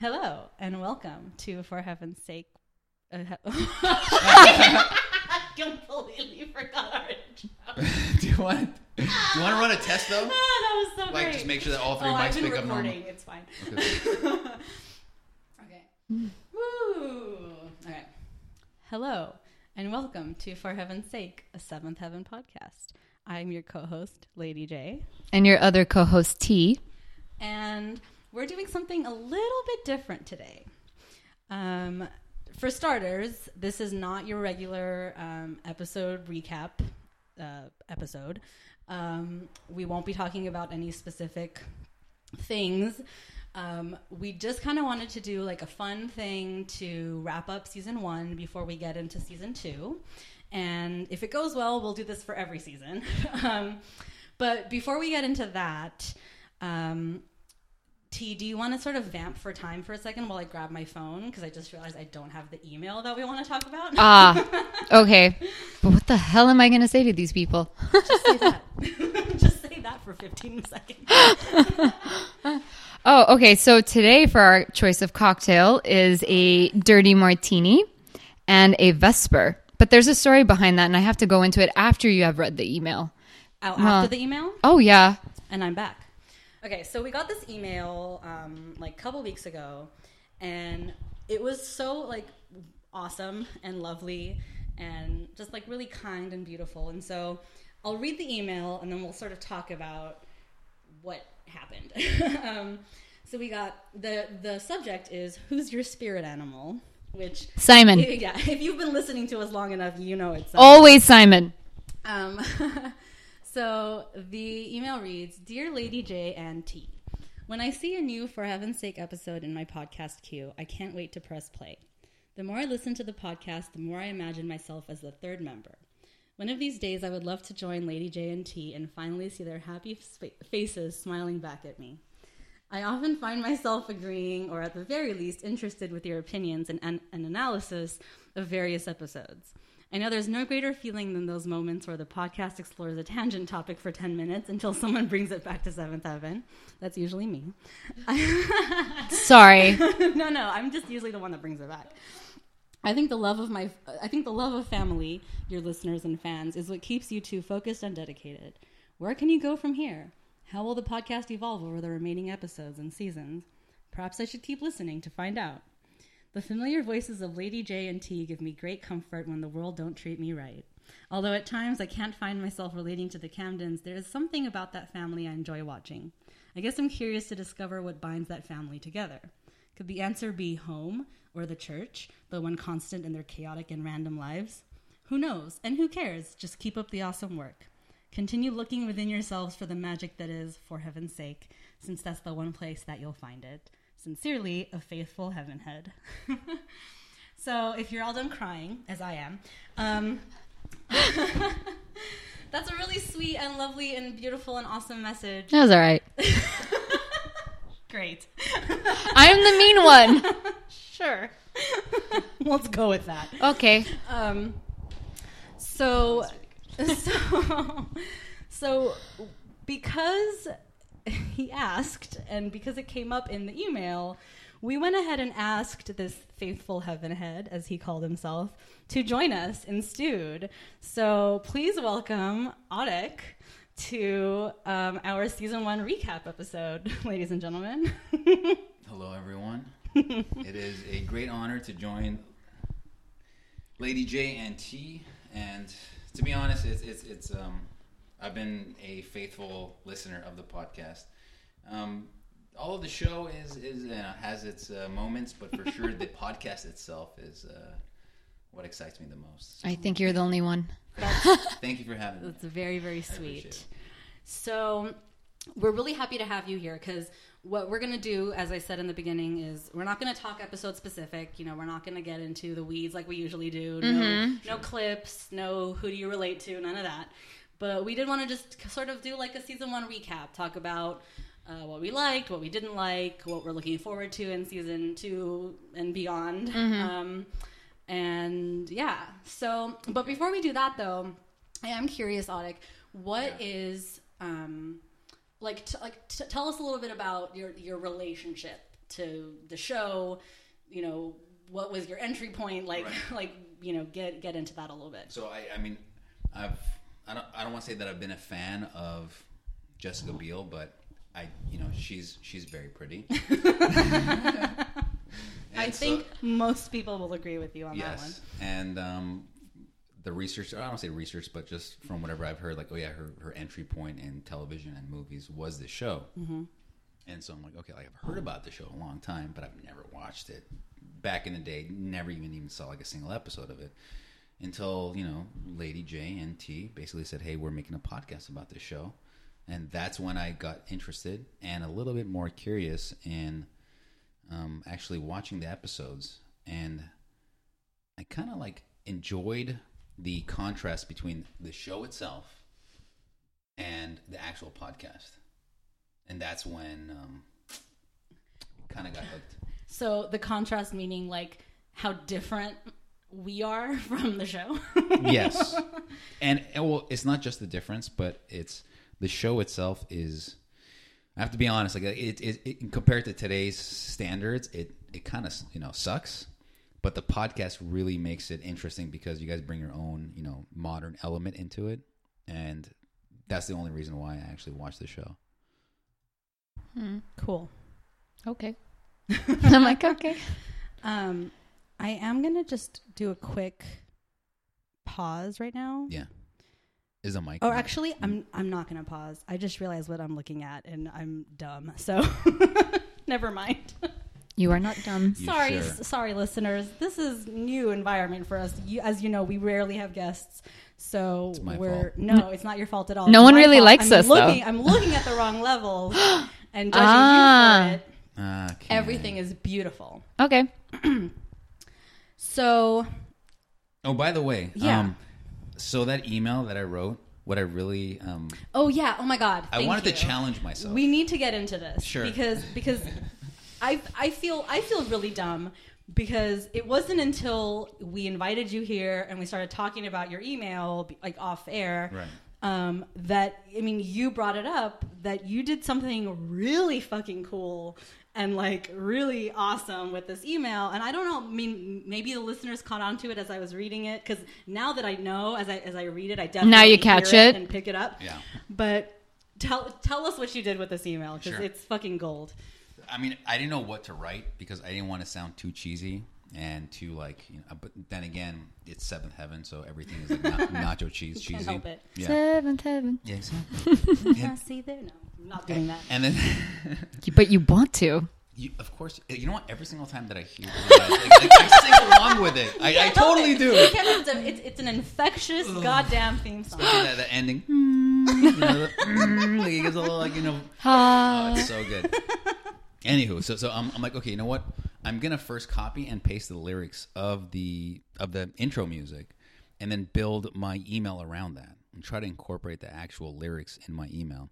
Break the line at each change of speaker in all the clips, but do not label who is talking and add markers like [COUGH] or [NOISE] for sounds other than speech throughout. Hello and welcome to For Heaven's Sake. Uh, he- [LAUGHS] completely forgot our intro.
[LAUGHS] do you want? Do you want to run a test
[LAUGHS]
though?
Ah, that was so
Like,
great.
just make sure that all three
oh,
mics
I've been
pick up normal.
recording. It's fine. [LAUGHS] okay. Woo. All right. Hello and welcome to For Heaven's Sake, a Seventh Heaven podcast. I'm your co-host, Lady J.
And your other co host, T.
and we're doing something a little bit different today. Um, for starters, this is not your regular um, episode recap uh, episode. Um, we won't be talking about any specific things. Um, we just kind of wanted to do like a fun thing to wrap up season one before we get into season two. And if it goes well, we'll do this for every season. [LAUGHS] um, but before we get into that, um, T, do you want to sort of vamp for time for a second while I grab my phone? Because I just realized I don't have the email that we want to talk about.
Ah, okay. But what the hell am I going to say to these people?
just say that. [LAUGHS] just say that for 15 seconds.
Oh, okay. So today, for our choice of cocktail, is a dirty martini and a Vesper. But there's a story behind that, and I have to go into it after you have read the email.
Out
Huh.
after the email?
Oh, yeah.
and I'm back. Okay, so we got this email um, like a couple weeks ago, and it was so like awesome and lovely, and just like really kind and beautiful. And so I'll read the email, and then we'll sort of talk about what happened. [LAUGHS] um, so we got the the subject is who's your spirit animal, which [LAUGHS]
Simon.
yeah, if you've been listening to us long enough, you know it's
Always Simon.
um, [LAUGHS] so the email reads Dear Lady J and T, when I see a new For Heaven's Sake episode in my podcast queue, I can't wait to press play. The more I listen to the podcast, the more I imagine myself as the third member. One of these days, I would love to join Lady J and T and finally see their happy sp- faces smiling back at me. I often find myself agreeing, or at the very least, interested with your opinions and, and, and analysis of various episodes. I know there's no greater feeling than those moments where the podcast explores a tangent topic for 10 minutes until someone [LAUGHS] brings it back to Seventh Heaven. That's usually me.
Sorry.
[LAUGHS] no, no, I'm just usually the one that brings it back. I think the love of my I think the love of family, your listeners and fans, is what keeps you two focused and dedicated. Where can you go from here? How will the podcast evolve over the remaining episodes and seasons? Perhaps I should keep listening to find out. The familiar voices of Lady J and T give me great comfort when the world don't treat me right. Although at times I can't find myself relating to the Camdens, there is something about that family I enjoy watching. I guess I'm curious to discover what binds that family together. Could the answer be home or the church, the one constant in their chaotic and random lives? Who knows? And who cares? Just keep up the awesome work. Continue looking within yourselves for the magic that is, for heaven's sake, since that's the one place that you'll find it. Sincerely, a faithful heavenhead. [LAUGHS] so, if you're all done crying, as I am, um, [LAUGHS] that's a really sweet and lovely and beautiful and awesome message.
That was all right.
Great.
I'm the mean one.
Sure. [LAUGHS] Let's go with that.
Okay.
Um, so, so, [LAUGHS] so, because he asked, and because it came up in the email, we went ahead and asked this faithful heavenhead, as he called himself, to join us in Stewed. So please welcome Audic to um, our season one recap episode, [LAUGHS] ladies and gentlemen. [LAUGHS]
Hello, everyone. it is a great honor to join Lady J and T. And to be honest, it's it's, it's um, I've been a faithful listener of the podcast. Um, all of the show is is uh, has its uh, moments, but for
[LAUGHS]
sure the podcast itself is uh, what excites me the most.
I think you're the only one.
Thank you for having me.
It's very, very
appreciate
sweet.
it.
So we're really happy to have you here because what we're going to do, as I said in the beginning, is we're not going to talk episode specific. You know, we're not going to get into the weeds like we usually do. No, no clips, no who do you relate to, none of that. But we did want to just k- sort of do like a season one recap, talk about uh, what we liked, what we didn't like, what we're looking forward to in season two and beyond. Um, and yeah, so but before we do that though, I am curious, Audic, What is um, like t- like t- tell us a little bit about your your relationship to the show, you know, what was your entry point? Like,
Right.
[LAUGHS] like you know, get get into that a little bit.
So I, I mean, I've I don't I don't want to say that I've been a fan of Jessica Biel, but I you know she's she's
[LAUGHS]
very pretty.
I
And so-
think most people will agree with you on that one.
uh, yes, and um, the research I don't say research, but just from whatever I've heard, like oh yeah, her her entry point in television and movies was this show. Mm-hmm. And so I'm like, okay, like I've heard about the show a long time, but I've never watched it. Back in the day, never even even saw like a single episode of it until you know Lady J and T basically said, "Hey, we're making a podcast about this show," and that's when I got interested and a little bit more curious in um, actually watching the episodes, and I kind of like enjoyed the contrast between the show itself and the actual podcast, and that's when um, kind of got hooked.
So the contrast meaning like how different we are [LAUGHS] from the show. [LAUGHS]
yes and and, well it's not just the difference but it's the show itself is i have to be honest like it, it, it compared to today's standards it it kind of you know sucks but the podcast really makes it interesting because you guys bring your own you know modern element into it and that's the only reason why i actually watch the show
[LAUGHS] cool.
Hmm. Okay. [LAUGHS] I'm like, okay.
Um, I am gonna just do a quick pause right now.
yeah is a mic
Oh,
on?
actually, I'm I'm not gonna pause. I just realized what I'm looking at, and I'm dumb. So, [LAUGHS] never mind.
You are not dumb.
You
sorry,
sure?
s- sorry, listeners. This is new environment for us. You, as you know, we rarely have guests, so
my
we're
fault.
no, it's not your fault at all.
No
It's
one
my
really
fault.
likes
I'm
us, though.
looking, I'm looking at the
[GASPS]
wrong levels and judging
Ah.
you for it.
Okay.
Everything is beautiful.
Okay.
So
oh by the way
Yeah.
um so that email that i wrote what i really um
Oh yeah. Oh my God.
i
Thank
wanted
you.
to challenge myself
We need to get into this.
Sure.
Because
[LAUGHS]
because I I feel I feel really dumb because it wasn't until we invited you here and we started talking about your email like off air.
Right.
Um, that I mean, you brought it up that you did something really fucking cool and like really awesome with this email. And I don't know, I mean, maybe the listeners caught on to it as I was reading it because now that I know, as I as I read it, I definitely
you
hear
catch it.
and pick it up.
Yeah.
But tell tell us what you did with this email because
Sure.
it's fucking gold.
I mean, I didn't know what to write because I didn't want to sound too cheesy and too like. You know, but then again, it's seventh heaven, so everything is
[LAUGHS]
like na- nacho cheese
You can't
cheesy.
help it.
Yeah.
Seventh heaven.
Yeah, exactly.
I see there. No, I'm not doing that.
And then, [LAUGHS]
But you want to.
you, of course, you know what? Every single time that I hear that, like, like, I sing along with it. I, I
Can't help
totally
it.
do.
You can't help it. It's, it's an infectious goddamn theme song.
that, that ending.
Hmm.
you know, the, hmm, like, it gives a little like you know. Oh, it's so good. Anywho, so so I'm, I'm like, okay, you know what? I'm gonna first copy and paste the lyrics of the of the intro music, and then build my email around that and try to incorporate the actual lyrics in my email.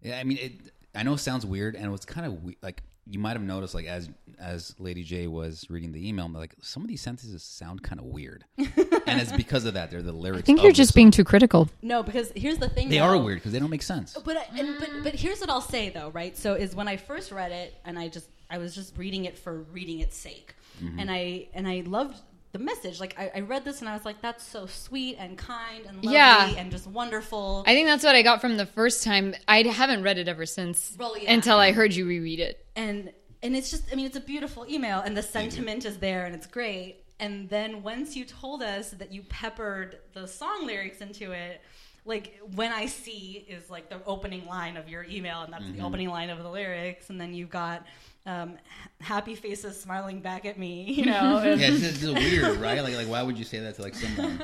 Yeah, I mean, it, I know it sounds weird, and it was kind of we- like you might have noticed, like as as Lady J was reading the email, I'm like some of these sentences sound kind of
[LAUGHS]
weird, and it's because of that. They're the lyrics.
I think you're just being too critical.
No, because here's the thing.
They
though.
are weird because they don't make sense.
But I, and, but but here's what I'll say though, right? So is when I first read it, and I just I was just reading it for reading its sake,
Mm-hmm.
and I and I loved the message. Like I, I read this and I was like, that's so sweet and kind and lovely
Yeah.
and just wonderful.
I think that's what I got from the first time. I haven't read it ever since
Well, yeah.
until I heard you reread it.
and and it's just I mean it's a beautiful email and the sentiment is there and it's great. And then once you told us that you peppered the song lyrics into it, like when I see is like the opening line of your email and that's the opening line of the lyrics, and then you've got um, ha- happy faces smiling back at me, you know. and-
Yeah, it's, it's weird,
[LAUGHS]
right? Like, like, why would you say that to like someone?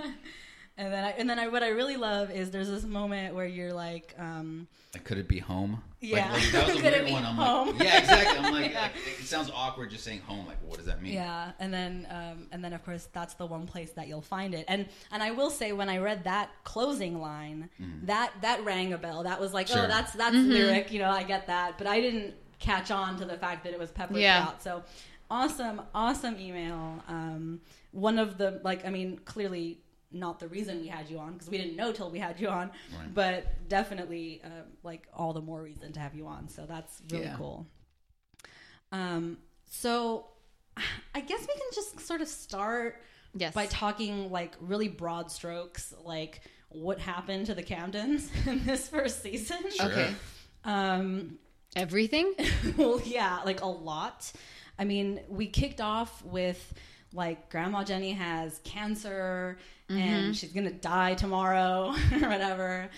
And then I, and then I, what I really love is there's this moment where you're like. Um,
Like, could it be home? Like-
Yeah.
like, that was
[LAUGHS]
a
Could it
weird
be
one. I'm
home?
like, yeah, exactly. I'm
[LAUGHS]
like, like, it sounds awkward just saying home. Like, what does that mean?
Yeah, and then um, and then of course that's the one place that you'll find it. And and I will say when I read that closing line, that that rang a bell. That was like, oh,
Mm-hmm. Sure.
that's that's lyric. You know, I get that, but I didn't catch on to the fact that it was peppered
Yeah.
out. So awesome, awesome email. Um, one of the like, I mean, clearly not the reason we had you on because we didn't know till we had you on,
Right.
but uh, definitely um, like all the more reason to have you on. So that's really
Yeah.
cool. Um, so I guess we can just sort of start
Yes.
by talking like really broad strokes, like what happened to the Camdens [LAUGHS] in this first season.
Sure.
Okay.
Um, [LAUGHS]
Everything?
well, yeah, like a lot. I mean, we kicked off with like Grandma Jenny has cancer and she's gonna die tomorrow [LAUGHS] or whatever.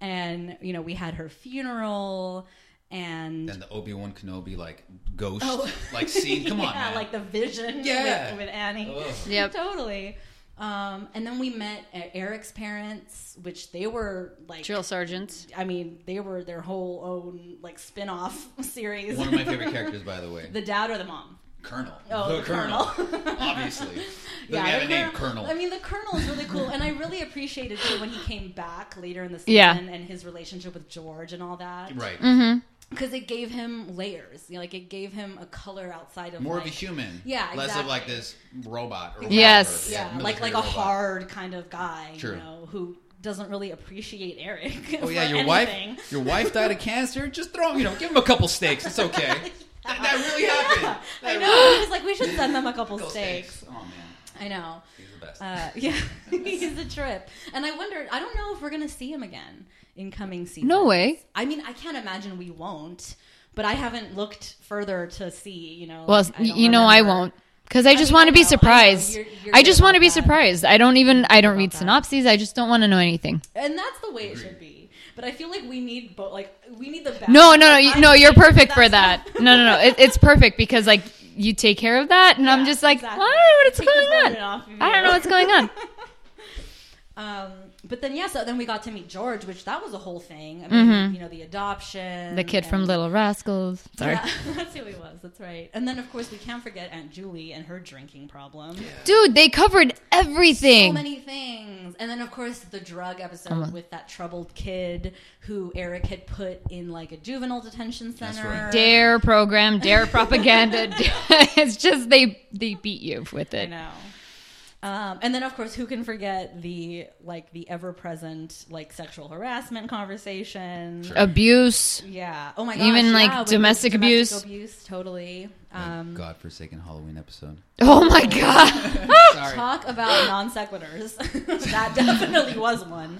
And you know, we had her funeral and
Then the Obi Wan Kenobi like ghost
Oh. [LAUGHS]
like scene. Come on,
yeah,
man.
like the vision
Yeah.
with, with Annie.
Ugh.
Yep.
Totally. Um, and then we met uh, Eric's parents, which they were like,
Drill sergeant.
I mean, they were their whole own like spin off [LAUGHS] series.
One of
[LAUGHS]
my favorite characters, by the way,
the dad or the mom?
Colonel.
Oh, the
[LAUGHS]
[LAUGHS]
Obviously, yeah, have a
the
name,
Colonel-
Colonel.
I mean, the Colonel is really cool, and I
[LAUGHS]
really appreciated too when he came back later in the season
Yeah.
and his relationship with George and all that,
right,
Mm-hmm.
Because it gave him layers, you know, like it gave him a color outside of
more
like,
of a human.
Yeah,
less of
exactly.
like this robot. Or
Yes.
whatever.
yeah, like
military
like a
robot.
hard kind of guy,
True.
you know, who doesn't really appreciate Eric. [LAUGHS]
Oh
for
yeah, your
anything.
wife. Your wife died of cancer. Just throw him. You know, give him a couple steaks.
[LAUGHS]
It's okay. that, that really happened.
I
That really-
know.
[LAUGHS]
He was like, we should send them a couple
Couple
steaks.
Oh man,
I know.
he's the best.
Uh, [LAUGHS] yeah, he's a trip. And I wondered, I don't know if we're gonna see him again in coming season.
No way.
I mean, I can't imagine we won't. But I haven't looked further to see. You know.
Well,
like, I
you
don't
know I
remember.
won't because I just
mean,
want
I
to
know,
be
I know,
surprised.
you're- you're
I
good
just want to
about
be
that.
surprised. I don't even. I don't read
about that.
synopses. I just don't want to know anything.
And that's the way it should be. But I feel like we need both. Like we need the best.
No, no, no, you,
I [LAUGHS]
no. You're
think
perfect for
that's-
that. No, no, no. It, it's perfect because like you take care of that, and I'm
Yeah,
just like,
exactly.
well, I don't know what's
Take the
going
burden
on.
off of
I don't know
you.
what's going
[LAUGHS]
on.
Um, but then yeah, so then we got to meet George, which that was a whole thing. I mean, you know, the adoption,
Mm-hmm. The kid from
and-
Little Rascals. Sorry,
Yeah, [LAUGHS] that's who he was. That's right. And then of course we can't forget Aunt Julie and her drinking problem.
dude. They covered everything.
So many things. And then of course the drug episode with that troubled kid who Eric had put in like a juvenile detention
That's
center.
right.
dare program, dare
[LAUGHS]
propaganda. [LAUGHS] it's just they they beat you with
I
it.
know. Um, and then, of course, who can forget the like the ever present like sexual harassment conversation?
Sure.
Abuse.
Yeah. Oh my gosh.
Even, like,
yeah, with
domestic abuse.
abuse, totally.
That
Um,
godforsaken Halloween episode.
Oh my god. [LAUGHS]
Sorry.
talk about non sequiturs. [LAUGHS]
[LAUGHS]
that definitely was one.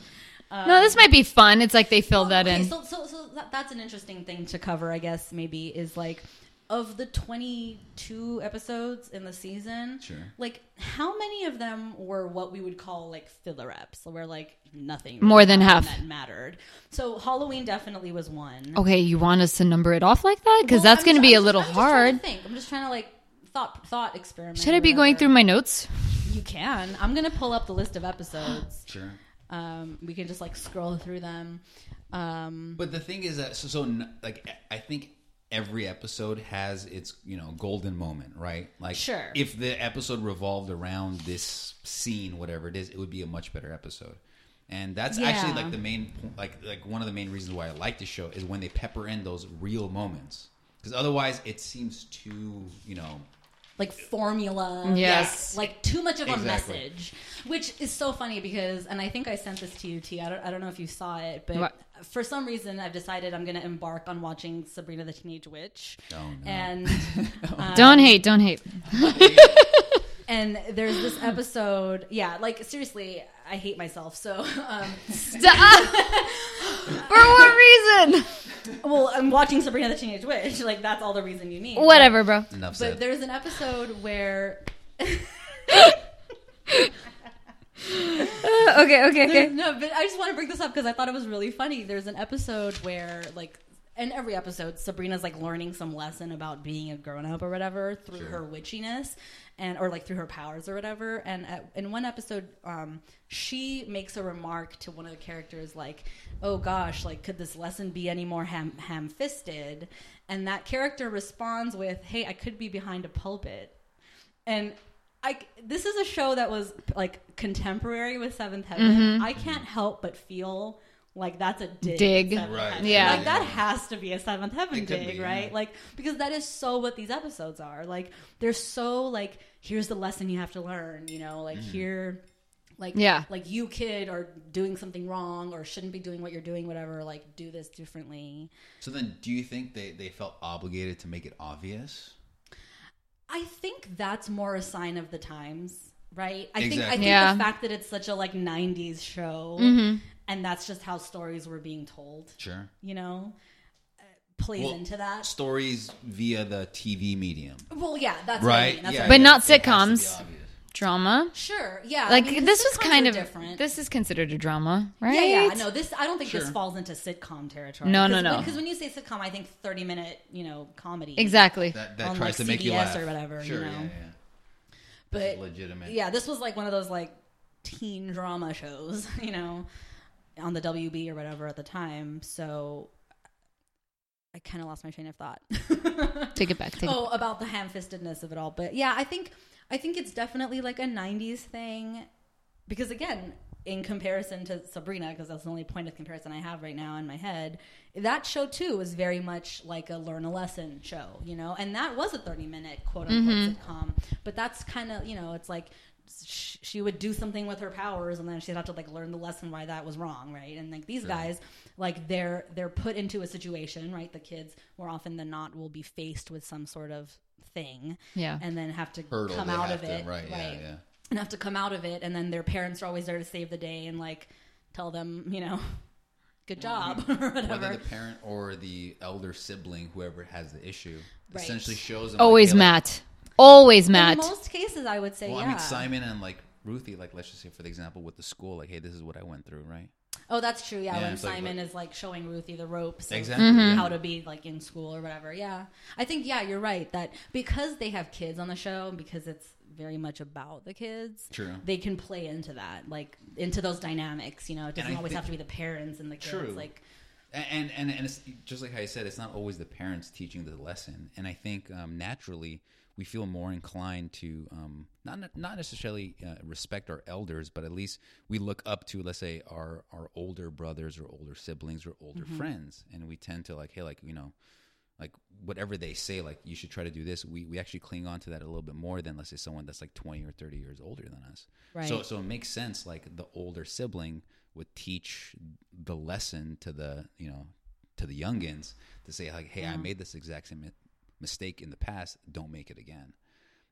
Um,
No, this might be fun. It's like they filled that
Oh, okay,
in.
So, so, so that, that's an interesting thing to cover, I guess. Maybe is like of the twenty-two episodes in the season.
Sure.
Like, how many of them were what we would call like filler eps, where like nothing
More than
happened
half.
that mattered. So Halloween definitely was one.
Okay, you want us to number it off like that? Because
Well,
that's
I'm
going to
just-
be a
I'm
little
just- I'm just trying to
hard.
think. I'm just trying to like thought thought experiment.
Should I
or
be going through
whatever.
my notes?
You can. I'm gonna pull up the list of episodes. [GASPS]
Sure.
Um, we can just like scroll through them. Um,
But the thing is that so, so n- like I think every episode has its you know golden moment, right? Like
Sure.
if the episode revolved around this scene, whatever it is, it would be a much better episode. And that's actually
Yeah.
like the main po- like like one of the main reasons why I like the show is when they pepper in those real moments because otherwise it seems too you know
like formula.
Yes.
Like too much of
Exactly.
a message, which is so funny because, and I think I sent this to you, T. I don't, I don't know if you saw it, but
What?
for some reason I've decided I'm going to embark on watching Sabrina the Teenage Witch.
Oh, no.
And um,
[LAUGHS] don't hate,
[LAUGHS]
don't hate.
and there's this episode, yeah, like seriously, I hate myself. So, [LAUGHS] um,
Stop! For what reason?
well, I'm watching Sabrina the Teenage Witch. Like that's all the reason you need.
Whatever, bro.
[LAUGHS]
enough
But
said.
there's an episode where
Uh, okay, okay,
There-
okay.
No, but I just want to bring this up because I thought it was really funny. There's an episode where, like, in every episode, Sabrina's like learning some lesson about being a grown up or whatever through
Sure.
her witchiness and or like through her powers or whatever. And at, in one episode, um, she makes a remark to one of the characters like, "Oh gosh, like could this lesson be any more ham ham fisted?" And that character responds with, "Hey, I could be behind a pulpit." and I this is a show that was like contemporary with Seventh Heaven.
Mm-hmm.
I can't help but feel like that's a dig.
Dig.
at Seventh
Right.
Heaven.
Yeah.
Like that has to be a Seventh Heaven
It could
dig,
be,
right?
yeah.
Like because that is so what these episodes are. Like they're so like here's the lesson you have to learn. You know, like
Mm-hmm.
here. Like
Yeah.
like you kid are doing something wrong or shouldn't be doing what you're doing, whatever. Like do this differently.
so then, do you think they they felt obligated to make it obvious?
I think that's more a sign of the times, right? I think I
Exactly.
think
Yeah. Mm-hmm.
the fact that it's such a like '90s show, and that's just how stories were being told,
Sure.
you know, uh, plays
Well,
into that.
Stories via the TV medium,
Well, yeah, that's what I
right?
mean, That's
Yeah,
what I
But
mean.
not
it has to be
sitcoms.
obvious.
Drama.
sure. Yeah, I
Like
mean,
this was
sitcoms
kind
are
of
different.
this is considered a drama, right?
Yeah, yeah. No, this I don't think this
Sure.
falls into sitcom territory.
No, no, no.
Because when you say sitcom, I think thirty-minute, you know, comedy.
Exactly.
That, that
On,
tries
like,
to make you
CBS
laugh
or whatever, you
Sure,
know.
yeah, yeah.
But
Legitimate.
yeah, this was like one of those like teen drama shows, [LAUGHS] you know, on the WB or whatever at the time. So I kind of lost my train of thought. [LAUGHS]
Take it back. Take it
oh, about the ham-fistedness of it all. But yeah, I think I think it's definitely like a '90s thing because again, in comparison to Sabrina, because that's the only point of comparison I have right now in my head, that show too was very much like a learn a lesson show, you know, and that was a thirty-minute quote-unquote sitcom. But that's kind of you know, it's like. sh- She would do something with her powers, and then she'd have to like learn the lesson why that was wrong, right? And like these guys, like they're they're put into a situation, right? The kids more often than not will be faced with some sort of thing,
Yeah.
and then have to
Hurdle.
come
they
out
have
of
to-
it,
Right. Yeah. Yeah.
and have to come out of it and then their parents are always there to save the day and like tell them you know [LAUGHS] good job or
Whether
whatever
the parent or the elder sibling, whoever has the issue,
Right.
essentially shows them.
Always
like, hey, like-
Matt. Always
in
Matt.
most cases i would say
Well,
yeah
I mean, Simon and like Ruthie, like let's just say for the example with the school, like, hey, this is what I went through, right?
oh that's true yeah,
Yeah,
when
it's like-
simon is like showing ruthie the ropes of
Exactly, Mhm. yeah.
how to be like in school or whatever yeah i think yeah you're right that because they have kids on the show because it's very much about the kids
True.
they can play into that like into those dynamics you know it doesn't
I
always
think-
have to be the parents and the kids
True.
like
and and and it's just like how you said it's not always the parents teaching the lesson and i think um, naturally we feel more inclined to um, not not necessarily uh, respect our elders but at least we look up to let's say our our older brothers or older siblings or older friends and we tend to like hey like you know like whatever they say like you should try to do this we, we actually cling on to that a little bit more than let's say someone that's like 20 or 30 years older than us so
Right.
so it makes sense like the older sibling would teach the lesson to the you know to the youngins to say like hey i made this exact same mi- mistake in the past don't make it again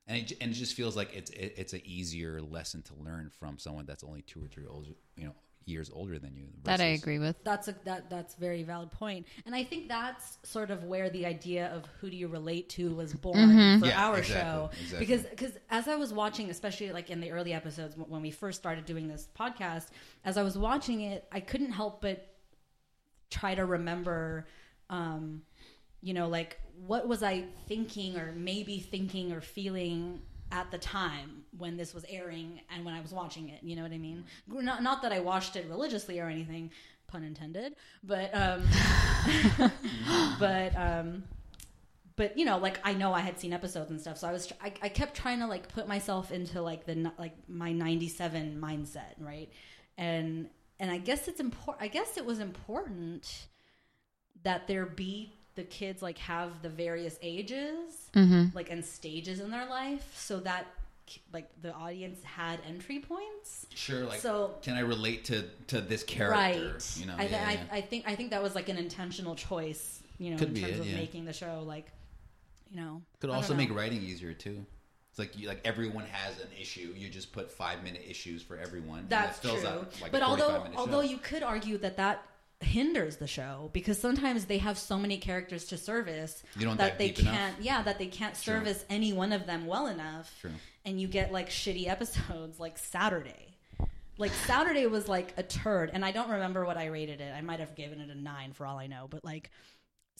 and it, j- and it just feels like it's it, it's an easier lesson to learn from someone that's only two or three older you know years older than you
that I
versus-
agree with.
That's a that that's a very valid point, and I think that's sort of where the idea of who do you relate to was born for
Yeah,
our
exactly,
show
exactly.
because because as I was watching, especially like in the early episodes when we first started doing this podcast, as I was watching it, I couldn't help but try to remember, um, you know, like what was I thinking or maybe thinking or feeling at the time when this was airing and when I was watching it. You know what I mean? Not, not that I watched it religiously or anything, pun intended, but um, [LAUGHS] but um, but you know, like I know I had seen episodes and stuff, so I was tr- I, I kept trying to like put myself into like the n- like my '97 mindset, right? And and I guess it's important. I guess it was important that there be the kids like have the various ages, like and stages in their life, so that ki- like the audience had entry points.
sure like
So-
can i relate to to this character
right.
you know
I, th-
Yeah,
I,
yeah.
I think I think that was like an intentional choice, you know,
Could
in
be
terms
it,
of
yeah.
making the show like, you know,
Could
I don't
also
know.
make writing easier too. It's like you, like everyone has an issue. You just put five minute issues for everyone. and
That's
that fills
true.
Out like
but
a
although
45 minute
although
show.
you could argue that that hinders the show because sometimes they have so many characters to service
You don't
that
dive
they
deep enough.
can't yeah that they can't
Sure.
service any one of them well enough
True.
and you get like shitty [LAUGHS] episodes like Saturday like Saturday was like a turd and I don't remember what I rated it I might have given it a 9 for all I know but like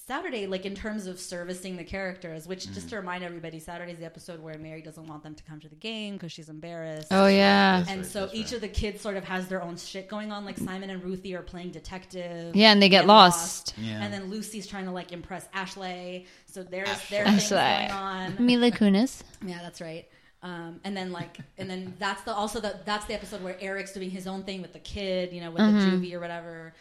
Saturday, like in terms of servicing the characters, which
Mm-hmm.
just to remind everybody, Saturday's the episode where Mary doesn't want them to come to the game because she's embarrassed
Oh yeah.
That's
and
right,
so
that's
each
right. Mm.
of the kids sort of has their own shit going on. Like Simon and Ruthie are playing detective.
Yeah, and they get lost.
Yeah.
And then Lucy's trying to like impress Ashley, so there's
Ashley.
their things
Ashley.
going
[LAUGHS]
on.
Mila Kunis.
Yeah, that's right. Um, and then like, and then that's the also the that's the episode where Eric's doing his own thing with the kid, you know, with
Mm-hmm.
the juvie or whatever,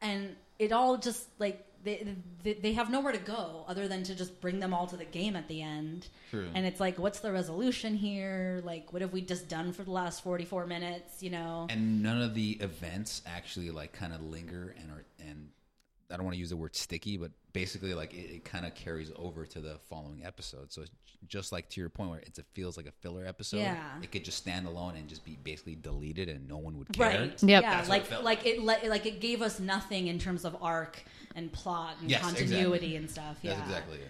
and it all just like they, they they have nowhere to go other than to just bring them all to the game at the end.
True.
And it's like, what's the resolution here? Like, what have we just done for the last forty four minutes? You know.
and none of the events actually like kind of linger and are and I don't want to use the word sticky, but basically, like it, it kind of carries over to the following episode. So it's j- just like to your point, where it's, it feels like a filler episode.
Yeah.
It could just stand alone and just be basically deleted, and no one would care.
Right.
Yep.
Yeah.
That's what it
Like
felt
like it le- like it gave us nothing in terms of arc and plot and
Yes,
continuity
exactly.
and stuff. Yeah.
That's exactly it.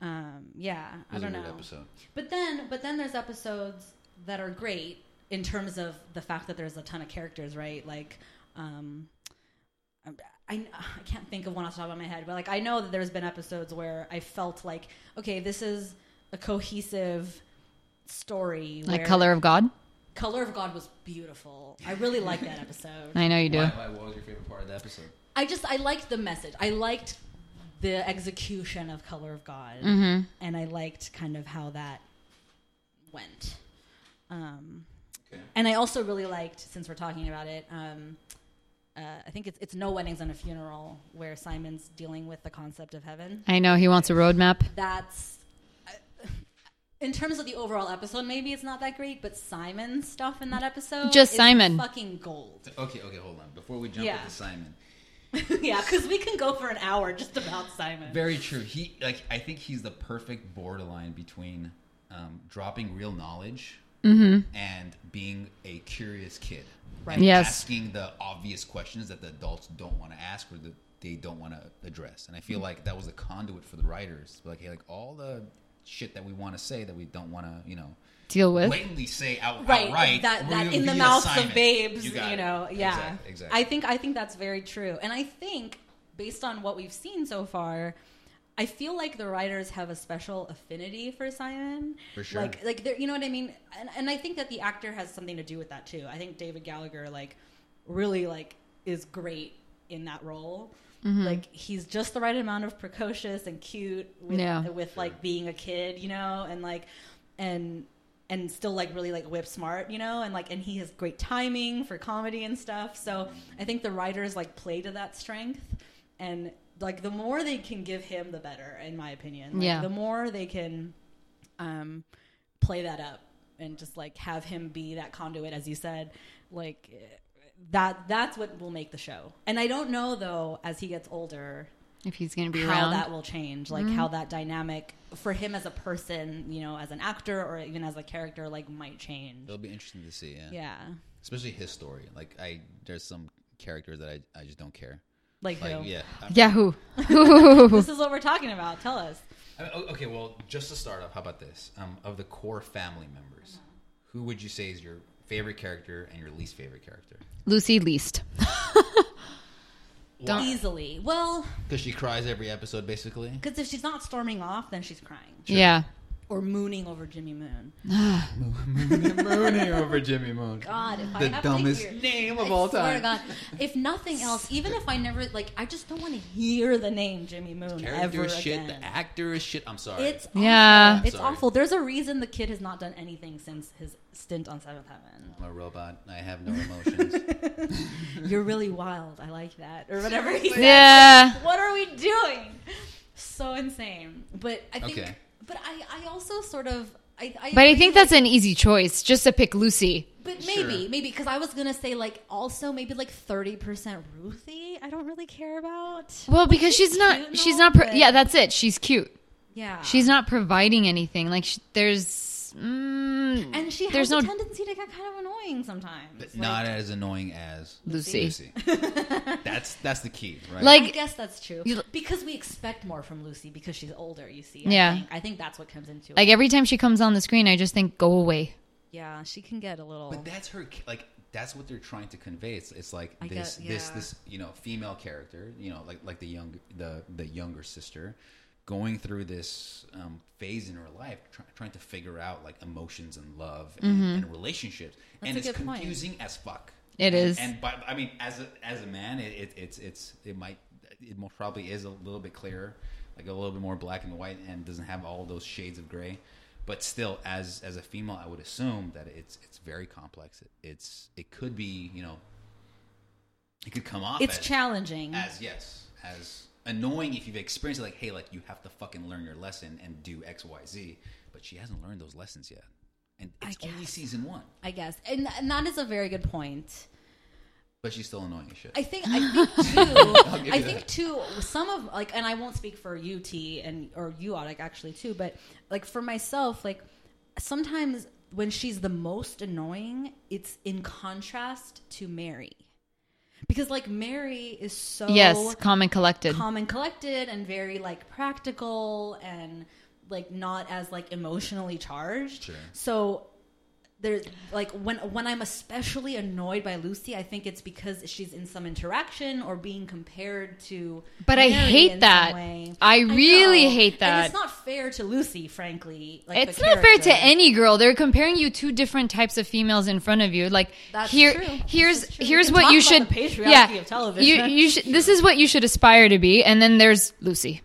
Yeah.
Um, yeah.
It was
I don't
a weird
know.
episode.
But then but then there's episodes that are great in terms of the fact that there's a ton of characters, right? Like um I, I can't think of one off the top of my head, but like I know that there's been episodes where I felt like, okay, this is a cohesive story.
Like
where-
Color of God.
Color of God was beautiful. I really liked that episode.
[LAUGHS] I know you do.
Why, why, what was your favorite part of the episode?
I just I liked the message. I liked the execution of Color of God,
Mm-hmm.
and I liked kind of how that went. Um,
Okay.
and I also really liked, since we're talking about it, um, uh, I think it's it's no weddings and a funeral where Simon's dealing with the concept of heaven.
I know he wants a roadmap.
That's uh, in terms of the overall episode, maybe it's not that great, but Simon's stuff in that episode
Just
is
Simon.
fucking gold. [LAUGHS]
Okay, okay, hold on. Before we jump
Yeah.
into Simon,
yeah, because we can go for an hour just about Simon.
very true. He like I think he's the perfect borderline between um, dropping real knowledge and being a curious kid.
Right.
And
Yes.
asking the obvious questions that the adults don't want to ask or that they don't want to address. And I feel like that was a conduit for the writers. Like, hey, like all the shit that we want to say that we don't want to, you know,
Deal with.
blatantly say out,
right,
outright.
that,
we're
that
gonna
in the
be
mouths
Simon.
of babes you,
got it.
know yeah
Exactly. exactly.
i think i think that's very true and i think based on what we've seen so far i feel like the writers have a special affinity for simon
For sure.
like like they're- you know what i mean and, and i think that the actor has something to do with that too i think david gallagher like really like is great in that role Like he's just the right amount of precocious and cute with,
Yeah.
with like being a kid, you know, and like and and still like really like whip smart, you know, and like and he has great timing for comedy and stuff. So I think the writers like play to that strength and like the more they can give him the better in my opinion. Like,
Yeah.
The more they can um play that up and just like have him be that conduit as you said like that that's what will make the show and i don't know though as he gets older
If he's going to be
how
around. Mm-hmm.
that will change like how that dynamic for him as a person you know as an actor or even as a character like might change
It'll be interesting to see. Yeah.
yeah
Especially his story. Like I, there's some characters that I, I just don't care.
like,
Like
who?
yeah. I'm-
Yahoo.
this is what we're talking about tell us
I mean, o- okay. Well, just to start off, how about this? Um, of the core family members, who would you say is your favorite character and your least favorite character?
Lucy least. Don't-
easily well
Because she cries every episode, basically. [LAUGHS]
because if she's not storming off then she's crying
Yeah.
or mooning over jimmy moon
Mooning over Jimmy Moon.
God, if I
The
have
dumbest
to hear,
name [LAUGHS]
I
of all
swear to
time.
God, if nothing else, even if I never like, I just don't want to hear the name Jimmy Moon
Character
ever
is shit.
again.
The actor is shit. I'm sorry.
it's
Yeah.
awful. it's
Sorry.
awful. There's a reason the kid has not done anything since his stint on Seventh Heaven.
I'm a robot. I have no
[LAUGHS]
emotions.
You're really wild. I like that, or whatever. He said.
Yeah.
What are we doing? So insane. But I think.
Okay.
But I, I also sort of. I, I
But I
agree,
think
like-
that's an easy choice just to pick Lucy.
But
Sure.
maybe, maybe because I was gonna say like also maybe like thirty percent Ruthie. I don't really care about.
Well,
Like,
because she's
cute
not,
and
she's
all,
not, pro-
but-
yeah, that's it. She's cute.
yeah.
She's not providing anything. Like, sh there's, mm,
and she
there's
has
no
a tendency to get kind of annoying sometimes.
But
Like,
not as annoying as
[LAUGHS]
Lucy.
Lucy. that's that's the key, right?
I
Like,
guess that's true
You-
because we expect more from Lucy because she's older. You see, I
Yeah.
think. I think that's what comes into it.
like every time she comes on the screen, I just think, go away.
yeah, she can get a little.
But that's her like that's what they're trying to convey. It's, it's like
I
this
get-
this
yeah.
this you know female character you know like like the young the the younger sister going through this um, phase in her life try, trying to figure out like emotions and love and,
Mm-hmm.
and relationships and
a
it's
good point.
confusing as fuck.
It
It
is.
is, and, but I mean as a as a man it, it it's it's it might it most probably is a little bit clearer like a little bit more black and white and doesn't have all those shades of gray but still as as a female i would assume that it's it's very complex it, it's it could be you know it could come off
it's
as,
challenging.
as yes as annoying if you've experienced it like hey like you have to fucking learn your lesson and do xyz but she hasn't learned those lessons yet and
I
it's only season one
I guess, and, and that is a very good point.
but she's still annoying as shit.
I think I
[LAUGHS]
think too.
give
I
you
think
that.
too. Some of like, and I won't speak for you, T, and or you, Audic, actually too. But like for myself, like sometimes when she's the most annoying, it's in contrast to Mary, because like Mary is so
yes, calm and collected.
calm and collected and very like practical and like not as like emotionally charged.
Sure.
So there's like when when I'm especially annoyed by Lucy, I think it's because she's in some interaction or being compared to.
But I
Mary
hate
in some
that.
way.
I really
know.
hate
And
that.
it's not fair to Lucy, frankly. Like, the
it's not fair
character.
to any girl. They're comparing you two different types of females in front of you. Like
That's
here,
true.
here's
This is true.
here's
We can
what
talk
you
about
should.
the patriarchy
yeah,
of television.
You, you should. This is what you should aspire to be. And then there's Lucy.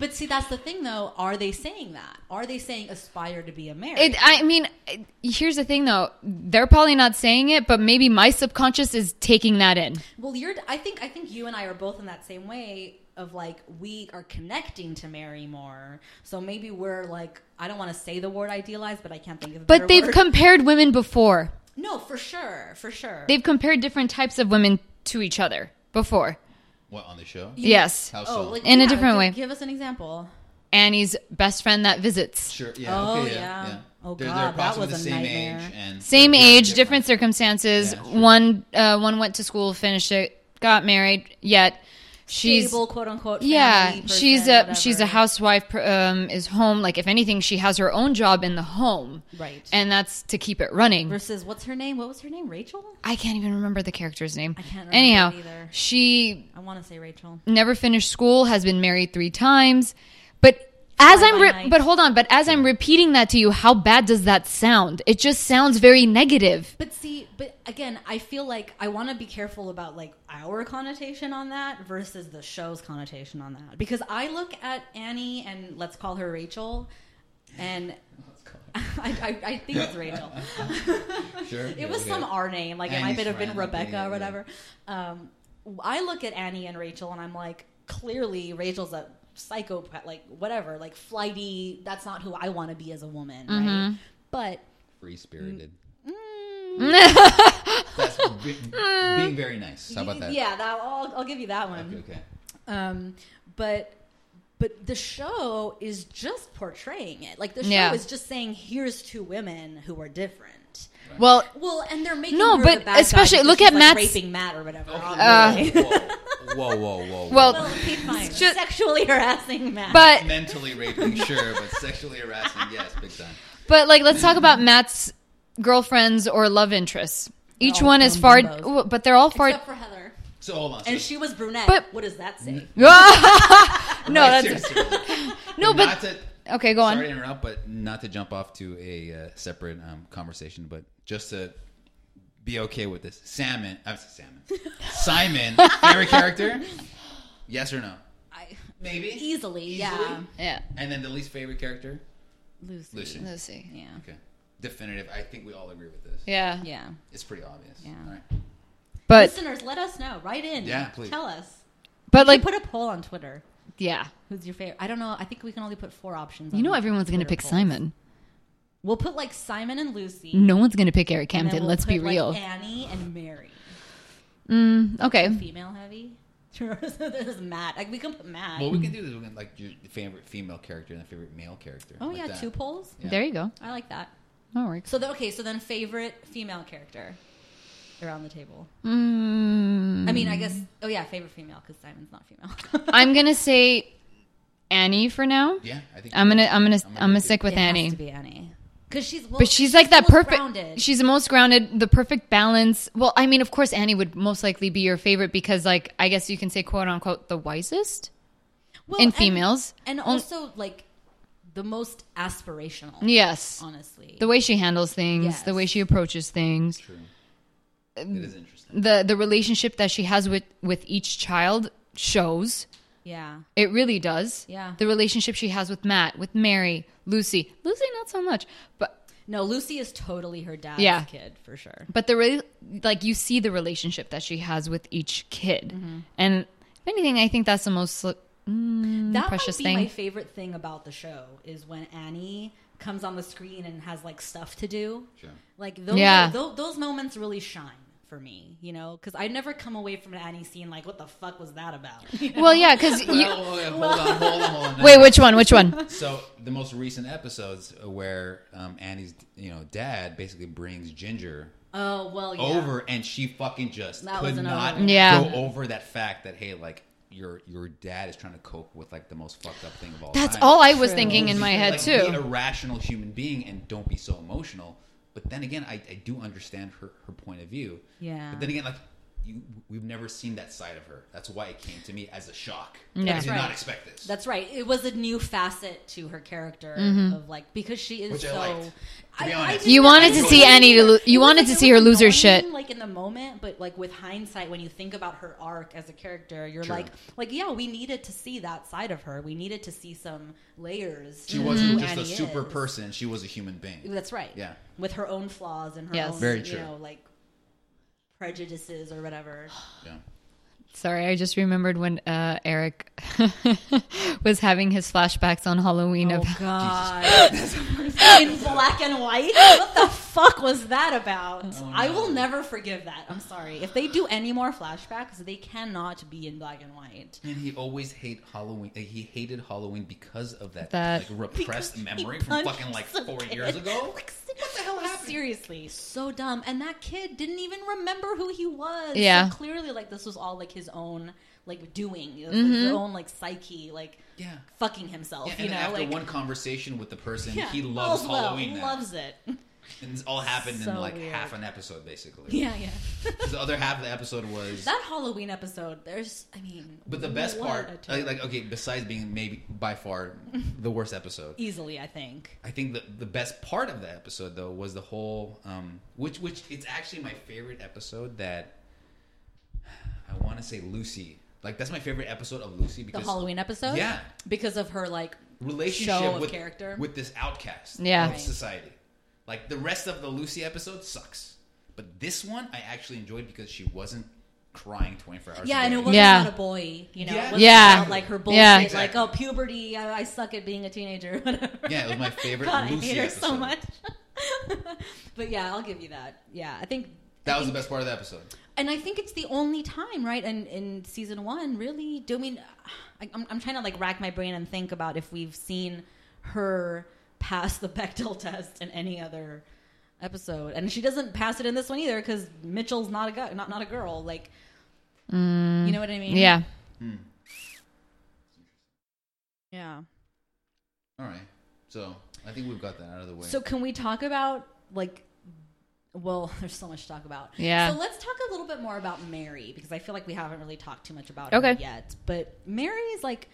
But see, that's the thing, though. Are they saying that? Are they saying aspire to be a Mary?
It. I mean, it- here's the thing though. They're probably not saying it, but maybe my subconscious is taking that in.
Well, you're. I think. I think you and I are both in that same way of like we are connecting to Mary more. So maybe we're like. I don't want to say the word idealized, but I can't think of. A better
But they've
word.
compared women before.
No, for sure, for sure.
They've compared different types of women to each other before.
what on the show?
Yes,
How
oh,
so?
like,
In a
yeah,
different
gi-
way.
Give us an example.
Annie's best friend that visits.
sure. Yeah.
Oh,
okay,
yeah.
yeah.
Oh,
they're,
God, that
they're approximately
was a
the same
nightmare.
age and
Same
they're very
age, different circumstances.
Yeah, sure.
One uh, one went to school, finished it, got married. Yet she's
Stable, quote unquote.
yeah,
family
she's a
person,
she's a
whatever.
housewife. pr- Um, is home like if anything, she has her own job in the home,
Right.
And that's to keep it running.
Versus what's her name? What was her name? Rachel.
I can't even remember the character's name. I
can't remember
Anyhow,
it either.
she
I want to say Rachel.
never finished school, has been married three times, but. As
Fly
I'm,
by
re-
night.
but hold on. But as I'm repeating that to you, how bad does that sound? It just sounds very negative.
But see, but again, I feel like I want to be careful about like our connotation on that versus the show's connotation on that because I look at Annie and let's call her Rachel, and [LAUGHS] I, I, I think it's Rachel. [LAUGHS]
Sure.
It was some R name, like it
Annie's
might have been
friend,
Rebecca
yeah,
or
yeah.
whatever. Um, I look at Annie and Rachel and I'm like, clearly Rachel's a psychopath, like whatever, like flighty. That's not who I want to be as a woman, right? But
free spirited.
[LAUGHS]
That's be- being very nice. How about that?
Mm. yeah, that, I'll, I'll give you that one.
Okay. okay.
Um, but but the show is just portraying it. Like the show
Yeah.
is just saying, here's two women who are different.
Well,
Well, and they're making
No,
her
but
the bad guy
especially-
because
look
she's,
at
like,
Matt's-
raping Matt or whatever.
Okay, whoa, whoa, whoa, whoa, whoa.
Uh, Well,
Um, [LAUGHS] well, okay, fine.
just-
sexually harassing Matt.
[LAUGHS]
but
mentally raping, sure, but sexually harassing, yes, big time.
But like, let's talk about Matt's girlfriends or love interests. Each
all
one is
dumb
far,
bimbos.
ooh, but they're all far. [LAUGHS]
except for Heather,
So hold on. So
and she was brunette.
But-
what does that
Mm-hmm.
say? [LAUGHS]
no, that's
seriously,
[LAUGHS] no,
not
but
to,
okay, go
sorry to
on.
interrupt, but not to jump off to a uh, separate um, conversation, but just to be okay with this. Salmon, I was salmon. Simon, favorite character? Yes or no?
I,
Maybe.
easily, yeah.
Yeah,
And then the least favorite character?
Lucy.
Lucy.
let's see.
Yeah,
Okay. Definitive. I think we all agree with this.
Yeah,
yeah.
It's pretty obvious.
Yeah.
All right.
but
Listeners, let us know. Write in.
Yeah, please.
Tell us.
but like,
Put Oh, a poll on Twitter.
yeah,
Who's your favorite? I don't know. I think we can only put four options.
you
on
know
the
everyone's gonna
Twitter
pick
polls.
Simon.
We'll put like Simon and Lucy.
No one's gonna pick Eric
and then
Hampton.
we'll
Let's
put,
be
like,
real.
Annie and Mary,
Mm, okay,
female heavy. [LAUGHS] There's Matt. Like we can put Matt.
Well, we can do this. We can like your favorite female character and favorite male character.
oh
like
yeah,
that.
two polls.
Yeah.
there you go.
I like that.
That works.
So the, okay, so then favorite female character around the table.
Mm,
I mean, I guess. Oh yeah, favorite female because Simon's not female.
[LAUGHS]
[LAUGHS]
I'm gonna say Annie for now.
Yeah, I think
I'm
you're
gonna,
right.
I'm gonna, I'm
I'm gonna
gonna
do-
stick with
it
Annie.
has to be Annie because she's well,
But she's like that
the most
perfect.
grounded.
She's the most grounded, the perfect balance. Well, I mean, of course, Annie would most likely be your favorite because, like, I guess you can say "quote unquote" the wisest
Well,
in
and-
females.
and
On-
also like the most aspirational.
yes,
honestly.
the way she handles things, the
Yes.
way she approaches things,
True. It is interesting.
the the relationship that she has with with each child shows.
yeah.
It really does.
Yeah.
the relationship she has with Matt, with Mary, Lucy, Lucy not so much, but
No, Lucy is totally her dad's
Yeah.
kid for sure.
but the re- like you see the relationship that she has with each kid
Mm-hmm.
and if anything i think that's the most mm,
That might
precious
be
thing
my favorite thing about the show is when Annie comes on the screen and has like stuff to do.
Sure.
Like those,
Yeah.
tho- those moments really shine for me, you know, because I never come away from an Annie scene like, what the fuck was that
[LAUGHS]
about?
Well, yeah, because
[LAUGHS]
you.
Well, okay, Oh, hold on, hold on, hold
[LAUGHS]
on.
Wait, which one? Which
[LAUGHS]
one?
So the most recent episodes where um, Annie's, you know, dad basically brings Ginger
oh well, yeah.
over, and she fucking just
That was
could
another
not
one.
Yeah.
go over that fact that hey, like your your dad is trying to cope with like the most fucked up thing of all.
That's
time.
all I was thinking in my
Like,
head
Be a
too.
rational human being and don't be so emotional. But then again, I, I do understand her, her point of view.
Yeah.
But then again, like you, we've never seen that side of her. That's why it came to me as a shock. I
That's
did
right.
not expect this.
That's right. It was a new facet to her character of like because she is
Which I
so.
liked, to be honest.
did
Mm-hmm. You
not-
wanted
I
to
didn't
see
really
Annie to
care.
lo-
It
you
was
wanted to
it
see
was
her lose her shit.
annoying, like in the moment, but like with hindsight, when you think about her arc as a character, you're
True.
like, like yeah, we needed to see that side of her. We needed to see some layers.
she
to
wasn't
who
just a
Annie
super
Mm-hmm. is.
person. She was a human being.
That's right.
Yeah.
with her own flaws and her
Yes.
own,
Very
you
true.
know, like prejudices or whatever.
Yeah.
Sorry, I just remembered when uh, Eric [LAUGHS] was having his flashbacks on Halloween.
Oh
about
God! in black and white. What the fuck was that about?
Oh,
I will never forgive that. I'm sorry. If they do any more flashbacks, they cannot be in black and white.
And he always hate Halloween. uh, He hated Halloween because of that,
That-
like repressed
Because he
memory from
punched
fucking like
some
four
kid.
years ago.
Like, what the hell happened? Seriously, so dumb. And that kid didn't even remember who he was. So
Yeah.
clearly, like this was all like his own like doing, It was his own like psyche, like
Yeah.
fucking himself.
Yeah, and
you
then
know,
after
like
one conversation with the person,
yeah,
he loves
all's well,
Halloween. now.
loves it. [LAUGHS]
And this all happened in
So
like
weird.
half an episode, basically.
yeah, yeah.
the other half of the episode was
That Halloween episode, there's, I mean,
but the best
what a
part
turn.
like, like okay besides being maybe by far the worst episode
easily, I think.
i think the, the best part of the episode though was the whole um which which it's actually my favorite episode that i want to say lucy like that's my favorite episode of lucy
The
because
Halloween episode,
yeah.
because of her like
relationship
show of
with
character.
with this outcast
Yeah.
of
Right.
society like the rest of the lucy episode sucks but this one i actually enjoyed because she wasn't crying 24 hours
yeah,
a
and
day.
it wasn't
Yeah.
about a boy, you know,
Yeah.
it wasn't
Yeah.
about, like her bullshit,
Yeah.
like
Exactly.
oh puberty, I, I suck at being a teenager, [LAUGHS] whatever.
Yeah, it was my favorite
God, I
Lucy
hate her so
episode.
much. [LAUGHS] but yeah, I'll give you that. Yeah, I think
That was the best part of the episode.
and I think it's the only time, right? And in season one, really. Do I mean? I, I'm, I'm trying to like rack my brain and think about if we've seen her pass the [LAUGHS] Bechdel test in any other episode, and she doesn't pass it in this one either because Mitchell's not a guy, not not a girl. Like, you know what I mean?
[LAUGHS] yeah,
yeah.
All right. So I think we've got that out of the way.
So can we talk about like? Well, [LAUGHS] there's so much to talk about.
Yeah.
So let's talk a little bit more about Mary because I feel like we haven't really talked too much about her
Okay.
yet. But Mary is like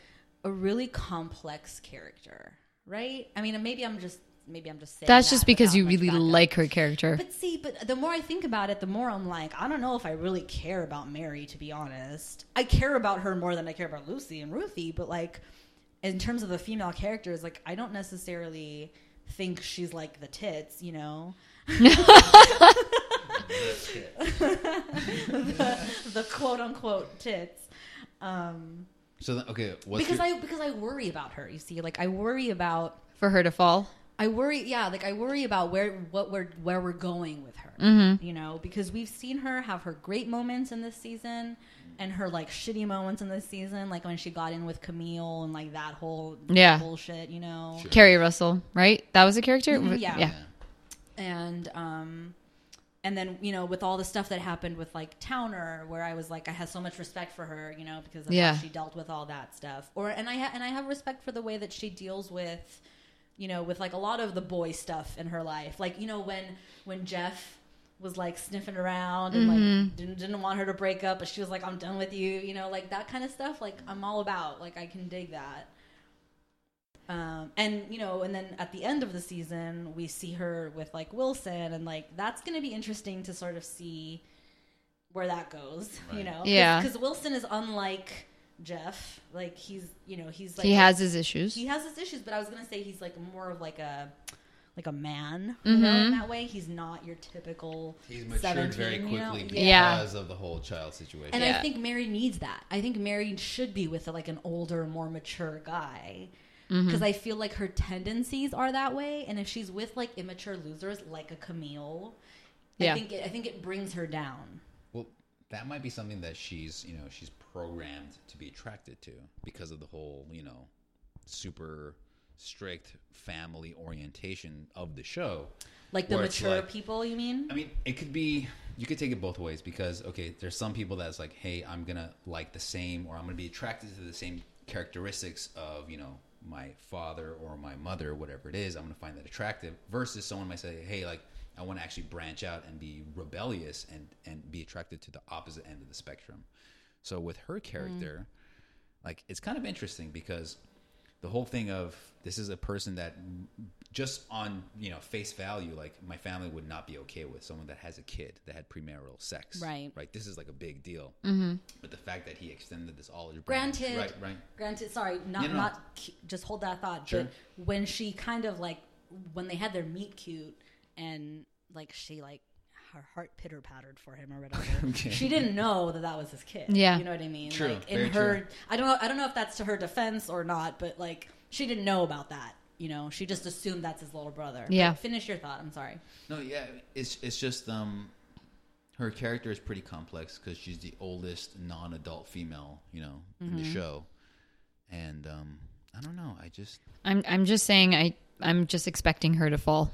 a really complex character, right? I mean, maybe I'm just maybe I'm just saying
that's
that
just because
without
you
much
really
background.
like her character.
But see, but the more I think about it, the more I'm like, I don't know if I really care about Mary, to be honest. I care about her more than I care about Lucy and Ruthie, but like, in terms of the female characters, like, I don't necessarily think she's like the tits, you know? [LAUGHS]
That's it.
The quote unquote tits. Um,
So th- okay, what's
because
your-
I because I worry about her, you see? Like, I worry about
For her to fall.
I worry, yeah, like I worry about where what we're where we're going with her, you know, because we've seen her have her great moments in this season and her like shitty moments in this season, like when she got in with Camille and like that whole
Yeah.
bullshit, you know,
Sure.
Carrie Russell, right? That was a character.
Mhm, yeah.
yeah.
and um, and then you know with all the stuff that happened with like Towner, where I was like I had so much respect for her, you know, because of
Yeah.
how she dealt with all that stuff, or and I ha- and I have respect for the way that she deals with you know, with like a lot of the boy stuff in her life. Like, you know, when when Jeff was like sniffing around and
Mm-hmm.
like didn't, didn't want her to break up, but she was like, "I'm done with you," you know, like that kind of stuff. Like, I'm all about. Like, I can dig that. Um, and you know, and then at the end of the season, we see her with like Wilson, and like that's going to be interesting to sort of see where that goes. You
Right.
know,
Yeah.
because Wilson is unlike Jeff. Like he's, you know, he's like
He has his issues.
he has his issues, but I was gonna say he's like more of like a like a man you know,
Mm-hmm.
in that way. He's not your typical
He's matured
17,
very
you know?
quickly
Yeah.
because of the whole child situation.
And I
Yeah.
think Mary needs that. I think Mary should be with like an older, more mature guy.
Mm-hmm.
Because I feel like her tendencies are that way, and if she's with like immature losers, like a Camille,
Yeah.
I think it, I think it brings her down.
Well, that might be something that she's, you know, she's programmed to be attracted to because of the whole, you know, super strict family orientation of the show.
Like the
where it's
mature
like-
people, you mean?
I mean, it could be you could take it both ways because okay, there's some people that's like, hey, I'm gonna like the same, or I'm gonna be attracted to the same characteristics of you know my father or my mother, whatever it is. I'm gonna find that attractive. Versus someone might say, hey, like I want to actually branch out and be rebellious and and be attracted to the opposite end of the spectrum. So with her character, like it's kind of interesting because the whole thing of this is a person that m- just on you know face value like my family would not be okay with someone that has a kid that had premarital sex
Right.
right this is like a big deal mm-hmm. but the fact that he extended this olive branch
Granted,
right right
granted. Sorry, not
Yeah, no, no.
not. cu- Just hold that thought.
Sure.
But when she kind of like when they had their meet cute and like she like her heart pitter pattered for
[LAUGHS]
him or whatever.
Okay.
She didn't know that that was his kid.
Yeah.
you know what I mean.
True,
Like, in
very
her,
true.
I don't know. I don't know if that's to her defense or not, but like she didn't know about that. You know, she just assumed that's his little brother. But
Yeah.
finish your thought. I'm sorry.
No, yeah, it's it's just um, her character is pretty complex because she's the oldest non-adult female, you know, in
Mm-hmm.
the show, and um, I don't know. I just
I'm I'm just saying I I'm just expecting her to fall.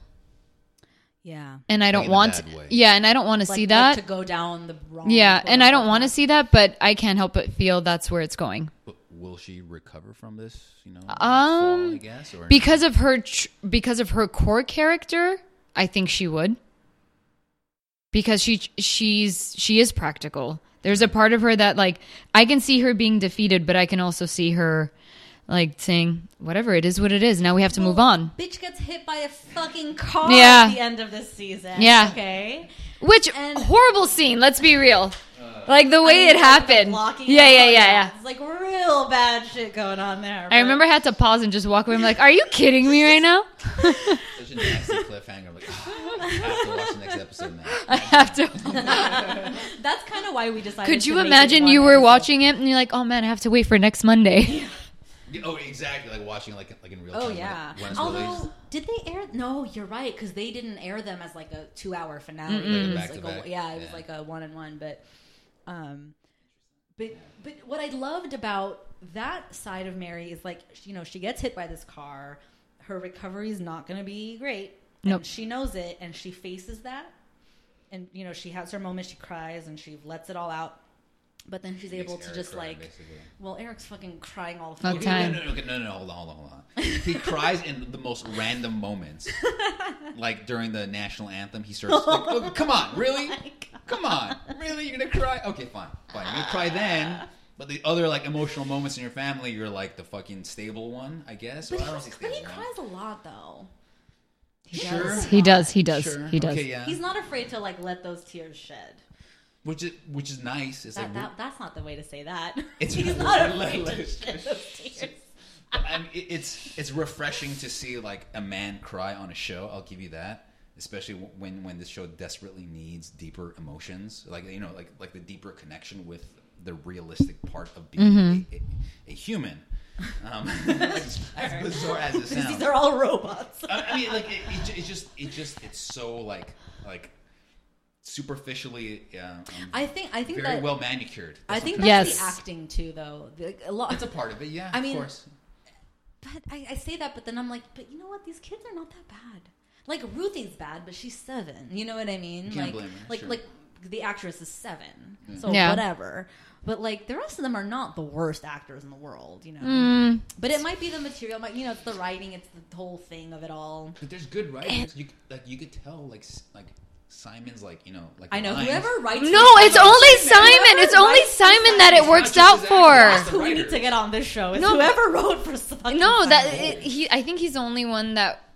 Yeah.
And I
Like
don't
in a
want
bad way.
Yeah, and I don't want to
Like,
see
like
that.
to go down the wrong.
yeah, and I don't
road.
want to see that, but I can't help but feel that's where it's going.
w- will she recover from this? You know, fall, I
Um,
guess, or
Because of her tr- because of her core character, I think she would. Because she she's she is practical. There's a part of her that like I can see her being defeated, but I can also see her like saying whatever it is what it is. Now we have to move on.
Bitch gets hit by a fucking car
Yeah.
at the end of this season.
Yeah.
Okay.
Which
And- Uh,
horrible scene, let's be real. like the way
I
it
mean,
happened.
like, the blocking
Yeah, yeah, yeah,
out,
yeah.
It's like real bad shit going on there.
I remember I had to pause and just walk away. I'm like, are you kidding me right now?
such a nasty cliffhanger. I'm like, "Ah, I have to watch the next episode now.
[LAUGHS] I have
[LAUGHS]
to.
[LAUGHS] That's kind of why we decided.
Could
to
you
make it
imagine
one
you were
episode.
watching it and you're like, oh man, I have to wait for
[LAUGHS]
next Monday? [LAUGHS]
Oh, exactly. Like watching like like in real time.
Oh
when it-
yeah.
when it's released.
Although, did they air? No, you're right because they didn't air them as like a two-hour finale. It was
Back to
like
back,
a, yeah, it was
yeah.
like a one and one. But, um, but but what I loved about that side of Mary is like you know she gets hit by this car. Her recovery is not going to be great. and
Nope.
She knows it and she faces that. And you know she has her moment. She cries and she lets it all out. But then she's
Makes
able to
Eric
just
cry,
like,
basically.
well, Eric's fucking crying all the
Okay.
fucking
Okay,
time.
no, no, no, okay, no, no, no, hold on, hold on, hold on. He cries in the most random moments.
[LAUGHS]
like during the national anthem, he starts, like, oh, come on, really? Come on, really? You're going to cry? Okay, fine, fine. You're going to cry then. But the other like emotional moments in your family, you're like the fucking stable one, I guess.
But
Well, I
he,
don't say
but he
stable one.
cries a lot though.
Sure.
does.
he does, he does,
Sure.
he does.
Okay, yeah.
He's not afraid to like let those tears shed.
which is which is nice. It's
That,
like
that that's not the way to say that.
[LAUGHS]
[LAUGHS]
It's
He's not afraid to shed those
[LAUGHS]
tears.
I mean, it- it's it's refreshing to see like a man cry on a show. I'll give you that, especially wh- when when this show desperately needs deeper emotions, like you know, like like the deeper connection with the realistic part of being
Mm-hmm.
a, a, a human. Um, [LAUGHS] as, as bizarre as it sounds,
[LAUGHS] These are all
[LAUGHS]
robots.
I I mean, like it, it, ju- it just, it just, it's so like, like superficially, uh, um,
I think I think
very
that
well manicured.
I think
what-
that's
Yes.
the acting too, though. Like, a lot.
that's a part of it. Yeah,
I
of
mean,
course.
but I, I say that, but then I'm like, but you know what? These kids are not that bad. Like Ruthie's bad, but she's seven. You know what I mean?
Can't
like,
blame her,
like,
sure. Mm.
like the actress is seven, so
Yeah.
whatever. But like the rest of them are not the worst actors in the world, you know.
Mm.
But it might be the material, might you know, it's the writing, it's the whole thing of it all.
But there's good writers. You c- like you could tell like s- like Simon's like you know like
I know
lines.
whoever writes.
No, it's only Simon. It's only Simon that it works out
That's
for.
who we need to get on this show. Is
No, but-
whoever wrote
[LAUGHS]
for fucking
No, that
Simon.
it, he. I think he's the only one that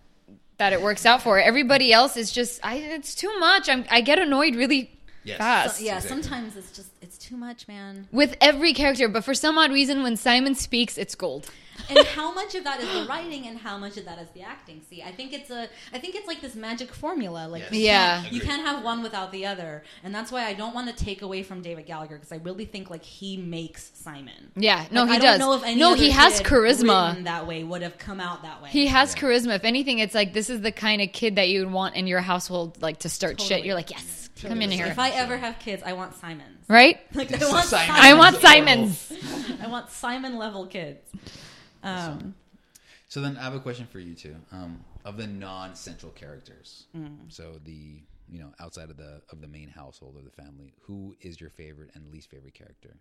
that it works out for. Everybody else is just. I. It's too much. I'm. I get annoyed really
Yes.
fast.
yeah.
Exactly.
Sometimes it's just it's too much, man.
With every character, but for some odd reason, when Simon speaks, it's gold.
and how much of that is the writing and how much of that is the acting see i think it's a i think it's like this magic formula like
Yes.
you
Yeah.
can't- you
Agreed.
can't have one without the other and that's why i don't want to take away from david gallagher because i really think like he makes simon
Yeah, no,
Like,
he
I
does.
don't know if any
no,
other
he has
kid
charisma.
written that way would have come out that way
He has charisma. If anything, it's like this is the kind of kid that you would want in your household, like to start shit.
Totally.
You're like, yes, come in
If
here,
if i ever have kids i want simon
right?
[LAUGHS] like i want
Simon.
simon,
I want
Simon.
Simons.
[LAUGHS] i want simon level kids um,
So then I have a question for you two. Um, of the non-central characters,
Mm.
so the you know outside of the of the main household or the family, who is your favorite and least favorite character?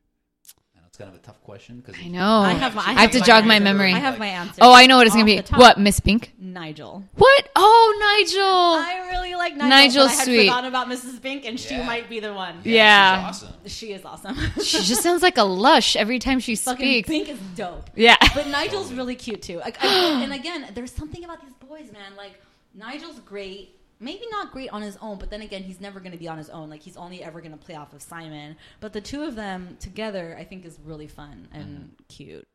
I know it's kind of a tough question because
I know.
I have my- I
Oh, I have to
have my
jog my
answer.
memory.
i have my answer
oh, I know what it's gonna
Off
be.
the top.
What Miss Pink?
nigel
What? Oh, Nigel.
I really like Nigel.
Nigel's
but I had
sweet.
forgotten about Mrs. Bink, and she
Yeah.
might be the one.
Yeah.
she's awesome.
She is awesome.
she just sounds like a lush every time
[LAUGHS]
she
Fucking
speaks.
Bink is dope.
Yeah.
But Nigel's really cute too. Like, I-
[GASPS]
and again, there's something about these boys, man. Like Nigel's great. Maybe not great on his own, but then again, he's never going to be on his own. Like he's only ever going to play off of Simon. But the two of them together, I think, is really fun and
Mm-hmm.
cute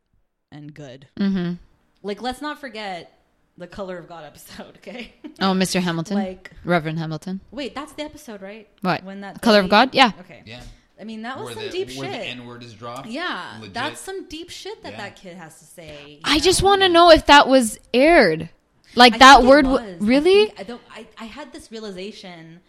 and good. Mm-hmm. Like let's not forget the Color of God episode. [LAUGHS] Okay.
Oh, Mr. Hamilton,
like
Reverend Hamilton.
wait, that's the episode, right?
What?
When that
Color of
lady-
God? Yeah.
Okay.
Yeah,
I mean, that was
where
some
the,
deep
where the
shit.
N word is dropped.
yeah,
Legit.
that's some deep shit that
Yeah.
that kid has to say. you
I just
know?
want to know if that was aired. Like
I
that
think it
word,
was.
w-
I
really?
think- I, don't, I, I had this realization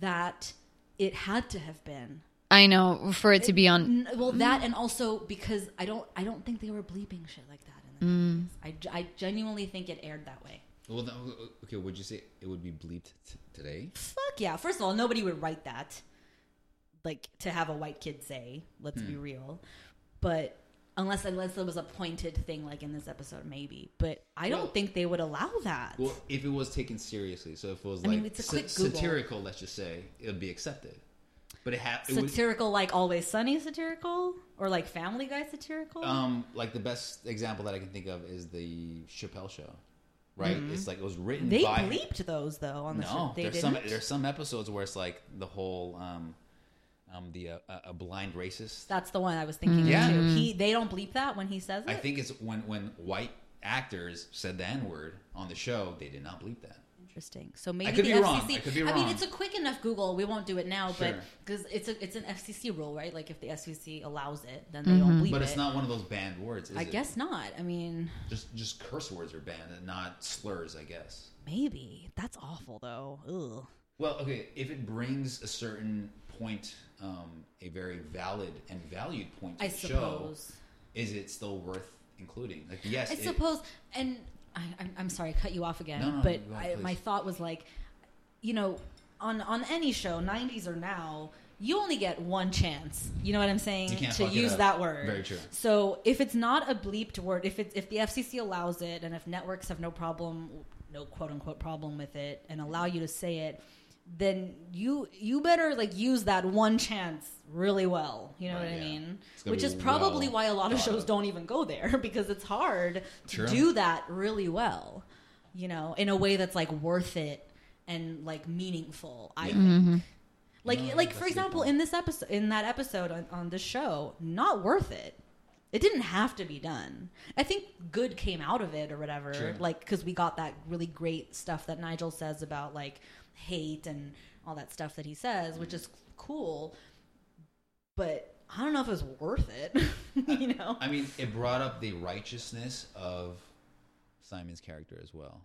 that it had to have been.
I know for it to be on.
N- Well, that and also because I don't, I don't think they were bleeping shit like that.
Mm.
In the 90s. I, I genuinely think it aired that way.
Well, no, okay. Would you say it would be bleeped t- today?
Fuck yeah! First of all, nobody would write that. Like to have a white kid say, "Let's
Hmm.
be real," but unless unless there was a pointed thing like in this episode, maybe. But I don't
Well-
think they would allow that.
Well, if it was taken seriously, so if it was
I
like
mean, it's a quick Google.
satirical, let's just say, it would be accepted. But it had it would,
satirical, like Always Sunny satirical, or like Family Guy satirical.
um like the best example that I can think of is the Chappelle show, right? It's like it was written
Mm-hmm. they
by
bleeped those though on the
no.
show. They
there's
didn't.
some there's some episodes where it's like the whole um um the uh, uh, a blind racist.
That's the one I was thinking. of,
Yeah.
too. he they don't bleep that when he says it.
Mm. I think it's when when white actors said the n word on the show, they did not bleep that.
Interesting. So maybe
could
the
be
FCC.
wrong. I could be
mean,
wrong.
it's a quick enough Google. We won't do it now, but
Sure.
because it's a it's an FCC rule, right? Like if the FCC allows it, then they don't believe
But
it.
it's not one of those banned words. Is
I
it?
guess not. I mean,
just just curse words are banned and not slurs. I guess.
maybe that's awful though. Ugh.
Well, okay, if it brings a certain point, um, a very valid and valued point to
I
the show,
suppose.
is it still worth including? Like, yes,
I
it-
suppose, and I, I'm, I'm sorry, I cut you off again,
No, no, no,
but
go on,
I, my
please.
thought was like, you know, on on any show, 90s or now, you only get one chance. You know what I'm saying?
You can't
to
fuck it
use
up.
that word.
Very true.
So if it's not a bleeped word, if it's if the FCC allows it, and if networks have no problem, no quote unquote problem with it, and allow you to say it. Then you you better like use that one chance really well. You know
Right,
what I
yeah.
mean?
It's gotta
Which
be
is probably
well
why a lot of
thought
shows
of.
don't even go there [LAUGHS] because it's hard to
True.
do that really well, you know, in a way that's like worth it and like meaningful. I
Yeah.
think. Like,
No,
like
that's
for
a good
example,
point.
in this episode, in that episode on, on the show, not worth it. It didn't have to be done. I think good came out of it or whatever.
Sure.
Like, because we got that really great stuff that Nigel says about like hate and all that stuff that he says, which
Mm-hmm.
is cool. But I don't know if it was worth it. [LAUGHS] you know,
I mean, it brought up the righteousness of Simon's character as well.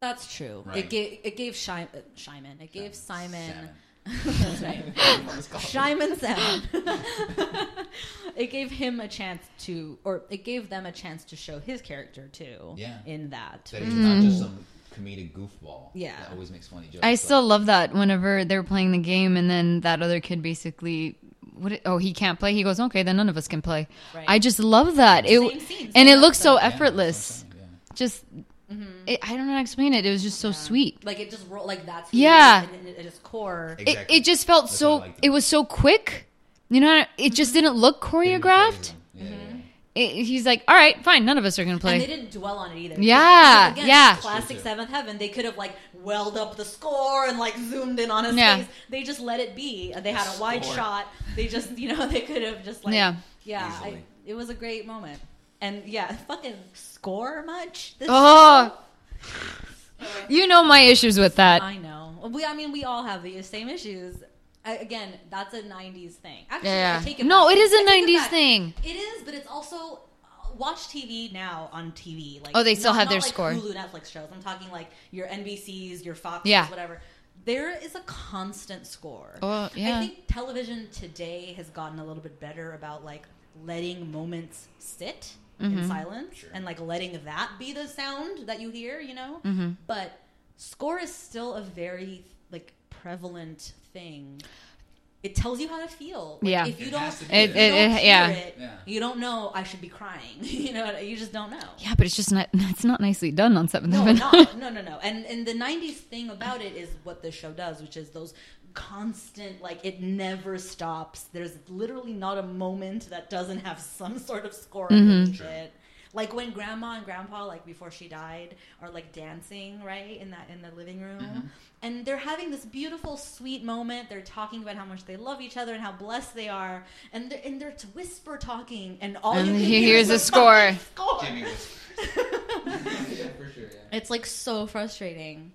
That's true.
Right.
It gave it gave Shimon. Shimon. It gave Simon. [LAUGHS] That's right. [COUGHS]
Simon.
Shimon Salmon. [LAUGHS] it gave him a chance to, or it gave them a chance to show his character too.
Yeah.
In that.
That he's not just some comedic goofball.
Yeah.
that always makes funny jokes.
I
but-
still love that whenever they're playing the game and then that other kid basically what it- oh he can't play he goes okay then none of us can play.
Right.
I just love that. It
Same scene, same
and it looks so
Yeah, that's what I'm
effortless.
saying, yeah.
Just
Mm-hmm.
it, I don't know how to explain it. It was just so sweet.
Like it just rolled. Like that's
Yeah.
At its core.
Ex-
It,
Exactly.
it just felt
That's
so
what I liked
it was so quick. You know, it
Mm-hmm.
just didn't look choreographed.
Yeah, yeah, yeah.
It, he's like, "All right, fine, none of us are going to
And they
play."
didn't dwell on it either.
Yeah,
Because,
yeah.
it's Classic
Sure, sure.
Seventh Heaven. They could have like welled up the score and like zoomed in on his
Yeah.
face. They just let it be. They had a wide [LAUGHS]
Score.
shot. They just you know they could have just like
Yeah.
yeah. I-
Easily.
it was a great moment. And yeah, fucking score much. This
Oh. You know my issues with that.
I know. We, I mean, we all have the same issues. I, again, that's a '90s thing. Actually,
Yeah.
I take
yeah.
it.
No,
back.
it is
I
a
take it
90s
back.
thing.
It is, but it's also uh, watch TV now on TV. Like
Oh, they still
not-
have
not
their
like
score.
Hulu, Netflix shows. I'm talking like your NBCs, your Foxes,
Yeah.
whatever. There is a constant score.
Oh, yeah.
I think television today has gotten a little bit better about like letting moments sit
Mm-hmm.
in silence and like letting that be the sound that you hear, you know?
Mm-hmm.
But score is still a very like prevalent thing. It tells you how to feel. Like,
Yeah.
If you
It
don't,
has to
if
be
you
there. It-
it-
don't
it-
hear
yeah.
it,
Yeah.
you don't know I should be crying. [LAUGHS] you know, you just don't know.
Yeah, but it's just not [LAUGHS] it's not nicely done on 7th
No,
Heaven. [LAUGHS]
not. no, no, no. And and the '90s thing about it is what this show does, which is those constant, like it never stops. There's literally not a moment that doesn't have some sort of score underneath it. Like when grandma and grandpa, like before she died, are like dancing right in that in the living room, and they're having this beautiful, sweet moment. They're talking about how much they love each other and how blessed they are, and they're, and they're to whisper talking, and all
And
you can
he
hear
hears
is
a
the fucking score.
Jimmy
[LAUGHS]
was. yeah, for sure. Yeah.
It's like so frustrating.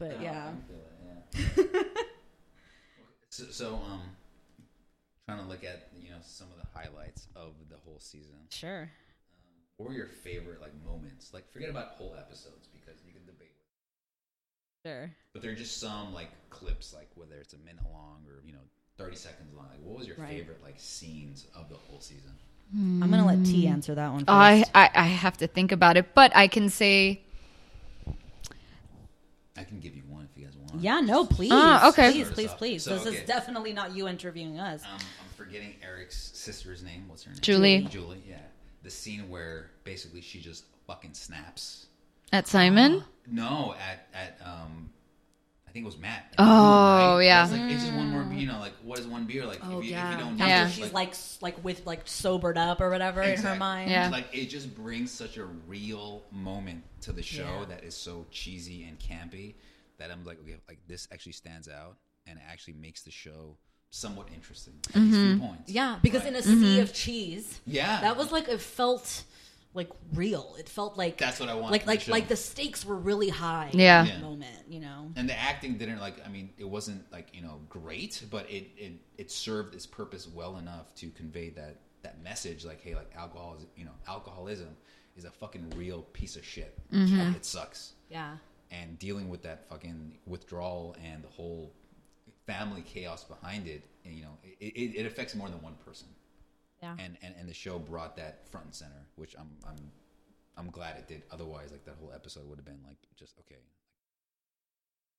But
No,
yeah.
I can feel it,
[LAUGHS]
yeah. so, so, um, trying to look at you know some of the highlights of the whole season. Um,
Sure.
What were your favorite like moments? Like, forget about whole episodes because you can debate.
Sure.
But there are just some like clips, like whether it's a minute long or you know thirty seconds long. Like, what was your
Right.
favorite like scenes of the whole season?
I'm gonna let T answer that one.
I, I I have to think about it, but I can say
I can give you one if you guys want.
yeah, no, please.
Ah, okay.
Please, please, please.
So,
this
okay.
is definitely not you interviewing us.
Um, I'm forgetting Eric's sister's name. What's her name?
Julie.
Julie. Yeah. The scene where basically she just fucking snaps.
at Simon.
Oh. No, at at um, I think it was Matt.
Oh, yeah.
It's, like, it's just one more. You know, like what is one beer? Like
Mm. Oh,
if, you,
yeah.
if you don't,
After
Yeah.
drink,
she's like s- like with like sobered up or whatever in her
Exactly.
mind.
Yeah.
Like it just brings such a real moment to the show
Yeah.
that is so cheesy and campy that I'm like, okay, like this actually stands out and actually makes the show somewhat interesting. At least
Mm-hmm.
few points.
Yeah, because
Right.
in a sea of cheese,
yeah,
that was like it felt like real. It felt like
That's what I want
Like
from the
like
show.
like the stakes were really high.
Yeah.
In that
Yeah.
moment, you know.
and the acting didn't like. I mean, it wasn't like you know great, but it it it served its purpose well enough to convey that that message. Like, hey, like alcohol is you know alcoholism is a fucking real piece of shit.
Mm-hmm.
Like, it sucks.
Yeah.
and dealing with that fucking withdrawal and the whole family chaos behind it, and, you know, it, it, it affects more than one person.
Yeah.
And, and and the show brought that front and center, which I'm I'm I'm glad it did. Otherwise, like that whole episode would have been like just okay,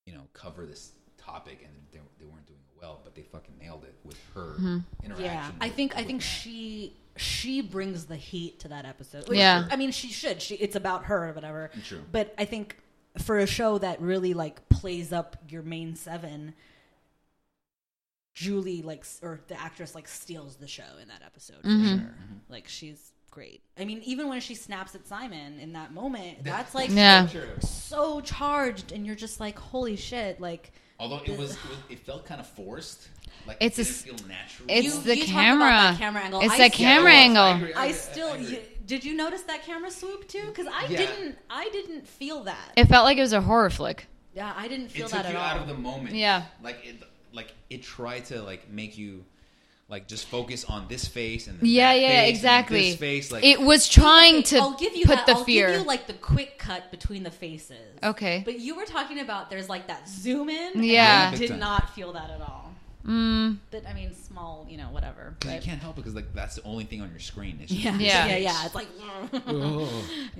you know, cover this topic, and they, they weren't doing it well, but they fucking nailed it with her
Mm-hmm.
interaction.
Yeah, I
with-
think I
with
think
Matt.
she she brings the heat to that episode. Which,
Yeah.
I mean she should. She it's about her or whatever.
True.
But I think for a show that really like plays up your main seven, Julie like s- or the actress like steals the show in that episode
Mm-hmm.
for sure. Like she's great. I mean, even when she snaps at Simon in that moment, that's like
Yeah.
so charged, and you're just like, holy shit! Like
Although it was, it was- it felt kind of forced. Like
It's a
it didn't
s-
feel natural.
It's
You-
the
you talk about
camera.
that camera angle.
It's
I
that
see-
camera
Yeah, it was. I
angle.
agree.
I
I
still
agree.
you, did. You notice that camera swoop too? Because I
Yeah.
didn't. I didn't feel that.
It felt like it was a horror flick.
yeah, I didn't feel
it took
that at
you
all.
out of the moment.
Yeah.
Like it like it tried to like make you like just focus on this face and then that
yeah,
face
yeah,
and then
exactly.
this face like
it was trying to
I'll give you
put
that.
the
I'll
fear.
give you like the quick cut between the faces.
okay.
But you were talking about there's like that zoom in. and
Yeah.
I
Big
did
time.
not feel that at all.
Mm,
But I mean, small. You know, whatever.
'cause you
But,
can't help it because like that's the only thing on your screen. It's just
yeah,
this
Yeah. Oh.
yeah, yeah,
face.
It's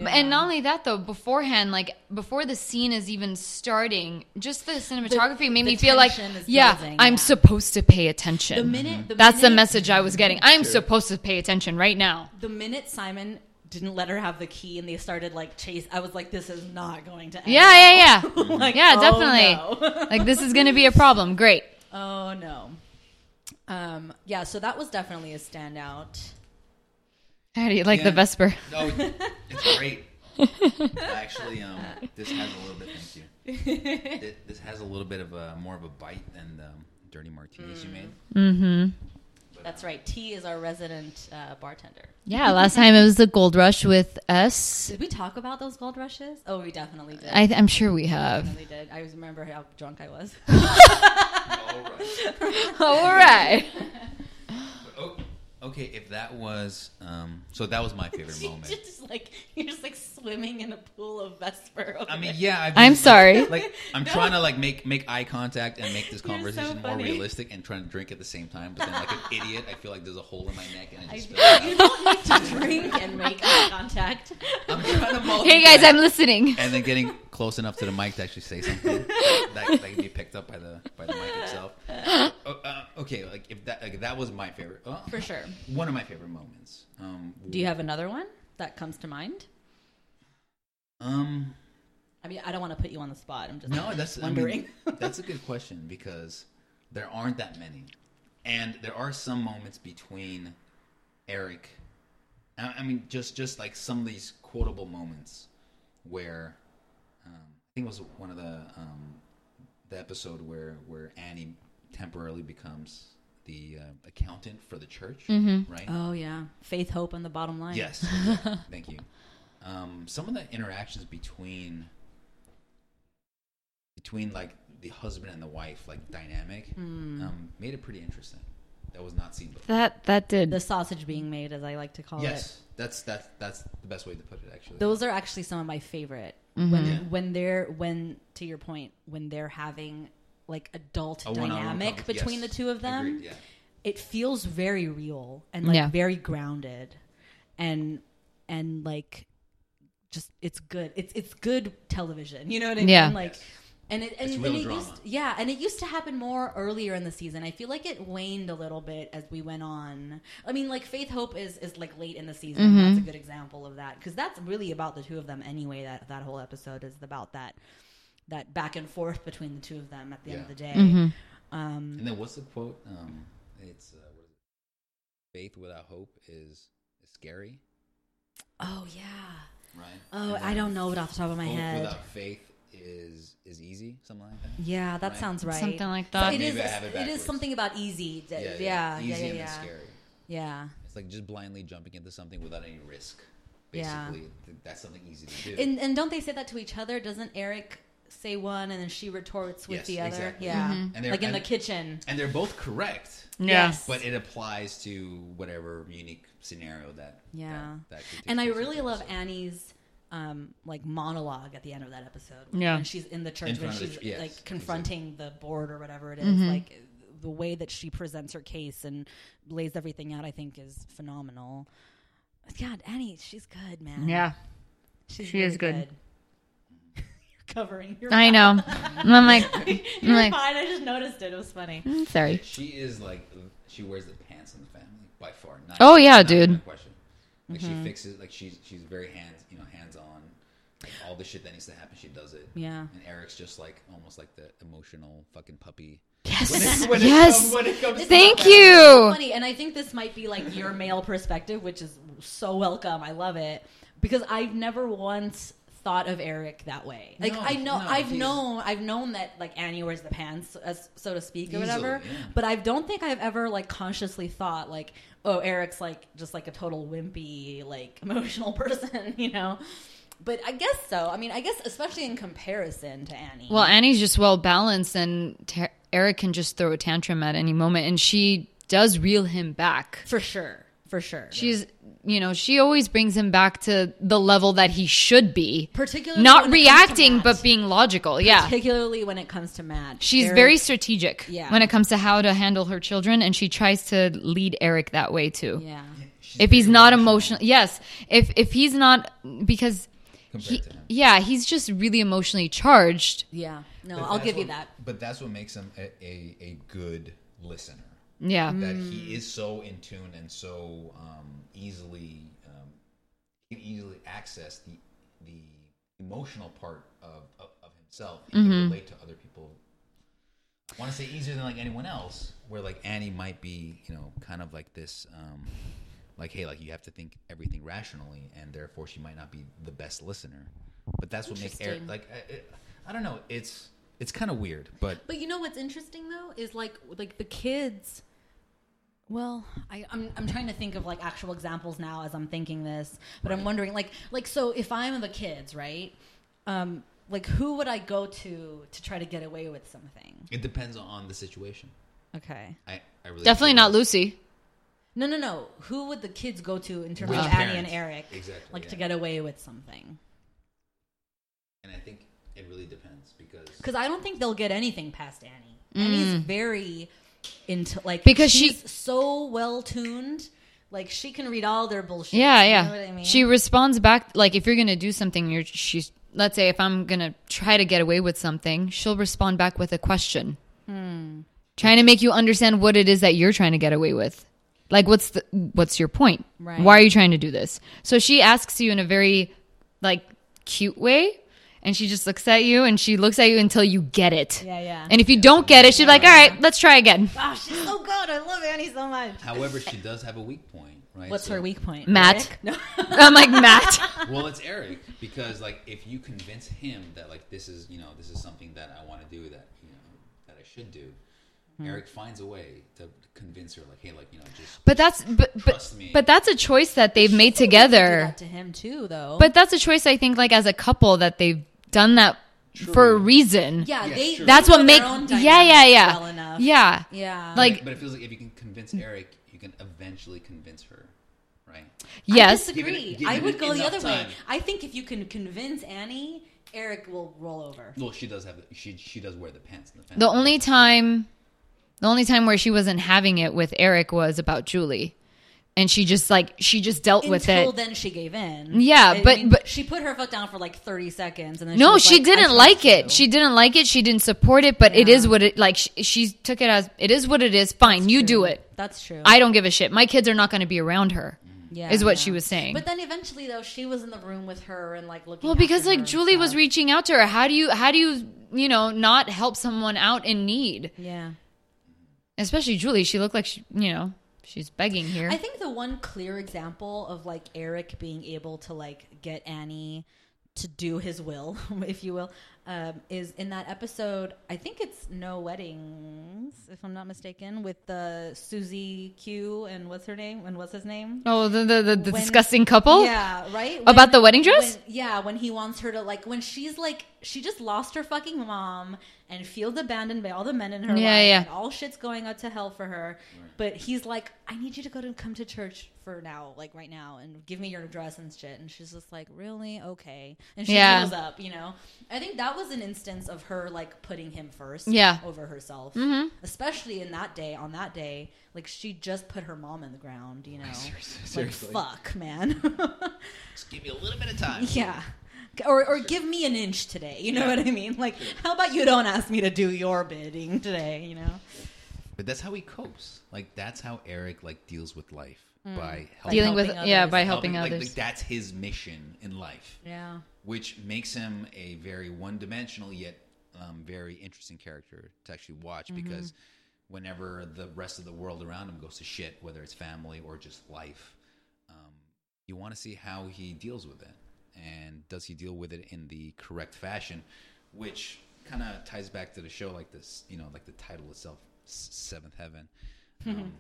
like
[LAUGHS]
And not only that, though, beforehand, like before the scene is even starting, just the cinematography made
the
me feel like,
tension is
yeah,
building,
I'm
yeah.
supposed to pay attention.
the minute. The
That's the
minute-
message I was getting. I'm supposed to pay attention right now.
the minute Simon didn't let her have the key and they started like chase, I was like, this is not going to end.
Yeah, yeah, yeah.
yeah. [LAUGHS] like,
Yeah,
oh,
definitely.
no.
like this is going to be a problem. Great.
oh no. Um, yeah, so that was definitely a standout.
How do you like
Yeah.
the Vesper?
No, Oh, it's great. Actually, um, this has a little bit. Thank
[LAUGHS]
you. Thi- This has a little bit of a more of a bite than the dirty martinis you made. Mm-hmm. But,
That's right. T is our resident uh, bartender.
Yeah, last time it was the Gold Rush with S.
Did we talk about those gold rushes? Oh, we definitely did.
I, I'm sure we have.
definitely did. I remember how drunk I was. Mm.
All right.
[LAUGHS] All right.
Oh, okay, if that was um, so, that
[LAUGHS]
was my favorite moment.
just like you're just like swimming in a pool of Vesper. over
I mean,
there.
yeah. I've
I'm
been-
sorry.
Like,
[LAUGHS]
I'm trying to like make make eye contact and make this
You're so
conversation more
funny.
realistic and trying to drink at the same time. But then, like
[LAUGHS]
an idiot, I feel like there's a hole in my neck and I just. feel
I, you don't
[LAUGHS]
need to drink and make eye contact.
I'm
[LAUGHS]
trying to multitask.
Hey guys, I'm listening.
And then getting close enough to the mic to actually say
[LAUGHS]
something that, that can be picked up by the by the mic itself. Oh, uh, okay, like if that like, that was my favorite, oh,
For sure.
one of my favorite moments. Um,
Do you have another one that comes to mind?
um,
I mean, I don't want to put you on the spot. I'm just
No, that's I mean,
wondering. [LAUGHS]
that's a good question because there aren't that many, and there are some moments between Eric. I I mean, just just like some of these quotable moments where um, I think it was one of the um, the episode where where Annie temporarily becomes the uh, accountant for the church, right?
oh yeah, faith, hope, and the bottom line. [LAUGHS]
Yes. exactly. Thank you. Um, some of the interactions between between like the husband and the wife like dynamic
Hmm.
um, made it pretty interesting. That was not seen before.
That that did.
The sausage being made, as I like to call it.
Yes, that's that's that's the best way to put it. Actually,
Those are actually some of my favorite. When
Yeah.
when they're when to your point, when they're having like adult
A one-on-one
dynamic
conver-
between
yes.
the two of them.
Agreed, yeah.
it feels very real and like
Yeah.
very grounded and and like just it's good it's it's good television you know what i mean
Yeah.
like
Yes.
and it and,
It's
and
real
it
drama.
used yeah and it used to happen more earlier in the season i feel like it waned a little bit as we went on i mean like faith hope is is like late in the season
Mm-hmm.
that's a good example of that because that's really about the two of them anyway that that whole episode is about that that back and forth between the two of them at the end
Yeah.
of the day
Mm-hmm.
um
And then what's the quote? Um, it's uh, what is it? faith without hope is, is scary,
oh yeah
right?
Oh,
And
I
then
don't know it off the top of my
Hope
head.
without faith is is easy, something like that.
yeah, that
Right.
sounds right.
Something like
So
that.
It is.
Maybe I have it
it is
backwards.
something about easy. Yeah, yeah, yeah, yeah,
easy
yeah,
and then
yeah.
scary. It's like just blindly jumping into something without any risk.
Yeah.
Basically, Th- that's something easy to do.
And and don't they say that to each other? Doesn't Eric say one and then she retorts with
Yes,
the other?
exactly.
Yeah,
And they're-
like in
and-
the kitchen.
and they're both correct,
Mm-hmm. Yeah.
Yes.
but it applies to whatever unique scenario that.
Yeah.
That, that could take
and I
place in
really
that
love
episode.
Annie's um, like monologue at the end of that episode.
Yeah.
when she's in the church
In
when
front of the
she's
tr- yes,
like confronting the board or whatever it is.
Mm-hmm.
Like the way that she presents her case and lays everything out, I think is phenomenal. God, Annie, she's good, man.
Yeah.
she's
she
really
is good.
good. [LAUGHS] You're covering. You're
I know. And I'm like,
[LAUGHS] You're
like-
fine. I just noticed it. It was funny.
mm, [LAUGHS] sorry.
She is like she wears the pants in the family by far. Not,
Oh, yeah,
not even
dude.
a Question. Like
Mm-hmm.
she fixes like she's she's very hands you know hands on. Like all the shit that needs to happen, she does it.
Yeah.
And Eric's just like almost like the emotional
[LAUGHS]
fucking puppy.
Yes.
When it comes-
yes.
when it comes to
Thank
that.
you.
funny, and I think this might be like your male perspective, which is so welcome. I love it because I've never once thought of Eric that way. Like
No,
I know,
no,
I've
he's-
known, I've known that like Annie wears the pants, as, so to speak, or
Easily,
whatever.
yeah.
But I don't think I've ever like consciously thought like, oh, Eric's like just like a total wimpy, like [LAUGHS] emotional person, [LAUGHS] you know. But I guess so. I mean, I guess especially in comparison to Annie.
Well, Annie's just well balanced, and Ter- Eric can just throw a tantrum at any moment, and she does reel him back.
for sure, for sure.
She's, you know, she always brings him back to the level that he should be.
Particularly
Not
when it comes to
reacting,
Matt.
but being logical. Yeah.
particularly when it comes to Matt.
She's
Eric-
very strategic
Yeah.
when it comes to how to handle her children, and she tries to lead Eric that way too.
yeah.
She's
If he's
very
not emotional, yes. If if he's not because
compared
he,
to him.
yeah, he's just really emotionally charged.
Yeah. No,
But
I'll
that's
give you
what-
that.
But that's what makes him a, a, a good listener.
Yeah.
That
Hmm.
he is so in tune and so um, easily um, he can easily access the the emotional part of, of, of himself. He can
Mm-hmm.
relate to other people. I want to say easier than like anyone else. Where like Annie might be, you know, kind of like this. Um, like hey, like you have to think everything rationally, and therefore she might not be the best listener. But that's what makes Eric
Interesting.
like. I, I, I don't know. It's it's kind of weird, but
But you know what's interesting though is like like the kids Well, I, I'm I'm trying to think of like actual examples now as I'm thinking this, but I'm wondering like like so if I'm the kids, right? Um, like who would I go to to try to get away with something?
It depends on the situation.
Okay.
I, I really
Definitely
think
not
that's-
Lucy.
No, no, no. Who would the kids go to in terms
Which
of Annie and
parents?
Eric?
Exactly,
Like to
yeah.
get away with something.
And I think it really depends because
Because I don't think they'll get anything past Annie. Annie's very into like
Mm. Because she-
she's so well tuned. Like she can read all their bullshit.
Yeah,
You
yeah.
know what I mean?
She responds back like if you're gonna do something, you're she's let's say if I'm gonna try to get away with something, she'll respond back with a question,
Hmm.
trying to make you understand what it is that you're trying to get away with. Like what's the what's your point?
Right.
Why are you trying to do this? So she asks you in a very like cute way. And she just looks at you and she looks at you until you get it.
Yeah, yeah.
And if you don't get it, she's like, all right, let's try again. [LAUGHS]
Ah, she's so good. I love Annie so much.
however she does have a weak point, right?
What's
So-
her weak point?
Matt.
Eric? No.
I'm
[LAUGHS]
like, Matt.
Well, it's Eric because like if you convince him that like this is you know this is something that I want to do that you know that I should do,
Hmm.
Eric finds a way to convince her like hey like you know just
But that's but but,
Trust me.
but that's a choice that they've
[LAUGHS]
made
Do
[LAUGHS] together.
that to him too, though.
But that's a choice I think like as a couple that they've done that for a
True.
reason.
yeah,
Yes,
they.
true.
That's
they know
what
their
makes
own
Yeah, yeah,
dynamics
yeah.
Well enough.
Yeah.
Yeah.
Like-
but it feels like if you can convince
Hmm.
Eric, you can eventually convince her, right?
Yes.
I disagree.
Given-
I
given
would go the
enough
other
time.
way. I think if you can convince Annie, Eric will roll over.
Well, she does have she she does wear the pants in the family.
The only time the only time where she wasn't having it with Eric was about Julie. And she just like she just dealt with
Until
it.
then, she gave in.
Yeah, but- but-
she put her foot down for like thirty seconds, and then
no,
was
she
like, I
didn't
trust
like it.
you.
She didn't like it. She didn't support it, but it
Yeah.
is what it like she, she took it as it is what it is. Fine, you do it.
That's true.
I don't give a shit. My kids are not going to be around her.
yeah,
is what
yeah.
she was saying.
But then eventually, though, she was in the room with her and like looking.
Well, because
after her
like
and
Julie was
stuff.
reaching out to her. How do you how do you you know not help someone out in need?
yeah.
Especially Julie. She looked like she you know she's begging here.
I think the one clear example of like Eric being able to like get Annie to do his will, [LAUGHS] if you will, um, is in that episode. I think it's No Weddings, if I'm not mistaken, with the Susie Q and what's her name and what's his name.
oh, the the, the, the
When-
disgusting couple.
Yeah, right.
About the wedding dress?
when- yeah, when he wants her to like when she's like she just lost her fucking mom and feels abandoned by all the men in her
Yeah,
life
yeah.
and all shit's going out to hell for her. But he's like, I need you to go to come to church for now, like right now, and give me your address and shit. And she's just like, really okay. And she
Yeah.
heals up, you know. I think that was an instance of her like putting him first,
Yeah. Mm-hmm.
over herself, especially in that day. On that day, like she just put her mom in the ground, you know.
[LAUGHS] Seriously.
Like, fuck, man. [LAUGHS]
Just give me a little bit of time.
yeah. Or, or give me an inch today. You know what I mean? Like, how about you don't ask me to do your bidding today, you know?
But that's how he copes. Like that's how Eric like deals with life by helping
Mm. Dealing with
Helping
yeah
others.
by helping,
like-
others.
like, that's his mission in life,
Yeah.
which makes him a very one-dimensional yet um, very interesting character to actually watch
Mm-hmm.
because whenever the rest of the world around him goes to shit, whether it's family or just life, um, you want to see how he deals with it and does he deal with it in the correct fashion, which kind of ties back to the show like this, you know, like the title itself, S- Seventh Heaven. Um,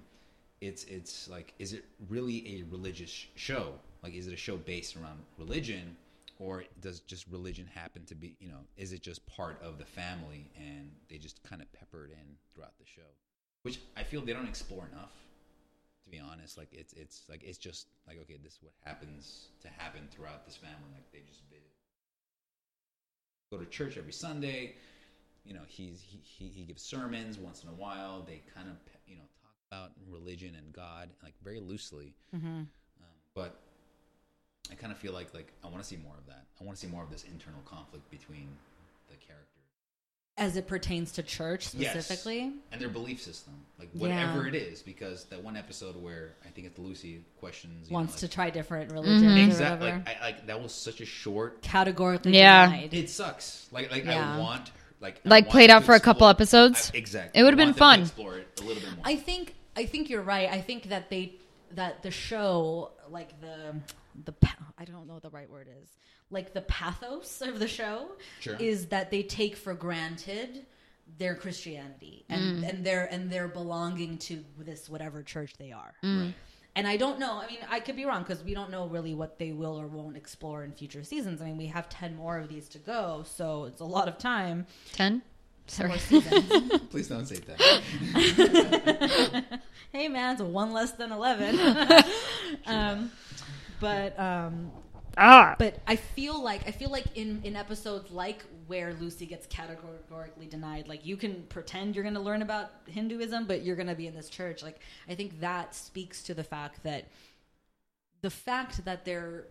it's it's like is it really a religious sh- show like is it a show based around religion or does just religion happen to be you know is it just part of the family and they just kind of pepper it in throughout the show which i feel they don't explore enough to be honest like it's it's like it's just like okay this is what happens to happen throughout this family like they just they go to church every sunday you know he's he, he, he gives sermons once in a while they kind of you know talk about religion and god like very loosely um, but i kind of feel like like i want to see more of that i want to see more of this internal conflict between the characters
As it pertains to church
Yes.
specifically?
and their belief system like
Yeah.
whatever it is because that one episode where i think it's lucy questions you
wants
know,
to
like,
try different religions or
exactly
whatever.
like, I, like that was such a short
Categorically
Yeah.
denied.
it sucks like like
Yeah.
i want like I
Like,
want
played
them
out
to
for a couple
explore-
episodes?
I- exactly
It would've
I
been
want them to
fun.
explore it a little bit more
I think I think you're right. I think that they that the show like the the pa- I don't know what the right word is like the pathos of the show
Sure.
is that they take for granted their Christianity and, and their and their belonging to this whatever church they are.
Right.
And I don't know. I mean, I could be wrong because we don't know really what they will or won't explore in future seasons. I mean, we have ten more of these to go, so it's a lot of time.
10?
More
Sorry.
seasons.
Please don't say
[LAUGHS]
that.
hey, man, it's one less than eleven. um, but um,
ah!
but I feel like I feel like in in episodes like where Lucy gets categorically denied, like you can pretend you're going to learn about Hinduism, but you're going to be in this church. Like I think that speaks to the fact that the fact that they're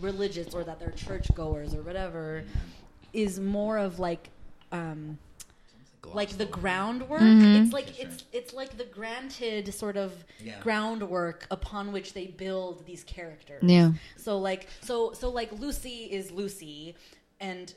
religious or that they're churchgoers or whatever is more of like. Um, like the groundwork it's like
Sure, sure.
it's it's like the granted sort of
Yeah.
groundwork upon which they build these characters
Yeah.
so like so so like lucy is lucy and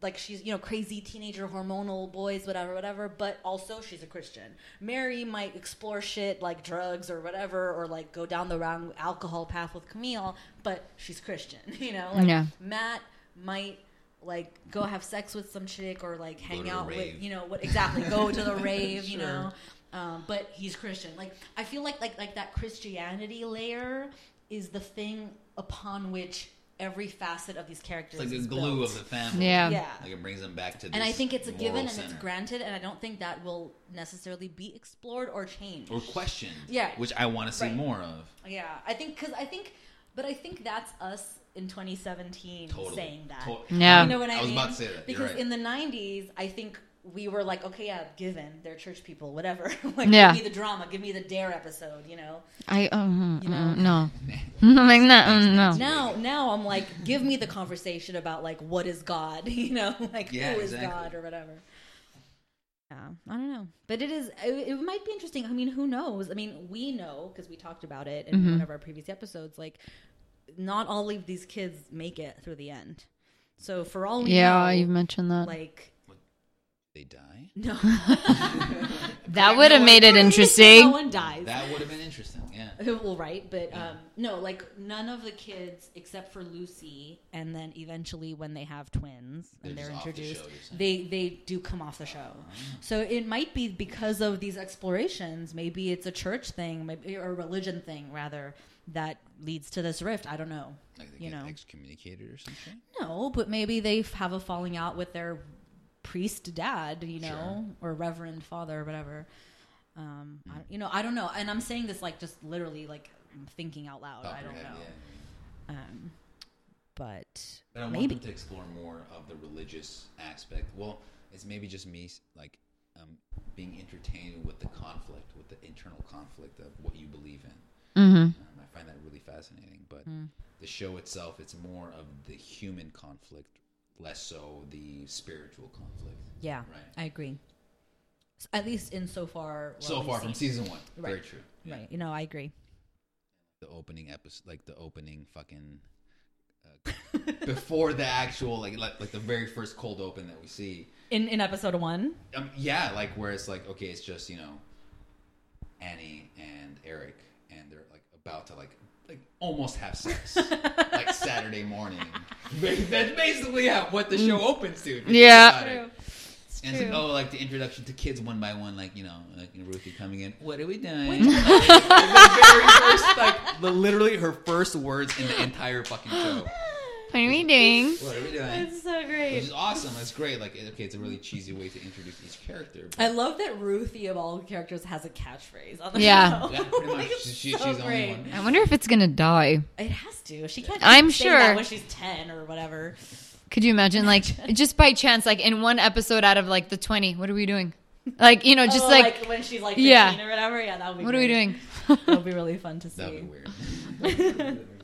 like she's you know crazy teenager hormonal boys whatever whatever but also she's a christian mary might explore shit like drugs or whatever or like go down the wrong alcohol path with camille but she's christian [LAUGHS] you know like
Yeah.
matt might like go have sex with some chick or like hang
to a
out with
rave.
you know what exactly go to
[LAUGHS]
the rave you
Sure.
know um, but he's christian like i feel like like like that christianity layer is the thing upon which every facet of these characters
It's like
is
the glue
built.
of the family.
Yeah.
yeah
Like it brings them back to this
and i think it's a
moral
given and it's
center.
granted and i don't think that will necessarily be explored or changed
Or questioned.
Yeah.
Which I want to see
Right.
more of.
yeah i think because i think but i think that's us in 2017
Totally.
saying that
To-
Yeah.
You know what I,
I was
mean?
about to say that. You're
Because
right.
in the '90s, I think we were like, okay, yeah, given they're church people, whatever. [LAUGHS] like,
Yeah.
give me the drama, give me the dare episode, you know.
I, um,
You know.
no. like, no, [LAUGHS] mm, no.
Now, now
[LAUGHS]
I'm like, give me the conversation about like what is God, [LAUGHS] you know, like
Yeah,
who is
exactly.
God or whatever. Yeah, I don't know, but it is. It, it might be interesting. I mean, who knows? I mean, we know because we talked about it
Mm-hmm.
in one of our previous episodes. Like, not all of these kids make it through the end. So for all we
Yeah,
know,
you mentioned that.
like
[LAUGHS] They die?
no.
that would have made it
No
interesting.
one dies.
That would have been interesting. Yeah.
well, right, but um, no, like none of the kids except for Lucy, and then eventually when they have twins and
They're
they're,
just off the show,
introduced,
you're
they
saying.
they do come off the show. So it might be because of these explorations. Maybe it's a church thing, maybe or a religion thing rather that leads to this rift. I don't know.
Like they
you
get
know,
excommunicated or something.
no, but maybe they f- have a falling out with their priest dad, you know, or reverend father or whatever. Um, I,
Mm.
you know, I don't know. And I'm saying this like just literally like I'm thinking out loud.
Off
I
your
don't know.
head, yeah.
Um, but
But I want
maybe.
them to explore more of the religious aspect. Well, it's maybe just me like um, being entertained with the conflict, with the internal conflict of what you believe in.
Mm-hmm.
Um, I find that really fascinating. But
Hmm.
the show itself, it's more of the human conflict, less so the spiritual conflict.
Yeah,
Right.
I agree. S- At least insofar. what
so
we've
far from
seen.
season one, very
Right.
true.
Right. You know, I agree.
the opening episode, like the opening fucking uh, before the actual like, like like the very first cold open that we see.
In in episode
[LAUGHS]
one. [LAUGHS]
Um, yeah, like where it's like okay, it's just you know Annie and Eric, and they're like about to like like almost have [LAUGHS] sex like Saturday morning. That's basically how, what the show opens to. if you think
Yeah.
about it. And it's like, oh, like the introduction to kids one by one, like you know, like you know, Ruthie coming in. What are we doing? Like, the very first, like the, literally her first words in the entire fucking show.
What are we doing?
[LAUGHS] What are we doing?
so
Which
great.
is awesome. It's great. Like okay, it's a really cheesy way to introduce each character. but-
I love that Ruthie of all characters has a catchphrase on the
Yeah.
show.
Yeah,
[LAUGHS]
pretty much.
Like, it's
She- she-
so
she's the only
great.
one.
I wonder if it's gonna die.
It has to. She can't.
I'm
say
sure.
that when she's ten or whatever.
Could you imagine, like, just by chance, like in one episode out of like the twenty, what are we doing? Like, you know, just
Oh,
like,
when she's like 15
Yeah.
or whatever. Yeah, that would be.
what are we
great.
doing?
That would be really fun
[LAUGHS]
to see.
That'd be weird.
[LAUGHS]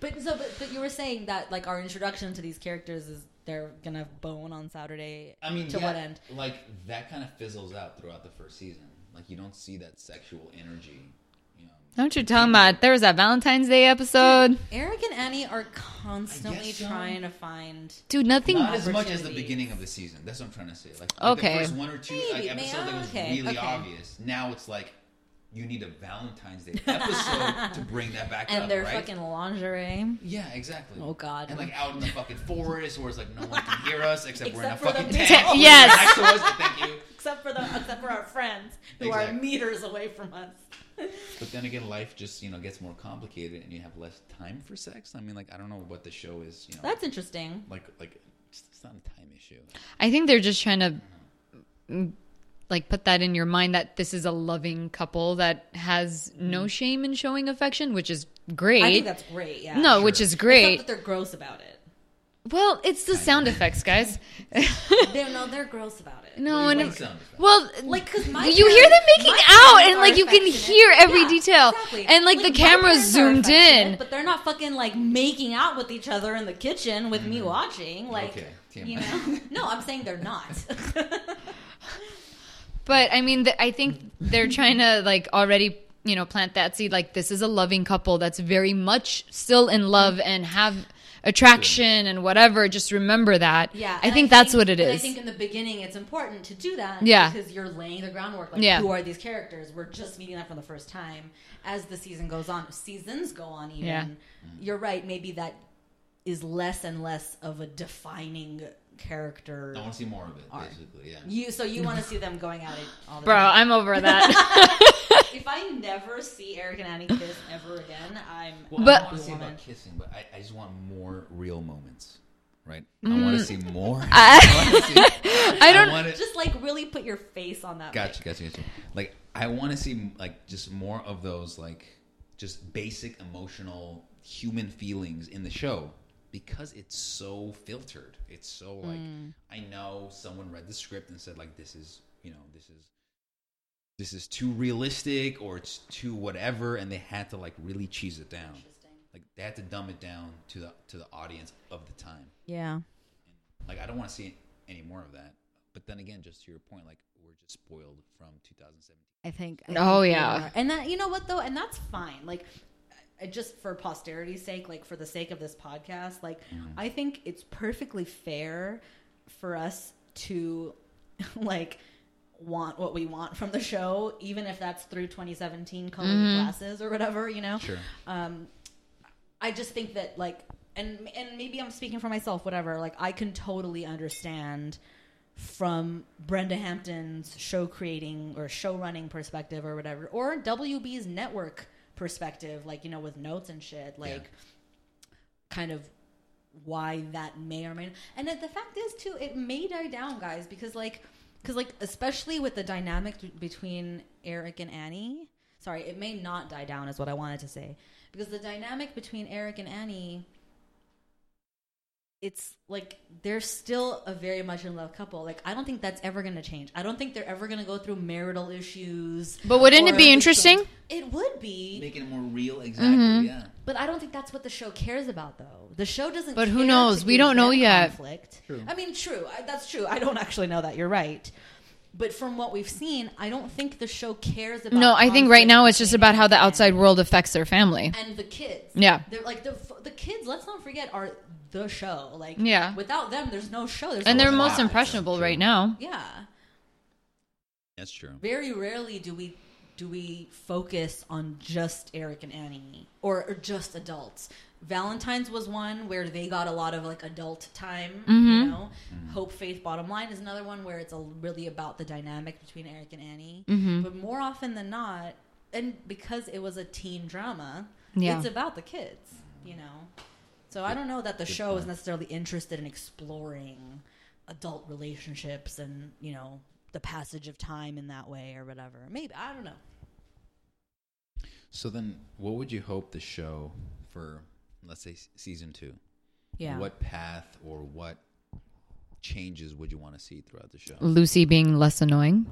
But so, but, but you were saying that like our introduction to these characters is they're gonna bone on Saturday.
I mean,
to
yeah,
what end?
Like that kind of fizzles out throughout the first season. Like you don't see that sexual energy. You know,
Don't you talking about? There was that Valentine's Day episode,
Eric and Annie are constantly
so.
trying to find.
dude. Nothing.
Not as much as the
opportunities.
beginning of the season. That's what I'm trying to say. Like,
Okay.
like the first one or two like,
Maybe,
episode
man.
that was
Okay,
really
okay.
obvious. Now it's like you need a Valentine's Day
[LAUGHS]
episode to bring that back
And
up,
they're
right?
fucking lingerie.
yeah, exactly.
Oh, God.
And like out in the fucking Oh, forest, where it's like no one can hear us except, we're in a
Except for [LAUGHS]
fucking
the-
tent.
Yes.
Next to us, thank you.
for our friends who are
Exactly.
meters away from us.
But then again, life just you know gets more complicated, and you have less time for sex. I mean, like I don't know what the show is. You know,
That's interesting.
like like it's it's not a time issue.
I think they're just trying to mm, like put that in your mind that this is a loving couple that has no shame in showing affection, which is great.
I think that's great. Yeah.
no,
It's
which is
not
great.
that they're gross about it.
[LAUGHS] well, it's the sound effects, guys.
They're, no, they're gross about it.
no,
Like
and
sound effects.
well,
Like, cause my
you hear them
parents-
making
my
out,
parents
and
are
like you can
affectionate.
hear every
Yeah,
detail,
exactly.
and like, the
my
camera
parents are
zoomed
affectionate,
in.
but they're not fucking like making out with each other in the kitchen with me watching. Like,
Okay, TMI.
you know, no, I'm saying they're not.
But I mean, th- I think they're trying to like already, you know, plant that seed. Like this is a loving couple that's very much still in love
Mm-hmm.
and have attraction and whatever. Just remember that.
yeah,
I
and
think that's what it
and I
is.
think in the beginning it's important to do that.
Yeah.
because you're laying the groundwork. Like,
Yeah.
who are these characters? We're just meeting them for the first time. As the season goes on, seasons go on. Even
Yeah.
you're right. Maybe that is less and less of a defining character.
I want to see more of it,
Alright.
basically. Yeah.
You so you want to see them going at it all the
Bro,
time.
I'm
[LAUGHS]
over that. [LAUGHS]
if I never see Eric and Annie kiss ever again, I'm
Well,
But-
I don't want to say
woman.
about kissing, but I, I just want more real moments, right? I want to see more. [LAUGHS]
Mm. I don't.
want to,
just like really put your face on that.
gotcha, gotcha, gotcha. Like I want to see like just more of those like just basic emotional human feelings in the show because it's so filtered. It's so like
Mm.
I know someone read the script and said like this is you know this is this is too realistic or it's too whatever, and they had to like really cheese it down. Like they had to dumb it down to the to the audience of the time.
Yeah.
Like I don't want to see any more of that. But then again, just to your point, like we're just spoiled from 2017.
I think.
Oh, yeah.
and that you know what though, and that's fine. Like, I- just for posterity's sake, like for the sake of this podcast, like
Mm-hmm.
I think it's perfectly fair for us to [LAUGHS] like want what we want from the show, even if that's through 2017 colored
Mm-hmm.
glasses or whatever. You know.
Sure.
Um, I just think that like, and and maybe I'm speaking for myself, whatever. Like, I can totally understand from Brenda Hampton's show creating or show running perspective or whatever, or WB's network perspective, like you know, with notes and shit, like kind of why that may or may not. And the fact is, too, it may die down, guys, because like, because like, especially with the dynamic t- between Eric and Annie. Sorry, it may not die down, is what I wanted to say, because the dynamic between Eric and Annie. It's like they're still a very much in love couple. Like I don't think that's ever going to change. I don't think they're ever going to go through marital issues.
But wouldn't it
or-
be interesting?
It would be.
Making it more real, exactly. Yeah.
But I don't think that's what the show cares about, though. The show doesn't.
But who
care
knows?
to
We don't know
prevent
yet.
Conflict. I mean, true. I, that's true. I don't actually know that. You're right. But from what we've seen, I don't think the show cares about.
No, I think right
conflict
now it's just
between
about how the
men
outside world affects their family.
and the kids.
Yeah.
they're like the f- the kids. Let's not forget are the show. Like
Yeah.
without them, there's no show. There's
And
no
they're
a lot.
most
That's
impressionable
true.
right now.
yeah.
That's true.
very rarely do we do we focus on just Eric and Annie or, or just adults. Valentine's was one where they got a lot of like adult time, you know. Hope, faith, bottom line is another one where it's a, really about the dynamic between Eric and Annie. But more often than not, and because it was a teen drama,
Yeah.
it's about the kids, you know. So I don't know that the show is necessarily interested in exploring adult relationships and, you know, the passage of time in that way or whatever. Maybe I don't know.
So then, what would you hope the show for, let's say, s- season two? What path or what changes would you want to see throughout the show?
Lucy being less annoying.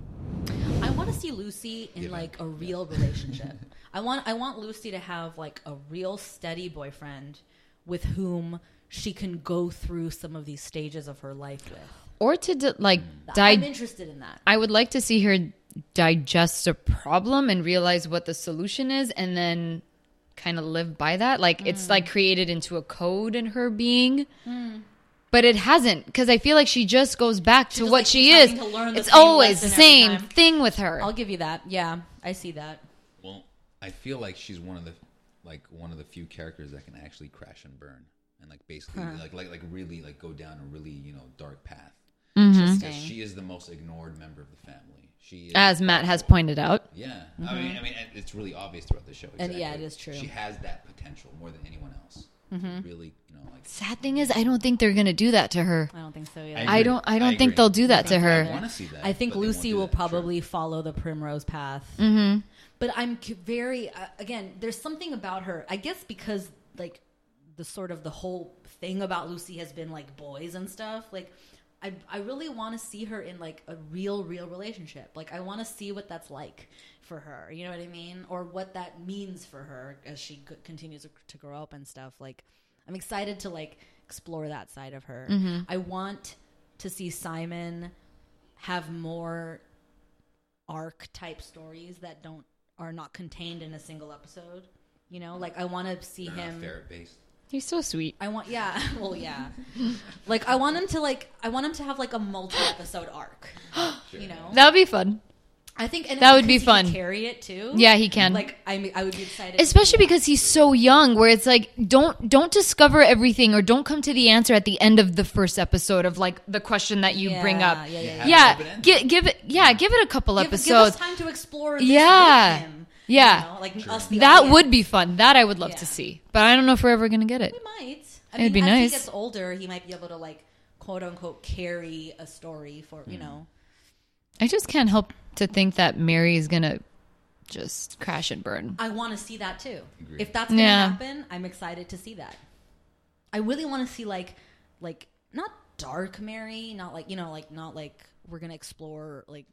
I want to see Lucy in
Yeah.
like a real
[LAUGHS]
relationship. I want I want Lucy to have like a real steady boyfriend with whom she can go through some of these stages of her life with.
Or to di- like
I'm
die
interested in that.
I would like to see her digest a problem and realize what the solution is and then kind of live by that. Like it's like created into a code in her being. But it hasn't because I feel like she just goes back to
just,
what
like,
she
keeps
is.
having to learn the
It's
same
always the
lesson every
same
time.
thing with her.
I'll give you that. Yeah, I see that.
Well, I feel like she's one of the like one of the few characters that can actually crash and burn and like basically like, like like really
Mm-hmm.
like go down a really you know dark path. Because she is the most ignored member of the family. She is,
Uh,
as Matt has pointed out.
yeah. I mean, I mean, and it's really obvious throughout the show.
mm-hmm. And yeah,
exactly.
it is true. Mm-hmm.
She has that potential more than anyone else. Really, you know, like
Sad thing is, I don't think they're gonna do that to her.
I don't think so. Yeah.
I don't. I don't
I
think
agree.
they'll do that to
I
her.
want to see that.
I think
but they won't
Lucy
do
will
that, sure.
probably follow the primrose path. But I'm c- very uh, again. There's something about her. I guess because like the sort of the whole thing about Lucy has been like boys and stuff. Like I I really want to see her in like a real real relationship. Like I want to see what that's like for her. You know what I mean? Or what that means for her as she c- continues to grow up and stuff. Like I'm excited to like explore that side of her. I want to see Simon have more arc type stories that don't are not contained in a single episode. You know, like I want to see
They're
him.
not uh, ferret based.
He's so sweet.
I want, yeah, [LAUGHS] well, yeah. like I want him to like I want him to have like a multi episode arc. You know,
That would be fun.
I think and
that
if-
would be
because he can
fun.
Carry it too.
Yeah, he can.
Like I, I would be excited,
especially because he's so young where it's like don't don't discover everything or don't come to the answer at the end of the first episode of like the question that you
Yeah,
bring up
Yeah, yeah, yeah.
Have it
yeah
open-ended.
give, give it yeah give it a couple
Give, give us
episodes
time to explore. This
Yeah.
with him,
Yeah.
you know? like us. The
that
audience.
would be fun that i would love
Yeah.
to see but i don't know if we're ever gonna get it
He might. I
It'd
mean,
be
as
nice.
he gets older, he might be able to like quote unquote carry a story for you know.
i just can't help to think that mary is gonna just crash and burn
I want to see that too.
Agree.
If that's gonna
Yeah.
happen, I'm excited to see that. I really want to see like like not dark Mary, not like you know like not like we're gonna explore like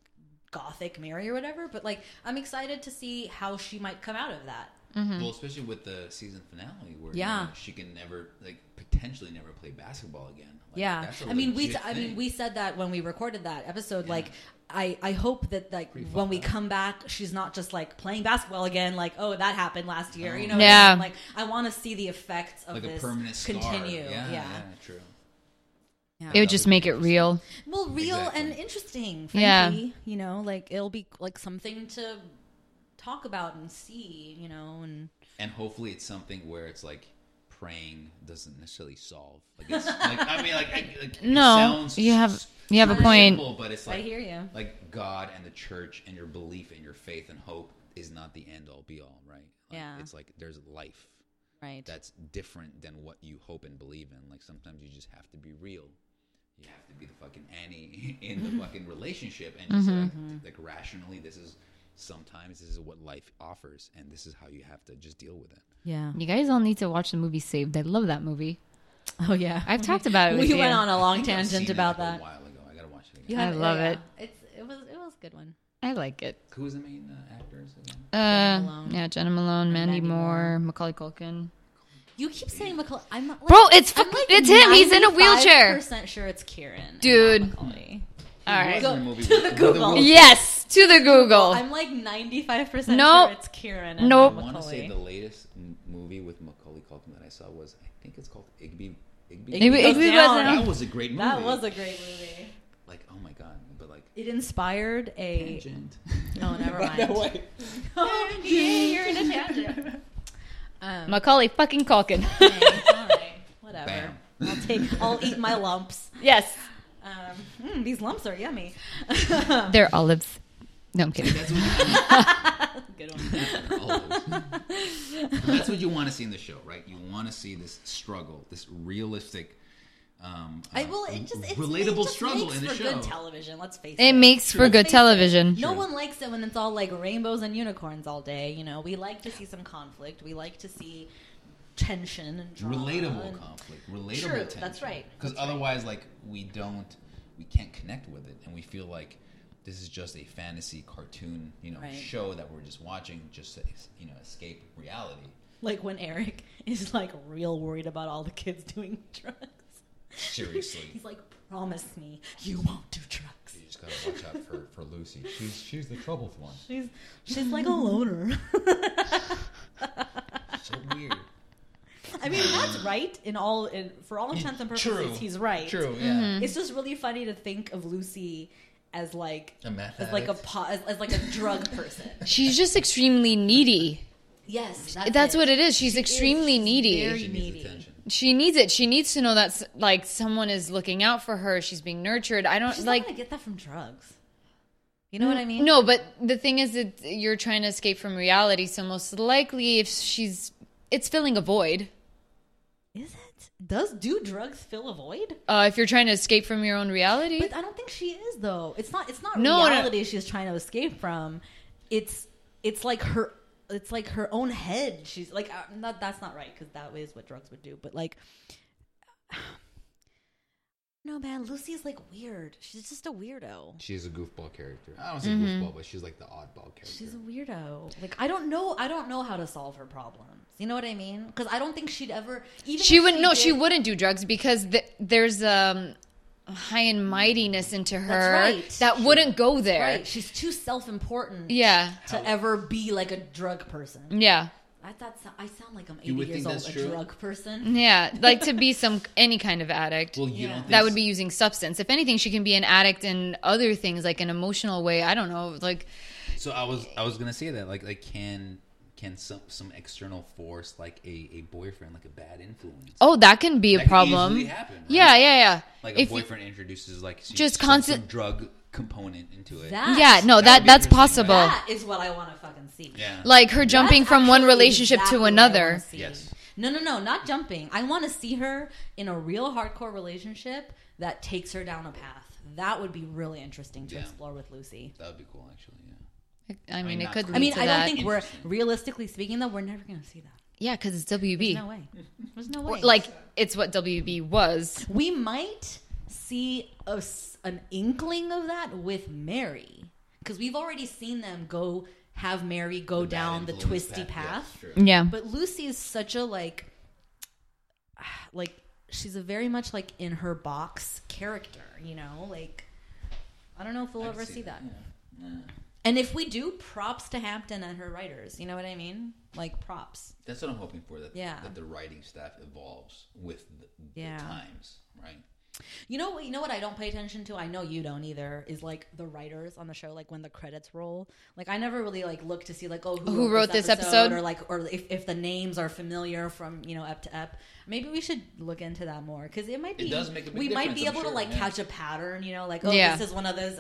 gothic Mary or whatever, but like I'm excited to see how she might come out of that.
Well, especially with the season finale, where
Mm-hmm. Yeah.
you know, she can never, like, potentially never play basketball again. Like,
yeah,
that's a
I mean we.
legit
I mean
thing.
we said that when we recorded that episode. Like, I I hope that like when we come back, she's not just like playing basketball again. Like, oh, that happened last year. You know, what I
Yeah.
mean? Like, I want to see the effects of
like a
this
permanent scar.
continue.
Yeah,
Yeah.
true.
Yeah.
it would just make it real
well, real
Exactly.
and interesting.
Yeah.
Frankly, you know, like it'll be like something to talk about and see. You know, and
And hopefully, it's something where it's like praying doesn't necessarily solve.
[LAUGHS]
Like, it's, like I mean, like, I, like it
No,
sounds
you have-
s-
you have a
super
point.
simple, but it's
I
like
hear you.
Like God and the church and your belief and your faith and hope is not the end all be all, right? Like,
Yeah.
it's like there's life
right.
that's different than what you hope and believe in. Like sometimes you just have to be real. You have to be the fucking Annie [LAUGHS] in
Mm-hmm.
the fucking relationship and just like, like rationally this is sometimes this is what life offers and this is how you have to just deal with it.
yeah.
you guys all need to watch the movie saved i love that movie
Oh yeah.
i've talked about it with
[LAUGHS] we
you.
went on a long
I think I've
tangent
seen it,
about
like,
that.
a while ago. I gotta watch it again.
You
I
have-
love
yeah.
it.
It's it was it was a good one.
i like it
Who's the main uh, actors again?
uh
Malone.
yeah jenna malone mandy,
Mandy
moore macaulay culkin
You keep saying Macaulay. I'm like,
Bro, it's fuck- it's him. He's in a wheelchair.
Percent sure it's Kieran,
Dude.
and not Macaulay.
all right
Who was in
Go
movie
to
with-
the
with
Google.
Will-
Yes, to the Google.
I'm like 95 percent
No.
sure it's Kieran. And
Nope.
Oh. I
not
want to say
Macaulay.
the latest m- movie with Macaulay Culkin that I saw was I think it's called Igby. Igby.
Igby Igby Goes Goes Down. Down.
That was a great movie.
that was a great movie.
like oh my god, but like
It inspired a.
[LAUGHS] tangent.
Oh, never
[LAUGHS] By the
mind.
way,
Oh, [LAUGHS] yeah, you're in a tangent. Um,
Macaulay fucking Culkin. [LAUGHS]
okay, all right, whatever.
Bam.
I'll take. I'll eat my lumps.
yes,
Um, mm, these lumps are yummy. [LAUGHS]
they're olives. No, I'm kidding.
That's what,
good
[LAUGHS]
one. [LAUGHS]
that's what you want to see in the show, right? You want to see this struggle, this realistic, um,
I
uh,
will. It just it's,
relatable
it just
struggle
makes
in the
for
show.
good television. Let's face
It
it.
makes for good television.
No one likes it when it's all like rainbows and unicorns all day. You know, we like to see some conflict. We like to see tension and drama.
relatable
and-
conflict, relatable
True,
tension.
that's right,
Because otherwise, like we don't, we can't connect with it, and we feel like this is just a fantasy cartoon, you know,
Right.
show that we're just watching just to, you know, escape reality.
Like when Eric [LAUGHS] is like real worried about all the kids doing [LAUGHS] drugs.
Seriously,
He's like, promise me you won't do drugs.
you just gotta watch out for, for Lucy. She's she's the troubled one.
She's she's [LAUGHS] like a loner. [LAUGHS]
So weird.
I mean, that's right in all in, for all intents and purposes.
Mm. True.
He's right.
True. Yeah.
Mm-hmm.
It's just really funny to think of Lucy as like
A meth
as like a
addict.
po- as, as like a drug person.
She's just extremely needy.
[LAUGHS] Yes,
That's what it is. She's extremely
she's
needy.
very-
She
needy.
needs attention.
she needs it. She needs to know that s- like someone is looking out for her. She's being nurtured. I don't
She's like,
like.
not gonna get that from drugs. You know what I mean?
No, but the thing is that you're trying to escape from reality, so most likely if she's it's filling a void.
Is it? Does do drugs fill a void?
Uh, if you're trying to escape from your own reality.
But I don't think she is though. It's not. It's not
No, no.
reality she's trying to escape from. It's it's like her. It's like her own head. She's like uh, not. That's not right because that is what drugs would do. But like, [SIGHS] no man, Lucy is like weird. She's just a weirdo.
She's a goofball character. I don't say
Mm-hmm.
goofball, but she's like the oddball character.
She's a weirdo. Like I don't know. I don't know how to solve her problems. You know what I mean? Because I don't think she'd ever. Even
she
if
wouldn't no, she
did-
wouldn't do drugs because th- there's um high and mightiness into her
right.
that wouldn't go there.
Right. She's too self-important.
Yeah.
to ever be like a drug person.
Yeah.
I thought so- I sound like I'm 80
You would
years
think
old,
that's
a
true?
drug person.
Yeah, like to be some any kind of addict.
Well,
Yeah.
you don't think
that would be using substance. If anything, she can be an addict in other things, like an emotional way. I don't know, like
So I was I was gonna say that like like can can some some external force like a, a boyfriend like a bad influence
oh, that can be
That
a
could
problem.
easily happen, right?
Yeah, yeah, yeah.
like a
If you-
boyfriend introduces like some-
Just
some-
constant-
some drug component into it.
That,
yeah, no,
That
that
would be
that's
interesting, right?
possible.
that is what I want to fucking see.
yeah.
Like her jumping
That's
from one
actually
relationship
exactly
to
what I
another.
wanna see.
Yes.
No, no, no, not jumping. I want to see her in a real hardcore relationship that takes her down a path. That would be really interesting to
Yeah.
explore with Lucy.
that would be cool actually. Yeah.
I mean, it
not
could.
cool.
Lead
I mean,
to
I don't
that.
think we're
Interesting.
realistically speaking though we're never going to see that.
Yeah, because it's WB.
No way. There's no way.
like it's what WB was.
We might see a s an inkling of that with Mary because we've already seen them go have Mary go
Bad
down the
influence
twisty
yeah,
path.
that's true.
Yeah.
but Lucy is such a like, [SIGHS] like she's a very much like in her box character. You know, like I don't know if we'll
I can
ever see,
see
that.
that,
And if we do, props to Hampton and her writers. You know what I mean? Like props.
That's what I'm hoping for. That
Yeah.
that the writing staff evolves with the, the
Yeah.
times, right?
You know what? You know what I don't pay attention to. I know you don't either. Is like the writers on the show, like when the credits roll. Like I never really like look to see like oh who,
Who wrote this episode?
or like or if, if the names are familiar from you know ep to ep. Maybe we should look into that more because it might
It
be
does make a big
we might be
difference, I'm
able to
sure,
like
yeah.
catch a pattern. You know, like oh
Yeah.
this is one of those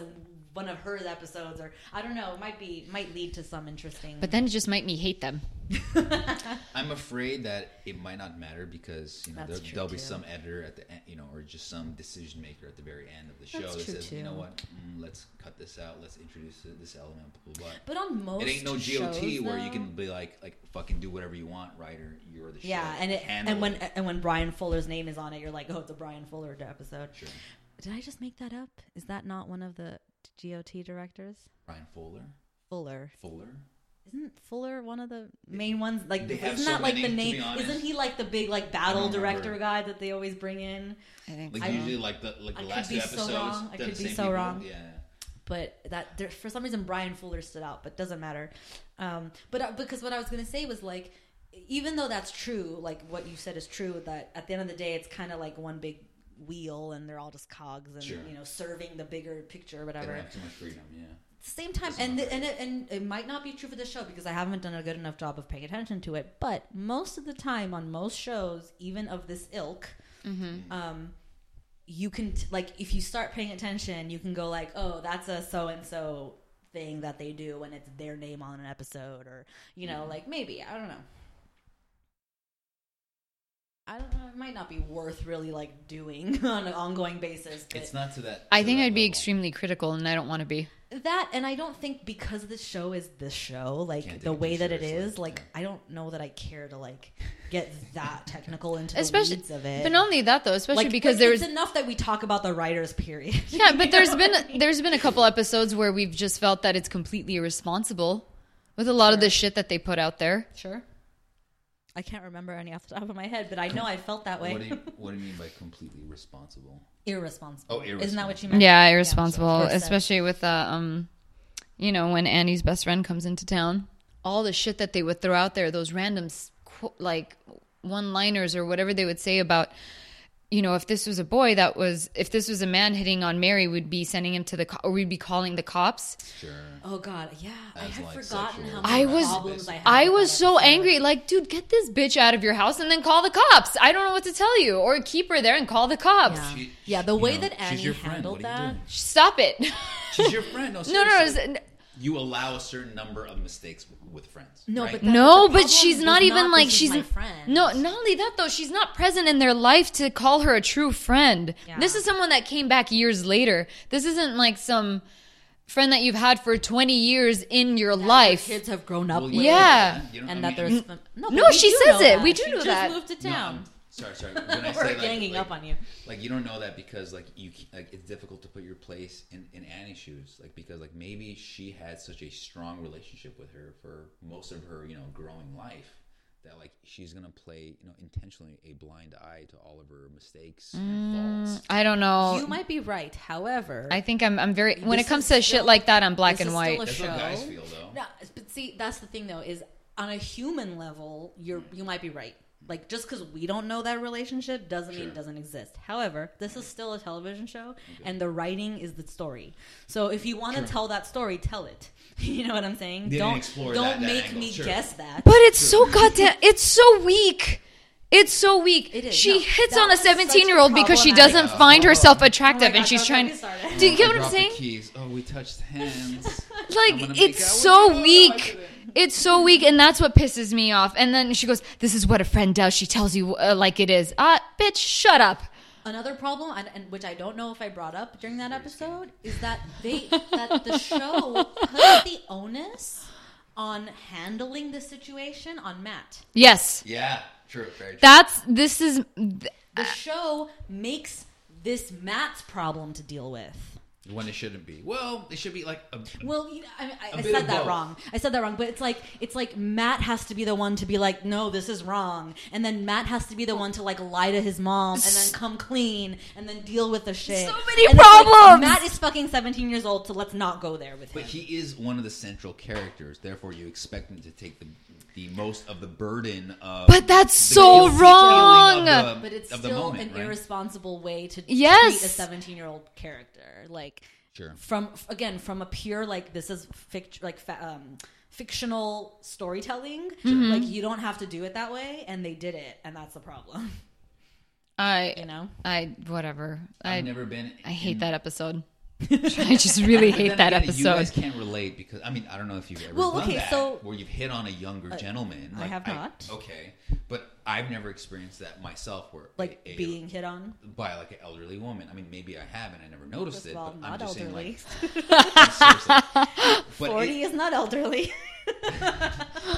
one of her episodes or I don't know. It might be might lead to some interesting.
But then it just made me hate them.
I'm afraid that it might not matter because you know
That's
there,
true,
there'll be
too.
some editor at the end, you know, or just some decision maker at the very end of the show
That's
that
true,
says, you know
too.
what, mm, let's cut this out, let's introduce this element, blah blah. blah.
but on most
it ain't no GOT
shows,
where you
though-
can be like like fucking do whatever you want, writer. You're the
Yeah,
show.
and it,
Handle
and when
it.
and when Brian Fuller's name is on it, you're like, oh, it's a Brian Fuller episode.
Sure.
Did I just make that up? Is that not one of the GOT directors?
Brian Fuller,
Fuller
Fuller.
isn't Fuller one of the main ones? Like,
They have
isn't
so
that like
many,
the
to
name?
be honest.
Isn't he like the big like battle
don't
director
remember.
guy that they always bring in?
I think.
Like
I-
usually, like the like
I could
the last
be
two
so
episodes.
wrong. I
they're the
could be
same
so
people.
wrong.
Yeah.
but that there, for some reason Brian Fuller stood out, but doesn't matter. Um, but uh, because what I was gonna say was like, even though that's true, like what you said is true, that at the end of the day, it's kind of like one big wheel, and they're all just cogs, and
Sure.
you know, serving the bigger picture, or
They
whatever.
don't have too much freedom. Yeah.
At the same time, and the, and it, and it might not be true for the show because I haven't done a good enough job of paying attention to it. But most of the time on most shows, even of this ilk, um, you can t- like if you start paying attention, you can go like, oh, that's a so and so thing that they do when it's their name on an episode, or you know, like maybe I don't know. I don't know. It might not be worth really like doing [LAUGHS] on an ongoing basis. But
It's not to that.
I
to
think
that
I'd be
level.
extremely critical, and I don't want to be.
that and i don't think because this show is this show like
Can't
the
take it
way
too
that it
seriously,
is like
yeah.
i don't know that i care to like get that technical into
Especially,
the weeds of it
but not only that though, especially
like
because
it's-
there was
it's enough that we talk about the writers period
yeah,
[LAUGHS]
but there's been there's been a couple episodes where we've just felt that it's completely irresponsible with a lot of the shit that they put out there.
sure i can't remember any off the top of my head but i know i felt that way
What do you [LAUGHS] What do you mean by completely responsible?
[LAUGHS] irresponsible
Oh,
isn't that what you
irresponsible.
meant
Yeah, irresponsible,
Or sex.
especially with uh, um, you know, when Annie's best friend comes into town, all the shit that they would throw out there, those random s- qu- like one-liners or whatever they would say about you know, if this was a boy that was, if this was a man hitting on Mary, we'd be sending him to the, co- or we'd be calling the cops.
Sure.
Oh God, yeah, I
As,
had
like,
forgotten how
sexual
I
many
was,
problems I had.
I
with
was
that
so
episode.
angry. Like, dude, get this bitch out of your house and then call the cops. I don't know what to tell you. Or keep her there and call the cops.
Yeah,
She-
yeah the
you
way
know,
that Annie
she's your friend.
handled
What do you
that.
do?
Stop it. [LAUGHS]
She's
[LAUGHS]
your friend. No,
no, no,
seriously.
no.
You allow a certain number of mistakes with friends.
No,
right?
but that- But
No,
the
but
problem
she's
was
not even
not,
like
"This is
she's
my
n-
friend.
No, not only that though, she's not present in their life to call her a true friend.
Yeah.
This is someone that came back years later. This isn't like some friend that you've had for 20 years in your
that
life.
Your kids have grown up.
Well,
with
Yeah.
you don't-
and
I
that
mean, Mm.
there's no. but
No,
we
she
do
says
know
it. We
that.
do
she
know
just
that.
Moved to
No,
town.
I'm- sorry,
[LAUGHS]
sorry. When I
We're
say like,
ganging
like-
up on you.
Like you don't know that because like you c- like it's difficult to put your place in in Annie's shoes. Like because like maybe she had such a strong relationship with her for most of her you know growing life that like she's gonna play you know intentionally a blind eye to all of her mistakes and faults.
Mm, I don't know.
You might be right. However,
I think I'm I'm very when
This
it comes
is
to
still-
shit like that, I'm black
this
and
is still
white.
That's
a
what
show.
guys feel though.
No, but see, that's the thing though is on a human level, you're
Mm.
you might be right. Like just because we don't know that relationship doesn't mean
Sure.
it doesn't exist. However, this is still a television show, and the writing is the story. So if you want to tell that story, tell it. [LAUGHS] you know what I'm saying?
They didn't
don't
explore
don't
that- that
make
angle,
me
sure.
guess that.
But it's so goddamn. It's so weak. It's so weak.
It is.
She
No,
hits
that
on a
was such a
17 year old because she
problematic-
doesn't find herself attractive
Oh God,
and she's
don't
trying.
get me started.
Do you get
I
what I'm
dropped the
saying?
Keys. Oh, we touched
[LAUGHS]
hands. I'm gonna
Like,
make
it's
out with
so
you.
weak. It's so weak, and that's what pisses me off. And then she goes, This is what a friend does. She tells you uh, like it is. Ah, bitch, shut up.
Another problem, and, and which I don't know if I brought up during that episode, is that
[LAUGHS]
they that the show put the onus on handling the situation on Matt.
Yes.
yeah, true, very true.
That's. This is. th-
The
Ah.
show makes this Matt's problem to deal with.
when it shouldn't be. Well, it should be like a,
Well, you I, I,
A
I
bit of
said that
both.
wrong. I said that wrong, but it's like it's like Matt has to be the one to be like, no, this is wrong, and then Matt has to be the one to like lie to his mom and then come clean and then deal with the shit.
So many
And it's like,
problems!
Matt is fucking seventeen years old, so let's not go there with him.
But he is one of the central characters, therefore you expect him to take the the most of the burden of.
But that's
the
so
guilty
wrong.
feeling of the-
but it's
of the
still
moment,
an
right?
irresponsible way to
Yes.
treat a 17 year old character like
Sure.
from f- again from a pure like this is fict- like fa- um, fictional storytelling like you don't have to do it that way and they did it and that's the problem you
I.
know
I. Whatever. I.
I've never been.
I hate
in-
that
[LAUGHS]
episode. I just really
But
hate
then
that
again, You
episode.
guys can't relate because I mean I don't know if you've ever
Well,
done
okay,
that,
so-
where you've hit on a younger gentleman.
I have not.
okay, but I've never experienced that myself. Where
like
a- a-
being hit on
by like an elderly woman. I mean, maybe I have and I never noticed
First
it.
of all,
but I'm
not
just [LAUGHS]
[LAUGHS]
saying,
elderly.
like, seriously. But it-
40 is not elderly. [LAUGHS]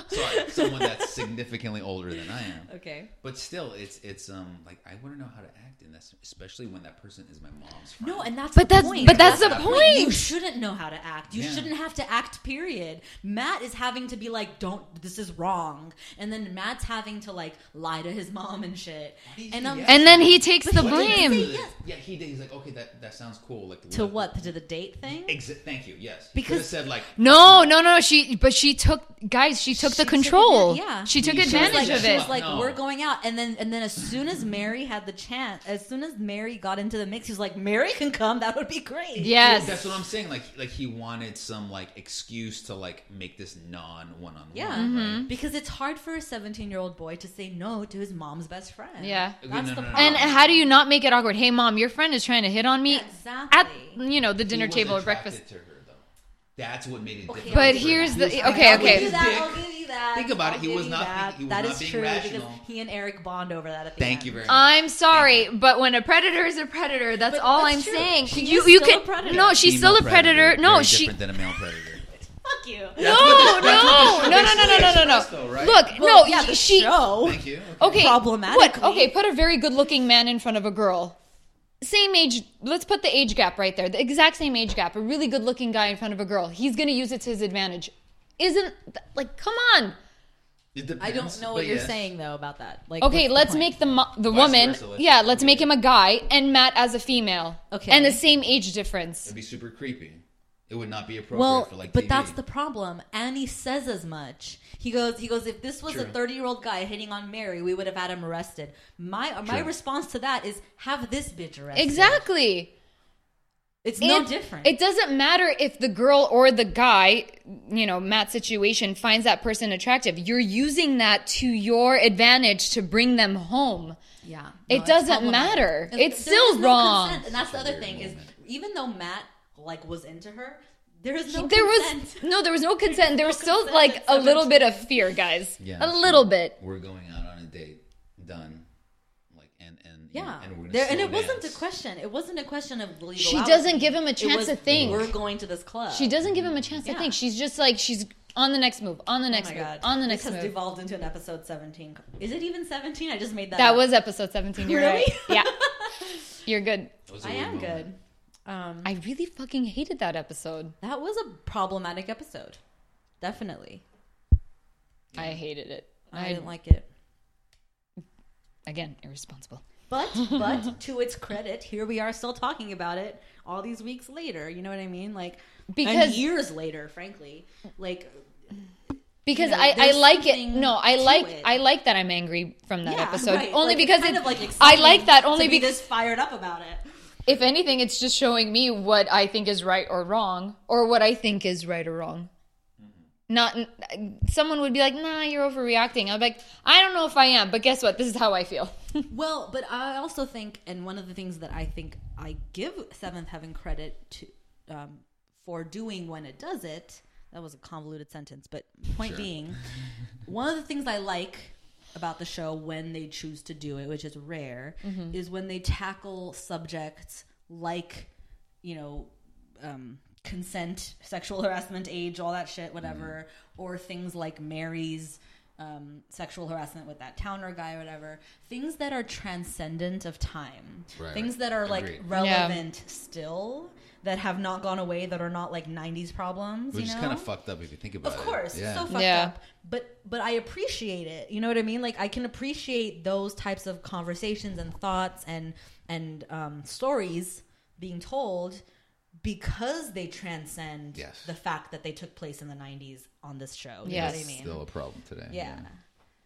sorry, someone that's significantly older than I am.
okay.
But still, it's it's um like I wouldn't know how to act in this, especially when that person is my mom's friend.
No, and that's
But
the
that's-
point.
but that's
the
like, You
point.
shouldn't know how to act. You
Yeah.
shouldn't have to act. Period. Matt is having to be like, "Don't. This is wrong," and then Matt's having to like lie to his mom and shit.
He's-
And I'm
yeah.
and then he takes the
But he did
blame.
say yes. Yeah, he did. He's like, okay, that that sounds cool. Like
to what to the date thing.
Exit. Thank you. Yes. He
Because-
could have said like
No, no, no. She, but she took guys. She took
She
the
took
control.
advan- yeah.
she took
She was
She was
advantage
like,
of
she
it.
was like,
No.
"We're going out," and then and then as soon as Mary had the chance, as soon as Mary got into the mix, he was like, "Mary can come. That would be great."
yes,
That's what I'm saying. Like, like he wanted some like excuse to like make this non one on
Yeah,
one.
Mm-hmm.
because it's hard for a 17 year old boy to say no to his mom's best friend.
Yeah.
that's
No, no,
the
no, no,
problem.
no.
and how do you not make it awkward? Hey, mom, your friend is trying to hit on me
exactly.
at you know the dinner table or breakfast.
To her, though. That's what made it.
Okay,
different.
But
for
here's
him.
the-
He was like,
okay,
I'll
"Oh,
give
he's
you
a
that. I'll
dick."
give you that.
Think about it.
I'll
He
give
was
you
not being-
That.
he was
That
not
is
being
true
rational.
because he and Eric bond over that. At the
Thank
end.
you very much.
I'm sorry, but when a predator is a predator, that's
But
all
that's
I'm
true.
saying.
She
you
is
you
still a
can
predator.
no, she's
Female
still a predator. No,
very
she
different than a male predator.
[LAUGHS] Fuck you.
no no no no no no no
though,
no.
right?
Look, no,
Well, yeah, the
she
show.
Thank you.
okay
Problematically.
What? Okay, put a very good-looking man in front of a girl. Same age. Let's put the age gap right there. The exact same age gap. A really good-looking guy in front of a girl. He's going to use it to his advantage. Isn't th- like come on.
It
I don't
depends,
know
but
what you're
yes.
saying though about that. Like, what's
Okay,
the
let's
point?
make the mo- the
Vice
woman.
versa, let's-
yeah, let's make him a guy and Matt as a female.
Okay.
And the same age difference.
It'd be super creepy. It would not be appropriate
Well,
for like
but
TV.
that's the problem. Annie says as much. He goes, he goes. If this was a
True.
thirty-year-old guy hitting on Mary, we would have had him arrested. My my response to that is have this bitch arrested.
Exactly.
It's no
And
different.
It doesn't matter if the girl or the guy, you know, Matt's situation finds that person attractive. You're using that to your advantage to bring them home.
Yeah.
It
it's
doesn't
problematic.
matter.
There-
It's
there
still
is no
wrong.
consent. And that's the
Such a
other
weird
thing is
moment.
even though Matt like was into her, there is no
there was [LAUGHS]
consent.
no, there was
[LAUGHS]
no consent. There was still
consent
like
at
a
seven.
little bit of fear, guys.
Yeah,
a
sure.
little bit.
we're going out on a date. Done. Like and and
yeah,
and, we're gonna
there, and
slow
it wasn't a
dance.
question. It wasn't a question of will you go
She
out with
doesn't
me?
give him a
It
chance
was,
to think.
We're going to this club.
She doesn't give him a chance to
Yeah.
think. She's just like she's on the next move, on the
Oh
next
my
move,
god!
on the next
this has
move.
devolved into an episode seventeen. Is it even seventeen? I just made that.
that
up.
was episode 17. You're
Really?
right.
[LAUGHS]
Yeah. You're good.
It was a
I
weird
am
moment.
good. Um,
I really fucking hated that episode.
that was a problematic episode. Definitely,
I hated it.
I,
I,
didn't like it.
again irresponsible. [LAUGHS]
But but to its credit, here we are still talking about it all these weeks later. You know what I mean? Like and
Because-
years later, frankly, like
Because
know,
I, I
there's
like it.
something
No, I
to
like
it.
I like that I'm angry from that
yeah,
episode.
right.
Only
Like,
because
kind
it,
of like
I
exciting
like that only
to be
because
this fired up about it.
if anything, it's just showing me what I think is right or wrong, or what I think is right or wrong.
Mm-hmm.
Not someone would be like, "Nah, you're overreacting." I'm like, I don't know if I am, but guess what? This is how I feel.
Well, but I also think, and one of the things that I think I give Seventh Heaven credit to um, for doing when it does it. That was a convoluted sentence,
[LAUGHS]
but point being, one of the things I like about the show when they choose to do it, which is rare,
Mm-hmm.
is when they tackle subjects like, you know, um, consent, sexual harassment, age, all that shit, whatever,
Mm-hmm.
or things like Mary's um, sexual harassment with that towner guy, or whatever. Things that are transcendent of time,
Right,
things
right.
that are like
Agreed.
relevant still. That have not gone away, that are not like '90s problems.
Which
you
is
know?
kind of fucked up if you think about
Of
it.
course,
Yeah.
it's so fucked
Yeah.
up. But but I appreciate it. You know what I mean? Like I can appreciate those types of conversations and thoughts and and um, stories being told because they transcend
Yes.
the fact that they took place in the '90s on this show. You know
Yes.
what I mean?
Still a problem today.
yeah.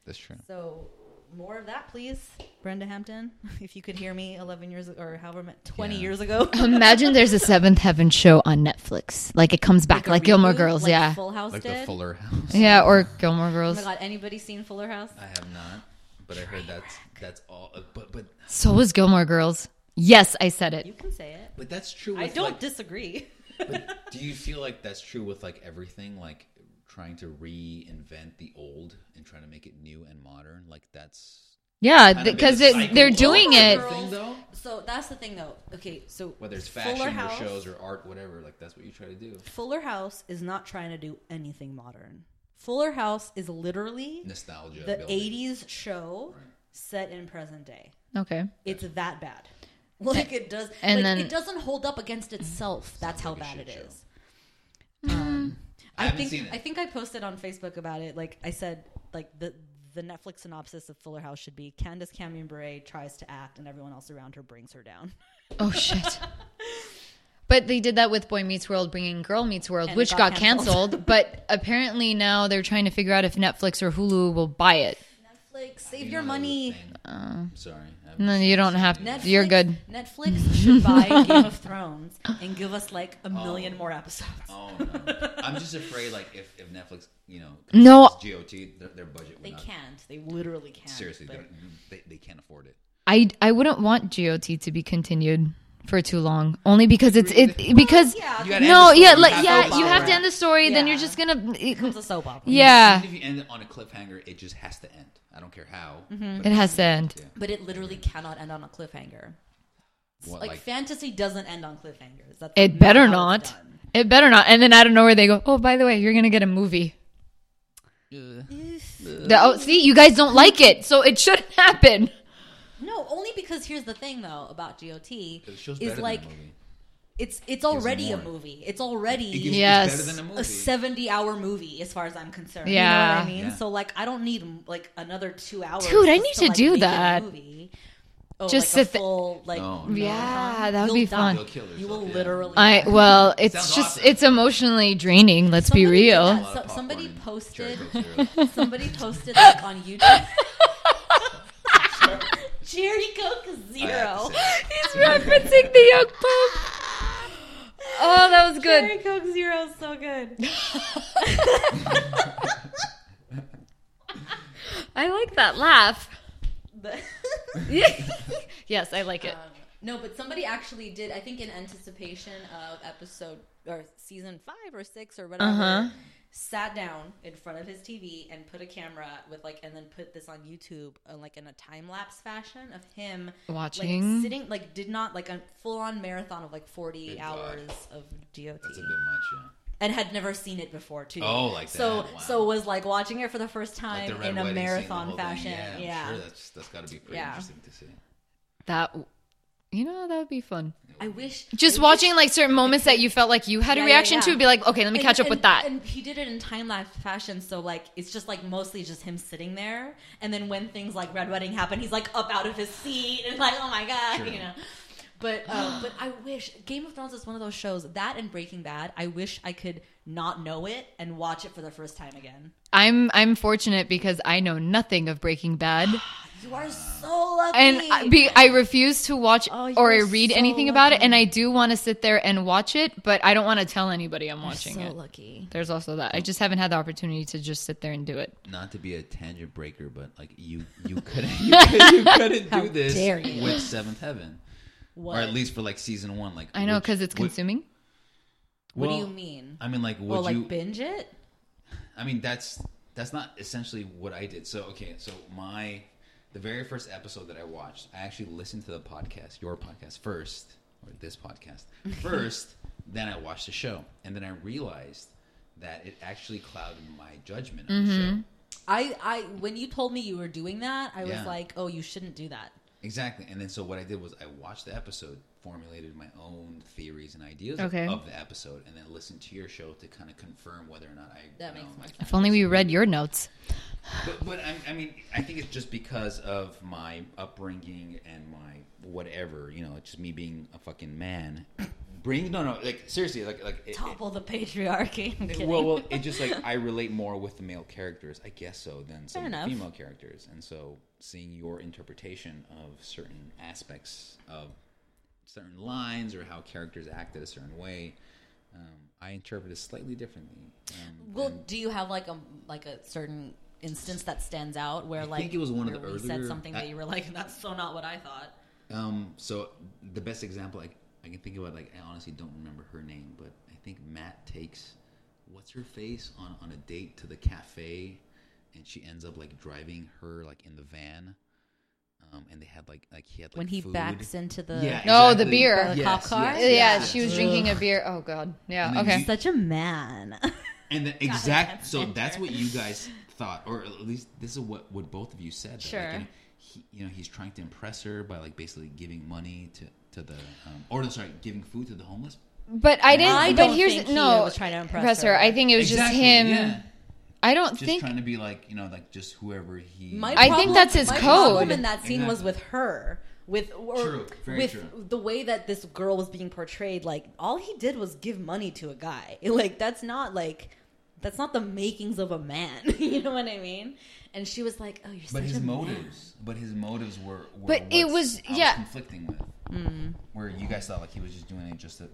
That's true.
So more of that, please, Brenda Hampton. [LAUGHS] If you could hear me, 11 years or however mu- 20
Yeah.
years ago. [LAUGHS]
Imagine there's a Seventh Heaven show on Netflix. Like it comes back, like,
a
Gilmore
reboot,
Girls,
like
yeah,
Full House
Like the
did. [LAUGHS]
Fuller House.
yeah, or Gilmore Girls.
oh my god, anybody seen Fuller House?
I have not, but I heard that's that's all. uh, But but
So was Gilmore Girls. Yes, I said
You
it.
can say it.
but that's true.
I
With
don't
Like, [LAUGHS]
disagree.
but do you feel like that's true with like everything? Like trying to reinvent the old and trying to make it new and modern. Like that's
Yeah,
kind of been
because
the
it,
cycle
they're
of
doing it.
everything, though.
So that's the thing, though. Okay, so
Whether it's
Fuller
fashion or
House-
shows or art, whatever. Like that's what you try to do.
Fuller House is not trying to do anything modern. Fuller House is literally
Nostalgia.
the
building.
'80s show set in present day.
Okay.
It's that bad. [LAUGHS] Like it does,
And
like,
then-
it doesn't hold up against itself. That's how
like a
bad
shit
it
show.
is. Um, I,
I haven't
think
seen it.
I think I posted on Facebook about it. Like I said, like the the Netflix synopsis of Fuller House should be: Candace Cameron Bure tries to act, and everyone else around her brings her down. [LAUGHS]
Oh shit. But they did that with Boy Meets World, bringing Girl Meets World,
And it
which
got
got, canceled.
[LAUGHS]
but apparently now they're trying to figure out if Netflix or Hulu will buy it.
Netflix, save
You
your
know that was a
money.
thing. Sorry. I haven't
Uh. No, you don't have.
Netflix,
You're good.
Netflix should
[LAUGHS]
buy Game of Thrones and give us like a million more episodes.
Oh, no. I'm just afraid, like, if, if Netflix, you know,
No.
controls GOT, their, their budget would
They
not.
can't. They literally can't.
Seriously, they,
but-
don't- they, they can't afford it.
I I wouldn't want GOT to be continued for too long, only because it's it because
yeah,
You gotta end
no
the story.
yeah
You
like
have to
yeah
end the
you have to
story.
end the story. Then you're
Yeah.
just gonna
it's
it,
a soap opera.
[LAUGHS] yeah.
Even if you end it on a cliffhanger, it just has to end. I don't care how.
Mm-hmm.
but
It has to end.
But it literally cannot end on a cliffhanger.
What,
Like,
like,
fantasy doesn't end on cliffhangers. That's
It better
how it's
not.
done.
It better not. And then I don't know where they go. Oh, by the way, you're gonna get a movie. The- oh, see, you guys don't like it, so it shouldn't [LAUGHS] happen.
No, only because here's the thing though about GOT
the show's
is
better
like
than a movie.
it's it's already a
more.
movie. It's already
It gives-
Yes.
It's better than a movie.
a 70 hour movie as far as i'm concerned
Yeah.
you know what i mean
Yeah.
so like i don't need like another two hours
Dude, I
just
need
to,
to
like,
do
make it a
that.
movie. Oh,
Just
like a
sit th-
full like
No, no.
Yeah, that would
You'll
be
die.
fun.
You'll kill yourself,
You will
yeah.
literally.
I
die.
well, it's
Sounds
just
awesome.
it's emotionally draining. Let's be
Somebody did
real.
that.
lot
So-
of popcorn
somebody
and
posted-
cherry
[LAUGHS]
coke
[LAUGHS]
syrup.
Somebody posted like on YouTube. [LAUGHS] Cherry Coke
I have
Zero.
to
[LAUGHS]
say.
He's referencing the young pope. Oh, that was
Cherry
good.
Coke Zero is so
[LAUGHS]
[LAUGHS]
good.
I like that laugh. [LAUGHS]
The-
yes, I like it.
Um, no, but somebody actually did. I think in anticipation of episode or season five or six or whatever,
Uh-huh.
sat down in front of his TV and put a camera with like, and then put this on YouTube, uh, like in a time lapse fashion of him
Watching.
like, sitting, like did not like a full on marathon of like forty
Good God.
hours of GOT,
That's a bit much. Yeah.
and had never seen it before too.
Oh, like
so
that. Wow.
so was like watching it for the first
Like
time
the Red
in a
Wedding scene, the whole
marathon
thing.
fashion.
I'm
Yeah,
sure that's that's got to be pretty
Yeah.
interesting to see.
That you know that would be fun.
I wish
Just
I wish-
watching like certain moments that you felt like you had a
Yeah, yeah,
reaction to,
yeah.
be like, okay, let me
And-
catch up
and-
with that.
And he did it in time lapse fashion, so like it's just like mostly just him sitting there. And then when things like red wedding happen, he's like up out of his seat and like, oh my god,
Sure.
you know. But uh, but I wish Game of Thrones is one of those shows that and Breaking Bad. I wish I could not know it and watch it for the first time again.
I'm I'm fortunate because I know nothing of Breaking [GASPS] Bad,
You are so lucky.
and I, be, I refuse to watch
Oh, you
or
are
read
so
anything about
lucky.
it. And I do want to sit there and watch it, but I don't want to tell anybody I'm watching
so
it.
lucky.
There's also that. I just haven't had the opportunity to just sit there and do it.
Not to be a tangent breaker, but like you
[LAUGHS]
you couldn't you couldn't, you couldn't
How
do this
dare you.
with Seventh Heaven,
What?
or at least for like season one. Like
I know
which-
because it's
which-
consuming.
what do
well,
you mean?
I mean, like would
Well, like
you?
binge it.
I mean, that's that's not essentially what I did. So okay, so my the very first episode that I watched, I actually listened to the podcast, your podcast first, or this
[LAUGHS]
podcast first. then I watched the show, and then I realized that it actually clouded my judgment of the
Mm-hmm.
show.
I I when you told me you were doing that, I was
Yeah.
like, oh, you shouldn't do that.
Exactly. And then so what I did was I watched the episode, formulated my own theories and ideas
Okay.
of the episode, and then listened to your show to kind of confirm whether or not I.
That
you know,
makes
my
more
If only we read your notes.
But, but I, I mean, I think it's just because of my upbringing and my whatever, you know, it's just me being a fucking man. Bring no, no, like seriously, like like. It, it-
topple the patriarchy. [LAUGHS] I'm kidding.
well, well,
[LAUGHS]
it just like I relate more with the male characters, I guess so, than some
Fair
of the
enough.
female characters, and so seeing your interpretation of certain aspects of certain lines or how characters acted a certain way, um, I interpret it slightly differently. Um,
Well,
and
do you have like a like a certain instance that stands out where
I
like
think it was one of
where
the
we
earlier-
said something
I-
that you were like, [LAUGHS] that's so not what I thought.
Um, so the best example I, I can think about, like I honestly don't remember her name, but I think Matt takes what's her face on on a date to the cafe, and she ends up like driving her like in the van, um, and they had like like he had like
When he
food.
backs into the
yeah,
Oh, the
exactly.
beer.
The cop car? Mm.
Yeah,
Yeah,
she was drinking a beer. Oh god.
And
Yeah.
then
Okay.
you-
such a man.
And the exact
that's
so
better.
that's what you guys thought, or at least this is what what both of you said. that,
Sure.
Like, you know, he, you know, he's trying to impress her by like basically giving money to to the um, or no, sorry, giving food to the homeless.
But I didn't.
I
but
don't
here's
think he
no.
was trying to impress
her.
her.
I think it was
Exactly,
just him.
Yeah.
I don't
Just
think.
trying to be like you know like just whohoever
[LAUGHS]
he.
My
I think
problem-
that's his
my
code.
problem in that scene was
Exactly.
with her. With or
True, very
with
true.
the way that this girl was being portrayed, like all he did was give money to a guy. [LAUGHS] Like that's not like that's not the makings of a man. [LAUGHS] you know what I mean? And she was like, "Oh, you're such
but his
a man.
motives, but his motives were. were
But it
what's-
was-
I
yeah.
conflicting with.
Mm-hmm.
Where you guys thought like he was just doing it just to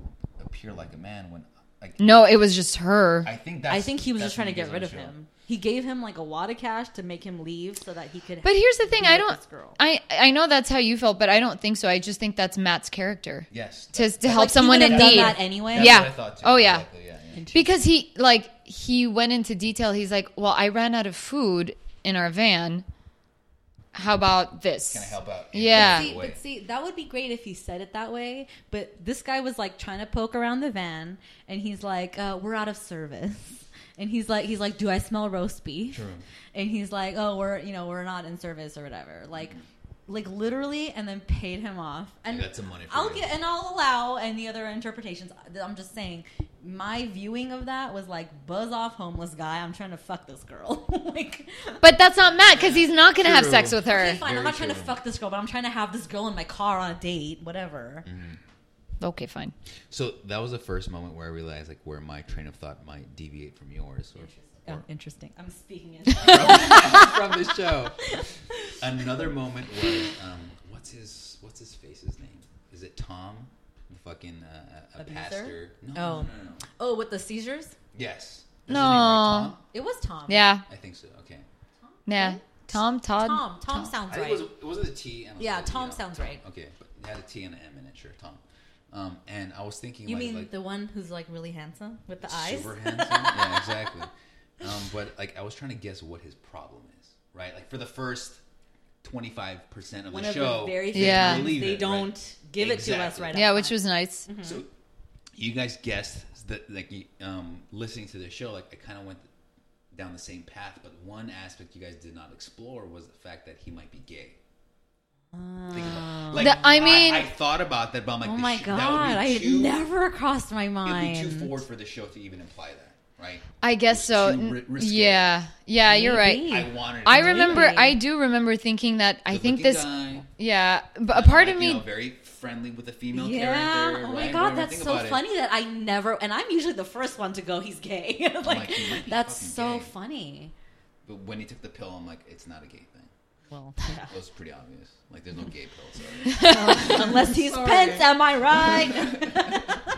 appear like a man when like
no, it was just her.
I think that's
I think he was
that's
just trying to
what you
get rid
guys
of
wanna show.
him. He gave him like a wad of cash to make him leave so that he could.
but here's the thing.
be
I
with
don't.
this girl.
I I know that's how you felt, but I don't think so. I just think that's Matt's character
Yes.
to to
Like,
help
he
someone
would've
in
done
need.
that anyway.
That's
Yeah.
what I thought too.
Oh, yeah.
Exactly, yeah, yeah.
because he like he went into detail he's like well i ran out of food in our van how about this
Can I help out? in
Yeah.
any
See,
way?
but see, that would be great if he said it that way. But this guy was like trying to poke around the van, and he's like, uh, "We're out of service." [LAUGHS] And he's like, he's like, "Do I smell roast beef?"
True.
And he's like, "Oh, we're you know we're not in service or whatever." Like, like literally, and then paid him off. And
got some money for
I'll
you.
get and I'll allow any other interpretations. I'm just saying, my viewing of that was like buzz off, homeless guy. I'm trying to fuck this girl. [LAUGHS] like,
But that's not Matt because he's not going to have
True.
sex with her.
okay, fine. I'm
Very
not trying to
true.
fuck this girl, but I'm trying to have this girl in my car on a date, whatever.
Mm-hmm.
Okay, fine.
So that was the first moment where I realized like where my train of thought might deviate from yours or,
[LAUGHS] Oh,
or
interesting. I'm speaking in.
from the show. Another moment was um, what's his what's his face's name? Is it Tom? The fucking uh, a, a
Abuser?
pastor? No,
Oh.
no, no, no.
[LAUGHS] oh, with the seizures,
Yes. Is his
No.
name right, Tom?
it was Tom.
Yeah,
I think so. Okay.
yeah. Tom, Todd.
Tom. Tom, sounds
I think
right.
it was it wasn't a T. And it was
Yeah,
like, you
Tom
know,
sounds
Tom.
right.
Okay, but it had a T and an M in it. Sure, Tom. Um, and I was thinking,
you
like,
mean
like,
the one who's like really handsome with the eyes?
super
[LAUGHS]
handsome. yeah, exactly. Um, but like, I was trying to guess what his problem is, right? Like for the first twenty five percent of
one
the
of
show,
the very few
they
Yeah.
times
believe
they
it, right?
don't give it to us
Exactly.
right
Yeah,
up
which
front.
was nice.
Mm-hmm.
So you guys guessed that, like, you- um, listening to the show, like, I kind of went down the same path, but one aspect you guys did not explore was the fact that he might be gay. Think about- Like,
The- I mean-
I, thought about that, but I'm like,
Oh
the
my
sh- that would be
god, I had
too-
never crossed my
It would be too
mind.
forward for the show to even imply that, right?
I guess
It
so.
was too ri- risky.
yeah, yeah, you're right.
Maybe.
I wanted.
I remember,
Maybe.
I do remember thinking that. I
Good-looking
think this.
guy,
Yeah, but a part
like,
of
you
me.
know, very friendly with a female
Yeah.
character.
oh
right?
my
Whatever,
god, that's
think
so
about it.
funny that I never and I'm usually the first one to go he's gay. [LAUGHS] like
like, he might be
that's
fucking
so
gay.
funny.
But when he took the pill, I'm like, it's not a gay thing.
Well, [LAUGHS]
It was pretty obvious. Like, there's no gay pill. So.
[LAUGHS]
unless he's Pence, am I
[LAUGHS]
right?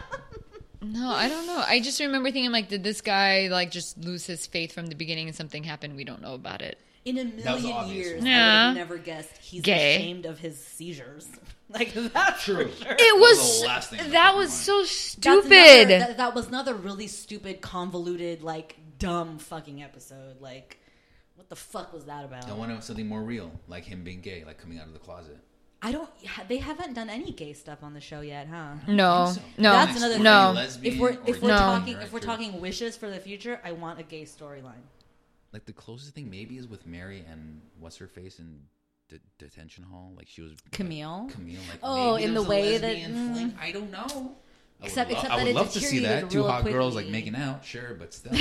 No, I don't know. I just remember thinking, like, did this guy like just lose his faith from the beginning and something happened? We don't know about it.
In a
was the
million
obvious
years,
one.
Yeah.
I would have never guessed he's
Gay.
ashamed of his seizures. [LAUGHS] Like that's
True.
It
was
was.
the last thing that
that
came
was
to
so
That's
stupid.
another- that, that was another really stupid, convoluted, like dumb fucking episode. Like, what the fuck was that about?
I want to know something more real, like him being gay, like coming out of the closet.
I don't. ha- They haven't done any gay stuff on the show yet, huh?
no,
think so.
no,
That's another thing.
no.
Lesbian
If we're
or
if we're
No.
talking if we're
Right,
talking wishes for the future, I want a gay storyline.
Like the closest thing maybe is with Mary and what's her face in de- detention hall. Like she was like,
Camille?
Camille. Like
Oh,
maybe
in the
there was a
way that- mm.
lesbian fling. I don't know. I would
Except-
lo-
except
I
that
would
it
love to see that
deteriorated
two
real
hot girls like
quickly.
making out, sure,
[LAUGHS]
but still.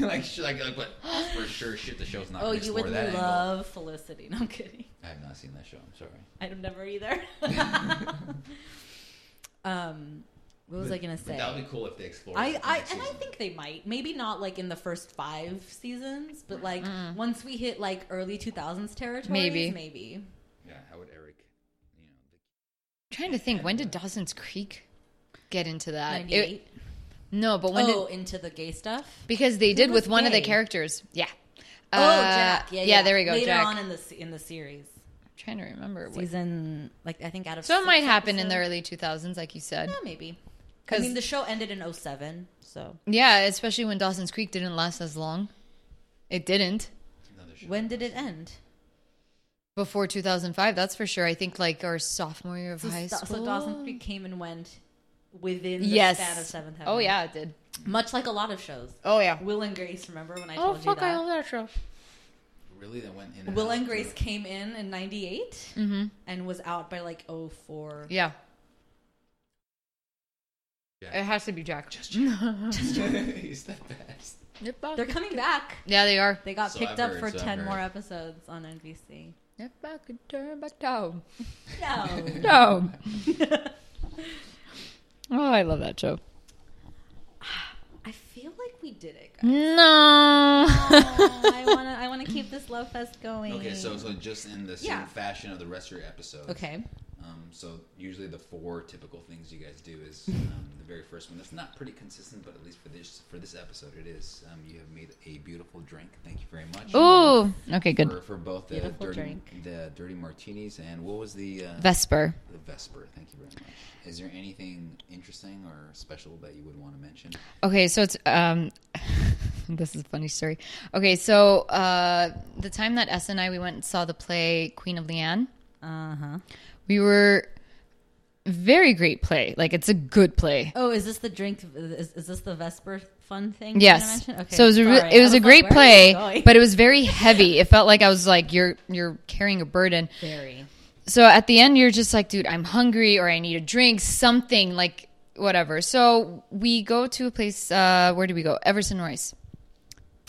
like, sh- like, like, but for sure, shit, the show's not.
Oh,
gonna
you would
explore that
love
angle.
[LAUGHS]
Felicity. No, I'm kidding.
I have not seen that show. I'm sorry.
I've never
[LAUGHS]
either. um, what was I gonna
But that would
say?
be cool if they explored.
I,
that for
I
next
and I
season.
think they might. Maybe not like in the first five seasons,
Mm.
but like once we hit like early two thousands territory,
Maybe.
maybe.
Yeah, how would Eric? You know, the
trying to think, when did Dawson's Creek get into that?
Ninety
Uh, It,
eight.
no, but when
Oh,
did
into the gay stuff.
because they did with
was
one of the
gay?
characters? Yeah.
oh, Jack. Yeah, yeah.
Uh, There we go.
Later
Jack.
on in the se- in the series,
I'm trying to remember. What,
season like I think out of
so it
six
might happen in the
episodes.
early 2000s, like you said.
Yeah, maybe.
'Cause-
I mean, the show ended in 07, so
Yeah, especially when Dawson's Creek didn't last as long. It didn't
another show.
when did it end?
before 2005. That's for sure. I think like our sophomore year of
So,
high
Sta-
school.
so Dawson Creek came and went within the
yes.
span of Seventh Heaven.
oh yeah, it did.
much like a lot of shows.
Oh yeah.
Will and Grace, remember when I
Oh
told
fuck!
you
I
that?
love that show.
really that went in.
Will
out
and
for-
Grace came in in 98 and was out by like 04.
Mm-hmm. Yeah.
Yeah.
It has to be Jack.
[LAUGHS]
[LAUGHS]
He's the best.
They're coming back.
yeah, they are.
They got
So
picked
I've
up
heard,
for
so I've
10
heard.
more episodes on
[LAUGHS]
NBC.
If I could turn back time.
No.
No.
[LAUGHS]
oh, I love that
[LAUGHS]
show.
I feel like we did it.
[LAUGHS]
guys.
No.
Oh, I want to I wanna keep this love fest going.
Okay, so so just in the same
Yeah.
fashion of the rest of your episodes.
Okay.
Um, so usually the four typical things you guys do
[LAUGHS]
is um, the very first one. That's not pretty consistent, but at least for this for this episode, it is. Um, you have made a beautiful drink. Thank you very much.
[LAUGHS] Ooh. Okay, good.
For, for both the
Beautiful
dirty,
drink.
the dirty martinis and what was the uh,
Vesper.
the Vesper? Thank you very much. Is there anything interesting or special that you would want to mention?
Okay, so it's um [LAUGHS] this is a funny story. Okay, so uh the time that
Uh-huh.
S and I we went and saw the play Queen of Leanne,
Uh huh.
we were very great play. Like it's a good play.
Oh, is this the drink? Is, is this the Vesper fun thing? you
Yes.
mentioned?
so it was a, re-
sorry.
it was
I
a
like,
great
where are you
play,
going?
but it was very heavy. It felt like I was like you're you're carrying a burden.
[LAUGHS] very.
So at the end you're just like, dude, I'm hungry or I need a drink, something like whatever. So we go to a place uh where do we go? Everson Royce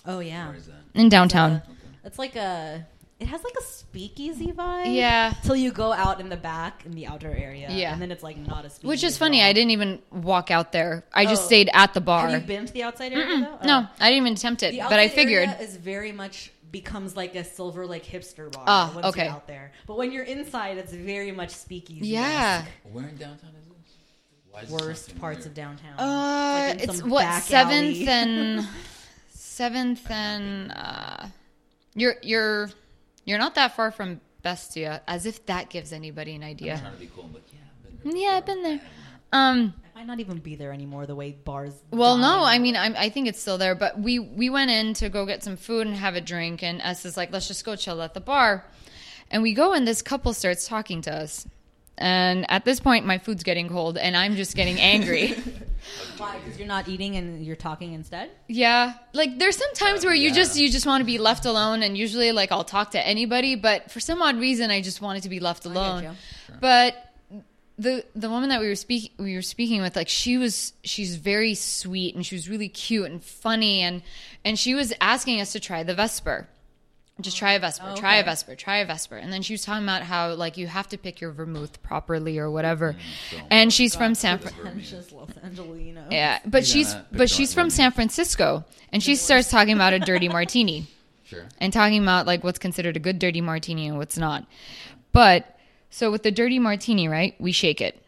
Oh yeah,
Where is that?
in downtown.
it's like a. It has like a speakeasy vibe.
Yeah.
Till you go out in the back in the outer area.
Yeah.
And then it's like not a speakeasy.
Which is
at
funny.
all.
I didn't even walk out there. I just
Oh.
stayed at the bar.
Have you been to the outside area though? Oh.
no, I didn't even attempt it,
The
but I
outside
figured.
area is very much becomes like a silver like hipster bar
Ah,
once
okay.
you're out there. But when you're inside, it's very much speakeasy.
yeah.
Where in downtown is this? Why is this
Worst
not
parts of
familiar?
downtown.
Uh,
Like in
it's
some
what
back
seventh
alley. [LAUGHS]
and seventh and uh, you're you're you're not that far from Bestia. As if that gives anybody an
I'm
idea.
trying to be cool, but yeah. I've been
Mm,
there
Yeah, I've
before.
been there. Um,
I might not even be there anymore. The way bars.
well,
die.
no, I mean, I'm, I think it's still there. But we we went in to go get some food and have a drink, and S is like, let's just go chill at the bar, and we go, and this couple starts talking to us. And at this point, my food's getting cold, and I'm just getting angry.
Why? Because you're not eating and you're talking instead.
Yeah. Like there's some times where you
yeah.
just you just want to be left alone and usually like I'll talk to anybody, but for some odd reason I just wanted to be left alone.
you.
But the the woman that we were speaking we were speaking with like she was she's very sweet and she was really cute and funny and and she was asking us to try the vesper. Just try a vesper,
Oh,
try a
okay.
vesper, try a vesper, and then she was talking about how like you have to pick your vermouth properly or whatever.
don't
and she's from
[LAUGHS]
San. Fran-
Just Los Angelino.
yeah, but she's
that
but
picture
she's
on
from
Monday.
San Francisco, and she starts talking about a [LAUGHS] dirty martini
Sure.
and talking about like what's considered a good dirty martini and what's not. But so with the dirty martini, right? We shake it.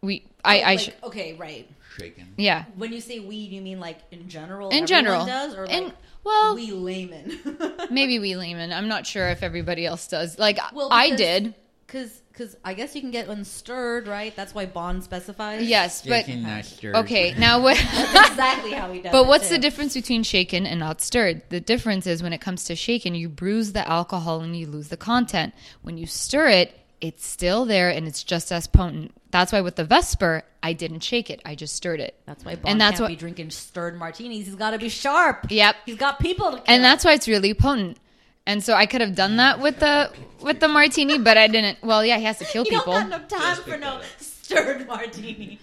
We I I
Oh, like,
sh-
okay, right.
Shaken.
yeah.
When you say we, do you mean like in general?
In
everyone
general.
does or like
In- well-
we laymen. [LAUGHS]
Maybe we layman. I'm not sure if everybody else does. Like
Well,
I
because-
did.
Because because I guess you can get unstirred, right? That's why Bond specifies.
Yes, but
Shaken, [LAUGHS] not stirred.
okay. [LAUGHS] Now what?
That's exactly how
[LAUGHS]
he does. it,
But what's the
too.
difference between shaken and not stirred? The difference is when it comes to shaken, you bruise the alcohol and you lose the content. When you stir it, it's still there and it's just as potent. That's why with the Vesper, I didn't shake it. I just stirred it.
That's why Bond
that's
can't
what-
be drinking stirred martinis. He's got to be sharp.
Yep.
He's got people to kill.
And that's why it's really potent. And so I could have done that with the with the martini, but I didn't. Well, yeah, he has to
[LAUGHS]
kill
you
people.
don't got no time
Just
for
pick
no
that up.
stirred
[LAUGHS]
martini.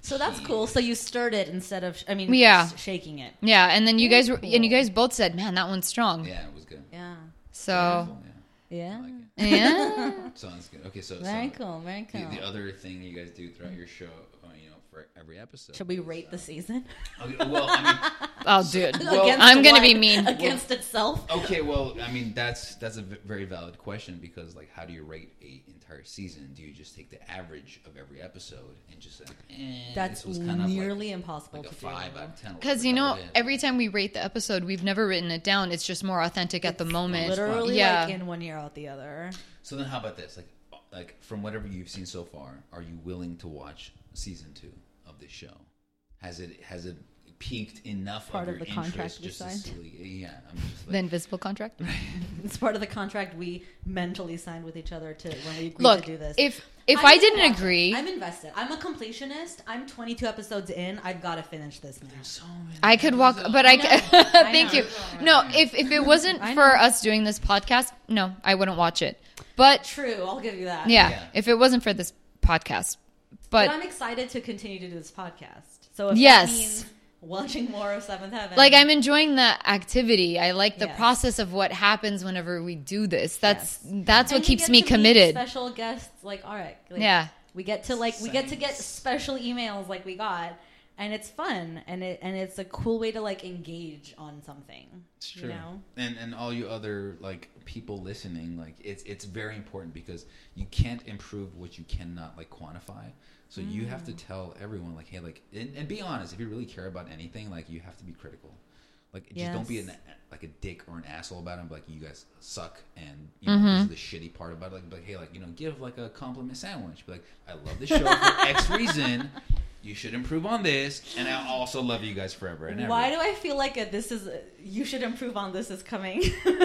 so that's cool. So you stirred it instead of, I mean,
Yeah.
s- shaking it.
Yeah, and then you guys were, and you guys both said, "Man, that one's strong."
Yeah, it was good.
Yeah.
So
Yeah.
Like
yeah,
[LAUGHS]
it. Sounds good. Okay, so
Very
so
cool. Very
The,
cool.
the other thing you guys do throughout your show, uh, you know, for every episode. uh,
Should we rate the
[LAUGHS]
season?
Okay, well, I
oh dude,
Against
I'm gonna
what?
be
[LAUGHS]
mean.
Against itself?
mean, okay, well, I mean that's that's a v- very valid question because like, how do you rate a entire season? Do you just take the average of every episode and just say, eh,
That's
this was kind of
nearly
like,
impossible
like
to
a five
do.
out of ten? or
Because you know,
whatever it is?
every time we rate the episode, we've never written it down. It's just more authentic at the moment.
Literally,
yeah.
like in one year out the other.
So then, how about this? Like, uh, like from whatever you've seen so far, are you willing to watch season two of this show? Has it has it peaked enough
Part
of
of
your
the contract
interest
we
just to
signed.
see- yeah, I'm just like,
the invisible contract.
It's part of the contract we mentally signed with each other to when we agreed
Look,
to do this.
if if
I'm
I didn't
invested.
agree,
I'm invested. I'm a completionist. I'm 22 episodes in. I've got to finish this now.
so many.
I could walk. But I, [LAUGHS] ca-
I
thank
know.
you. No, if if it wasn't
I
for us doing this podcast, no, I wouldn't watch it. But
True, I'll give you that.
yeah,
Yeah.
if it wasn't for this podcast,
but,
but,
I'm excited to continue to do this podcast. So if
Yes.
that means watching more of Seventh Heaven,
like I'm enjoying the activity. I like the
Yes.
process of what happens whenever we do this. That's
Yes.
that's what
And you
keeps
get
me
to meet
committed.
Special guests, like all right, like,
Yeah.
we get to like we get to get
Thanks.
special emails like we got, and it's fun and it and it's a cool way to like engage on something.
It's
you
true.
know?
And and all you other like people listening, like it's it's very important because you can't improve what you cannot like quantify. So you have to
Mm.
tell everyone like, hey, like, and, and be honest. If you really care about anything, like, you have to be critical. Like, just don't be an
Yes.
like a dick or an asshole about it. and be like, you guys suck, and you know,
Mm-hmm.
this is the shitty part about it. Like, but hey, like, you know, give like a compliment sandwich. Be like, I love this show for X
[LAUGHS]
reason. You should improve on this, and I also love you guys forever and ever.
Why do I feel like a, this is a, you should improve on this is coming?
no,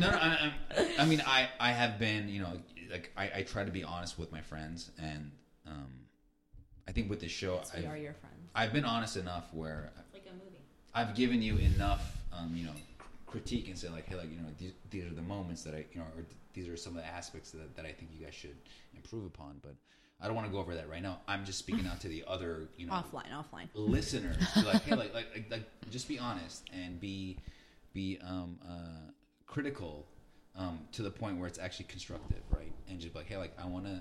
no I, I, I mean, I, I have been, you know, like I, I try to be honest with my friends, and um, I think with this show,
[LAUGHS] We are
I've,
your friends.
I've been honest enough where
It's like a movie.
I've given you enough, um, you know, cr- critique and say like, hey, like you know, these, these are the moments that I, you know, or th- these are some of the aspects that, that I think you guys should improve upon. But I don't want to go over that right now. I'm just speaking out to the other, you know,
Offline, offline.
listeners. Be like, hey, like, like, like, like, just be honest and be be um, uh, critical um, to the point where it's actually constructive, right? And just be like, hey, like, I want to,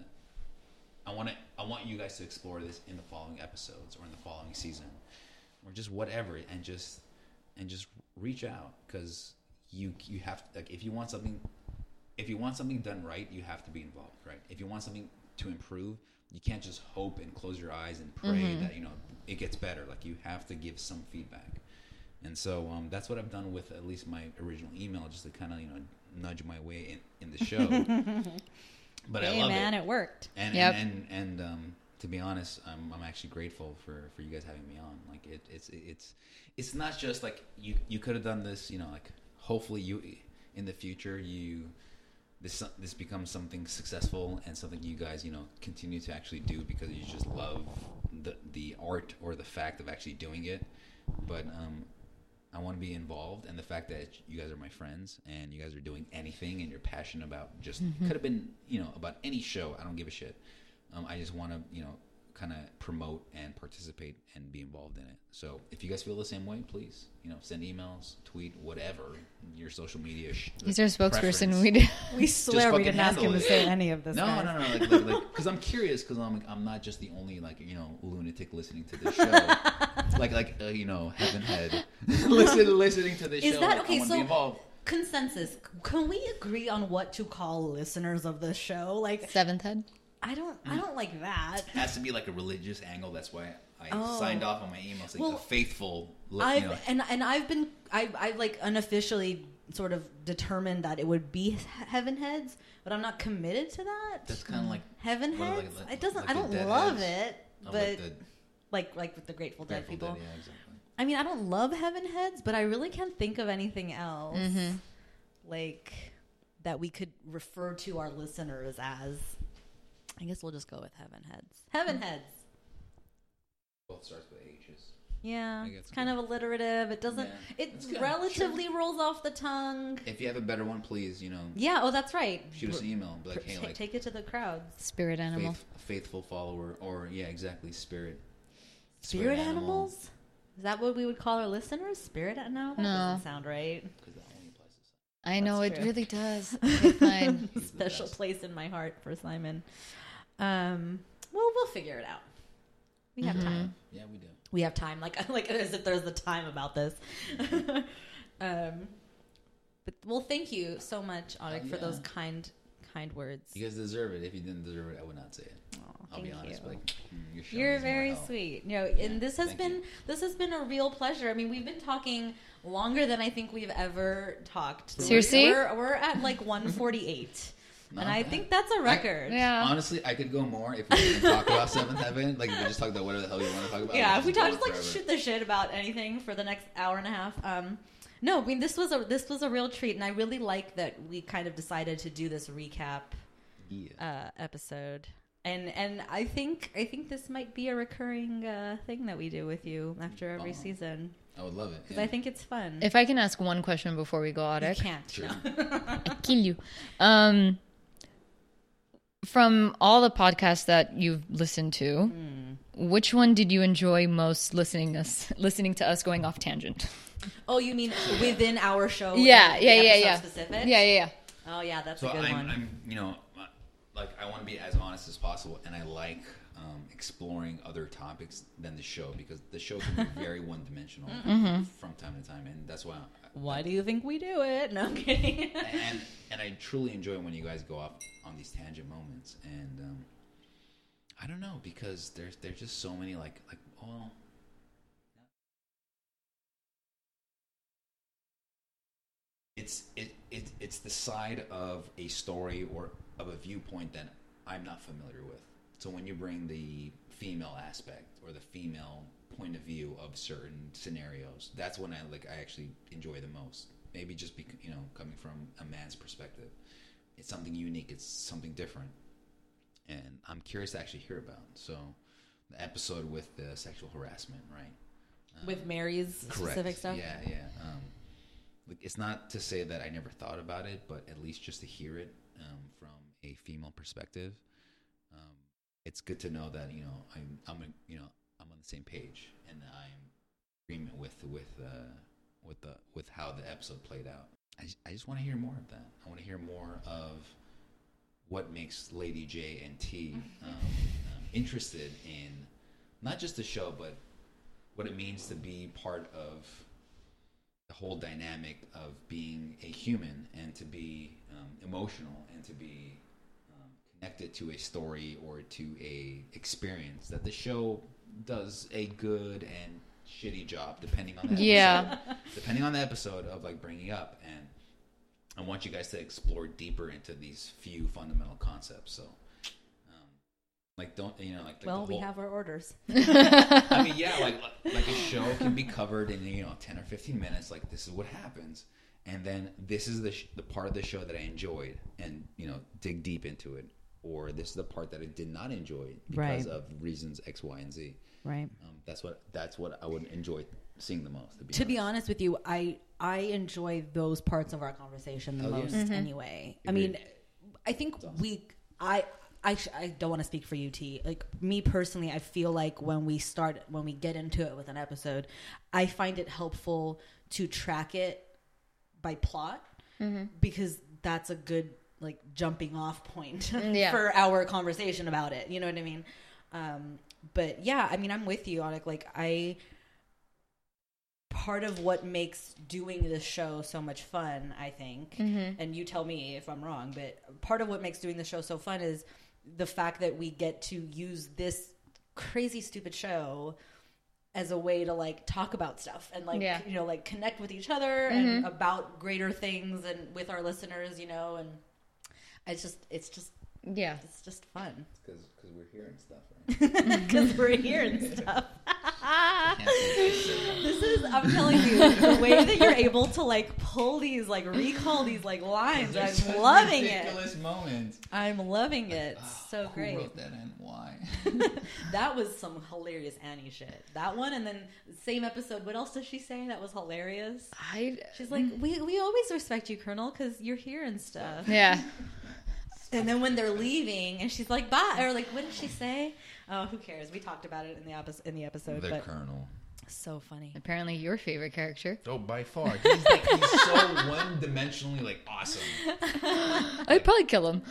I want to, I want you guys to explore this in the following episodes or in the following season or just whatever, and just and just reach out because you you have like if you want something if you want something done right, you have to be involved, right? If you want something to improve, you can't just hope and close your eyes and pray
Mm-hmm.
that you know it gets better. Like you have to give some feedback, and so um, that's what I've done with at least my original email, just to kind of you know nudge my way in, in
[LAUGHS]
the show. but I
hey
love
man,
it,
it, worked.
and
Yep.
and and, and um, to be honest, I'm, I'm actually grateful for, for you guys having me on. Like it, it's it's it's not just like you you could have done this. You know, like hopefully you in the future you this this becomes something successful and something you guys you know continue to actually do because you just love the the art or the fact of actually doing it. But um, I want to be involved, and the fact that you guys are my friends and you guys are doing anything and you're passionate about just
Mm-hmm.
could have been you know about any show. I don't give a shit. Um, I just want to you know kind of promote and participate and be involved in it. So if you guys feel the same way, please you know send emails, tweet, whatever your social media. Sh-
He's our spokesperson.
preference.
We do.
We swear we
fucking
didn't ask
handle
him to
it.
say any of this.
No,
guys.
no, no, no, like, like, like, because I'm curious, because I'm, I'm not just the only like, you know, lunatic listening to
[LAUGHS]
this show, like, like, uh, you know, heaven head, listen, listening to this
Is
show.
that-
like,
okay,
I want
so-
to be involved.
Consensus. Can we agree on what to call listeners of the show? Like,
Seventh head.
I don't,
Mm.
I don't like that.
has to be like a religious angle. That's why I
Oh.
signed off on my email. Saying
Well,
a faithful, li- you know,
I've and and I've been I I like unofficially sort of determined that it would be Heaven Heads, but I'm not committed to that.
that's kind of like
Heaven
What, like,
Heads.
like-
it doesn't.
like
I
the
don't
Dead
love
Heads?
it,
I'm
but
like
like,
the
like with the Grateful Dead people.
Grateful Dead, yeah, exactly.
I mean, I don't love Heaven Heads, but I really can't think of anything else like that we could refer to our listeners as. I guess we'll just go with Heaven Heads. Heaven Heads.
Both starts with H's.
Yeah,
I guess
it's kind of alliterative. It doesn't.
Yeah. That's good.
It relatively rolls off the tongue.
If you have a better one, please, you know,
Yeah. Oh, that's right.
shoot us an email. And be like,
Ta-
hey, like
take it to the crowds.
Spirit animal.
faith, faithful follower, or yeah, exactly, spirit.
Spirit animals. Is that what we would call our listeners? Spirit animals.
No.
doesn't sound right.
'Cause that only applies to
I know it
That's true. [LAUGHS]
really does. Okay, fine.
Special
best.
place in my heart for Simon. Um. Well, we'll figure it out. We have
Mm-hmm.
time.
Yeah, we do.
We have time. Like [LAUGHS] like as if there's a time about this. [LAUGHS] um. But well, thank you so much, Onik,
Oh,
for those
yeah.
kind kind words.
You guys deserve it. If you didn't deserve it, I would not say it.
Aw,
I'll be
thank
honest.
you.
but, Like, mm, you're, showing
You're
these more
very
out.
sweet. No, and this has
thank
been
you.
this has been a real pleasure. I mean, we've been talking longer than I think we've ever talked.
Seriously?
we're, we're at like [LAUGHS] 148,
Not
and I
bad.
think that's a record.
yeah.
Honestly, I could go more if we didn't talk about Seventh Heaven. Like, if we just talked about whatever the hell you want to talk about.
yeah.
we
If we
could
talk
go
just like
forever.
shoot the shit about anything for the next hour and a half, um, no, I mean this was a this was a real treat, and I really like that we kind of decided to do this recap
Yeah.
uh, episode. And and I think I think this might be a recurring uh, thing that we do with you after every
Bomb.
season.
I would love it.
Because I think it's fun.
If I can ask one question before we go,
you
Otic,
can't.
Sure.
kill you. Um, from all the podcasts that you've listened to,
Hmm.
which one did you enjoy most listening us [LAUGHS] listening to us going off tangent?
[LAUGHS] Oh, you mean within our show?
Yeah,
and
yeah,
Oh, the
yeah,
episode
yeah.
Specific?
Yeah, yeah, yeah.
Oh, yeah, that's
So
a good
I'm,
one.
I'm, you know, like I want to be as honest as possible, and I like um, exploring other topics than the show because the
[LAUGHS]
show can be very one-dimensional
Mm-hmm.
from time to time, and that's why. I,
Why do you think we do it? [LAUGHS] No, I'm kidding.
and and I truly enjoy when you guys go off on these tangent moments, and um, I don't know because there's there's just so many like like oh. It's it, it it's the side of a story or of a viewpoint that I'm not familiar with. So when you bring the female aspect or the female point of view of certain scenarios, that's when I like I actually enjoy the most. Maybe just be you know coming from a man's perspective, it's something unique. It's something different, and I'm curious to actually hear about. So, the episode with the sexual harassment, right?
with Mary's specific stuff.
Yeah, yeah. Um, like it's not to say that I never thought about it, but at least just to hear it um, from a female perspective, um, it's good to know that you know I'm I'm a, you know I'm on the same page and I'm in agreement with with uh, with the with how the episode played out. I just, I just want to hear more of that. I want to hear more of what makes Lady J and T um, um, interested in not just the show, but what it means to be part of the whole dynamic of being a human and to be um, emotional and to be um, connected to a story or to a experience that the show does a good and shitty job depending on the
Yeah.
episode, depending on the episode of like bringing up and I want you guys to explore deeper into these few fundamental concepts so um, like don't you know like, like
Well, we
the whole,
have our orders.
I
[LAUGHS]
mean, yeah, like like a show can be covered in you know ten or fifteen minutes. Like this is what happens, and then this is the sh- the part of the show that I enjoyed, and you know dig deep into it, or this is the part that I did not enjoy
Right.
because of reasons X, Y, and Z.
Right.
Um, that's what that's what I would enjoy seeing the most.
to be honest with you, I I enjoy those parts of our conversation the
Hell yeah.
most anyway. I mean, I think we I I sh- I don't want to speak for you T. Like me personally, I feel like when we start when we get into it with an episode, I find it helpful to track it by plot because that's a good like jumping off point [LAUGHS]
yeah.
for our conversation about it. You know what I mean? Um, but yeah, I mean, I'm with you, Onik. Like I, part of what makes doing this show so much fun, I think, and you tell me if I'm wrong, but part of what makes doing the show so fun is the fact that we get to use this crazy stupid show as a way to like talk about stuff and like
Yeah.
you know like connect with each other and about greater things and with our listeners you know and it's just it's just
yeah.
it's just fun
because we're hearing stuff.
because we're here and stuff.
Right?
This is I'm telling you the way that you're able to like pull these like recall these [LAUGHS] like lines. I'm loving it.
Ridiculous moments.
I'm loving it. So
Ah,
[LAUGHS]
Who
great.
wrote that and [LAUGHS] why?
That was some hilarious Annie shit. That one and then same episode. What else does she say? That was hilarious.
I.
She's like,
Mm.
we, we always respect you, Colonel, because you're here and stuff.
[LAUGHS] Yeah.
[LAUGHS] And then when they're leaving, and she's like, bye, or like, what did she say? Oh, who cares? We talked about it in the episode. In the episode,
the
but
Colonel.
so funny.
Apparently, your favorite
[LAUGHS]
character.
Oh, by far, he's, like, he's [LAUGHS] so one-dimensionally like awesome.
I'd probably kill him.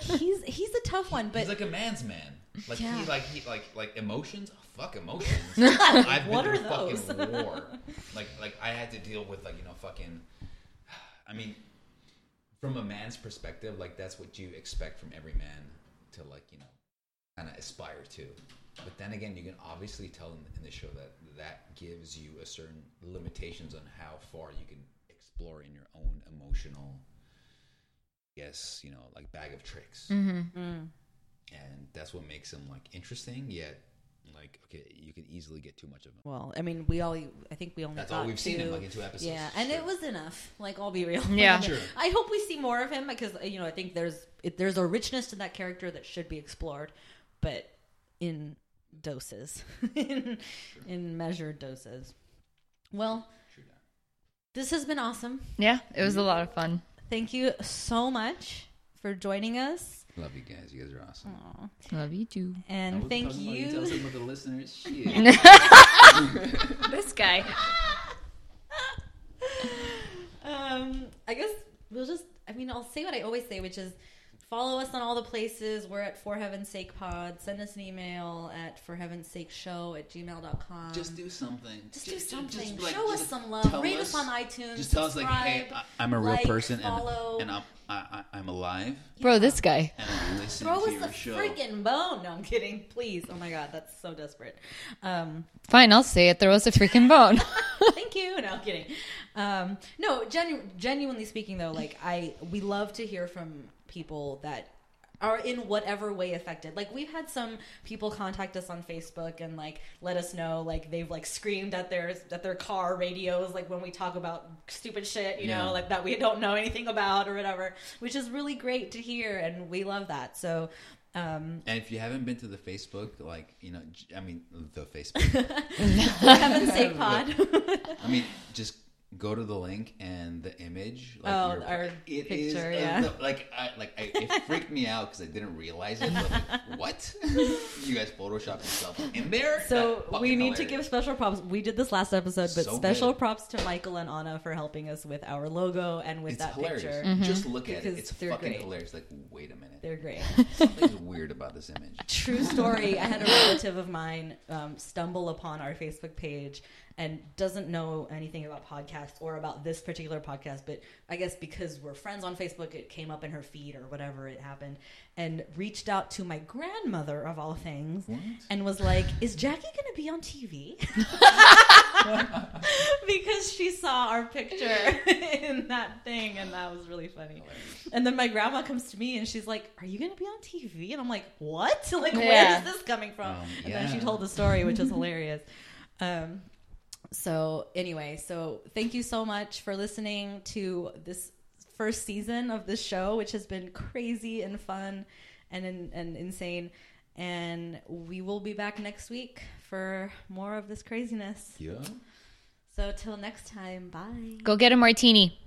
He's he's a tough one, but
he's like a man's man. Like
Yeah.
he like he like like emotions. Oh, fuck emotions.
[LAUGHS]
I've
What
been
are
through
those?
fucking war. Like like I had to deal with like you know fucking. I mean, from a man's perspective, like that's what you expect from every man to like you know kind of aspire to. But then again, you can obviously tell in, in the show that that gives you a certain limitations on how far you can explore in your own emotional. Yes, you know, like bag of tricks and that's what makes him like interesting yet like okay you could easily get too much of him
Well, I mean, we all. I think we only.
That's all
got
we've seen
two-
him, like, in two episodes.
Yeah, and
Sure.
it was enough. Like, I'll be real.
Yeah.
Sure.
I hope we see more of him because you know I think there's it, there's a richness to that character that should be explored, but in doses, [LAUGHS] in, in measured doses. Well, this has been awesome.
Yeah, it was a lot of fun.
Thank you so much for joining us,
love you guys you guys are awesome
Love you too.
and thank you.
some of the listeners
[LAUGHS]
This guy.
um, I guess we'll just. I mean, I'll say what I always say, which is follow us on all the places. We're at For Heaven's Sake Pod. Send us an email at For Heaven's Sake Show at gmail.com.
just do something
Just do something.
be like-
Show
just
us some love.
tell
Rate us, on iTunes.
just tell us like hey
subscribe,
I, i'm a real
like,
person
follow.
and, and I'm, I, I, i'm alive
Bro, this guy.
and i'm listening
Throw
to
us
your
the
show
freaking bone. No, I'm kidding. Please. Oh my God, that's so desperate. Um,
Fine, I'll say it. Throw us a freaking bone.
thank you no I'm kidding um, no genu- genuinely speaking though like i we love to hear from people that are in whatever way affected. Like we've had some people contact us on Facebook and like let us know like they've like screamed at their at their car radios like when we talk about stupid shit, you
Yeah.
know, like that we don't know anything about or whatever, which is really great to hear and we love that. So um
And if you haven't been to the Facebook, like you know, j- I mean, the Facebook.
heaven say pod. [LAUGHS]
I mean, just go to the link and the image. Like
Oh,
your-
our
it is-
picture,
uh,
yeah.
no, like, I, like I,
[LAUGHS]
it freaked me out because I didn't realize it. But like, what? you guys photoshopped yourself in there?
So
That's fucking
we need to
hilarious.
give special props. We did this last episode, but
So
special
good.
props to Michael and Anna for helping us with our logo and with
It's
that
hilarious.
picture. Mm-hmm.
Just look at
Because
it. It's
they're
fucking
great.
hilarious. Like, wait a minute.
They're great. [LAUGHS]
Something's weird about this image.
True story. I had a relative of mine um, stumble upon our Facebook page and doesn't know anything about podcasts or about this particular podcast, but I guess because we're friends on Facebook, it came up in her feed or whatever it happened, and reached out to my grandmother of all things and was like, "Is Jackie going to be on TV?" [LAUGHS] because she saw our picture [LAUGHS] in that thing, and that was really funny. And then my grandma comes to me and she's like, "Are you going to be on TV?" And I'm like, "What? [LAUGHS] Like, where
Yeah.
is this coming from?"
Um,
And then she
yeah.
told the story, which is hilarious. Um, so anyway, so thank you so much for listening to this first season of this show, which has been crazy and fun and and, and insane. And we will be back next week for more of this craziness.
Yeah.
So till next time, bye.
Go get a martini.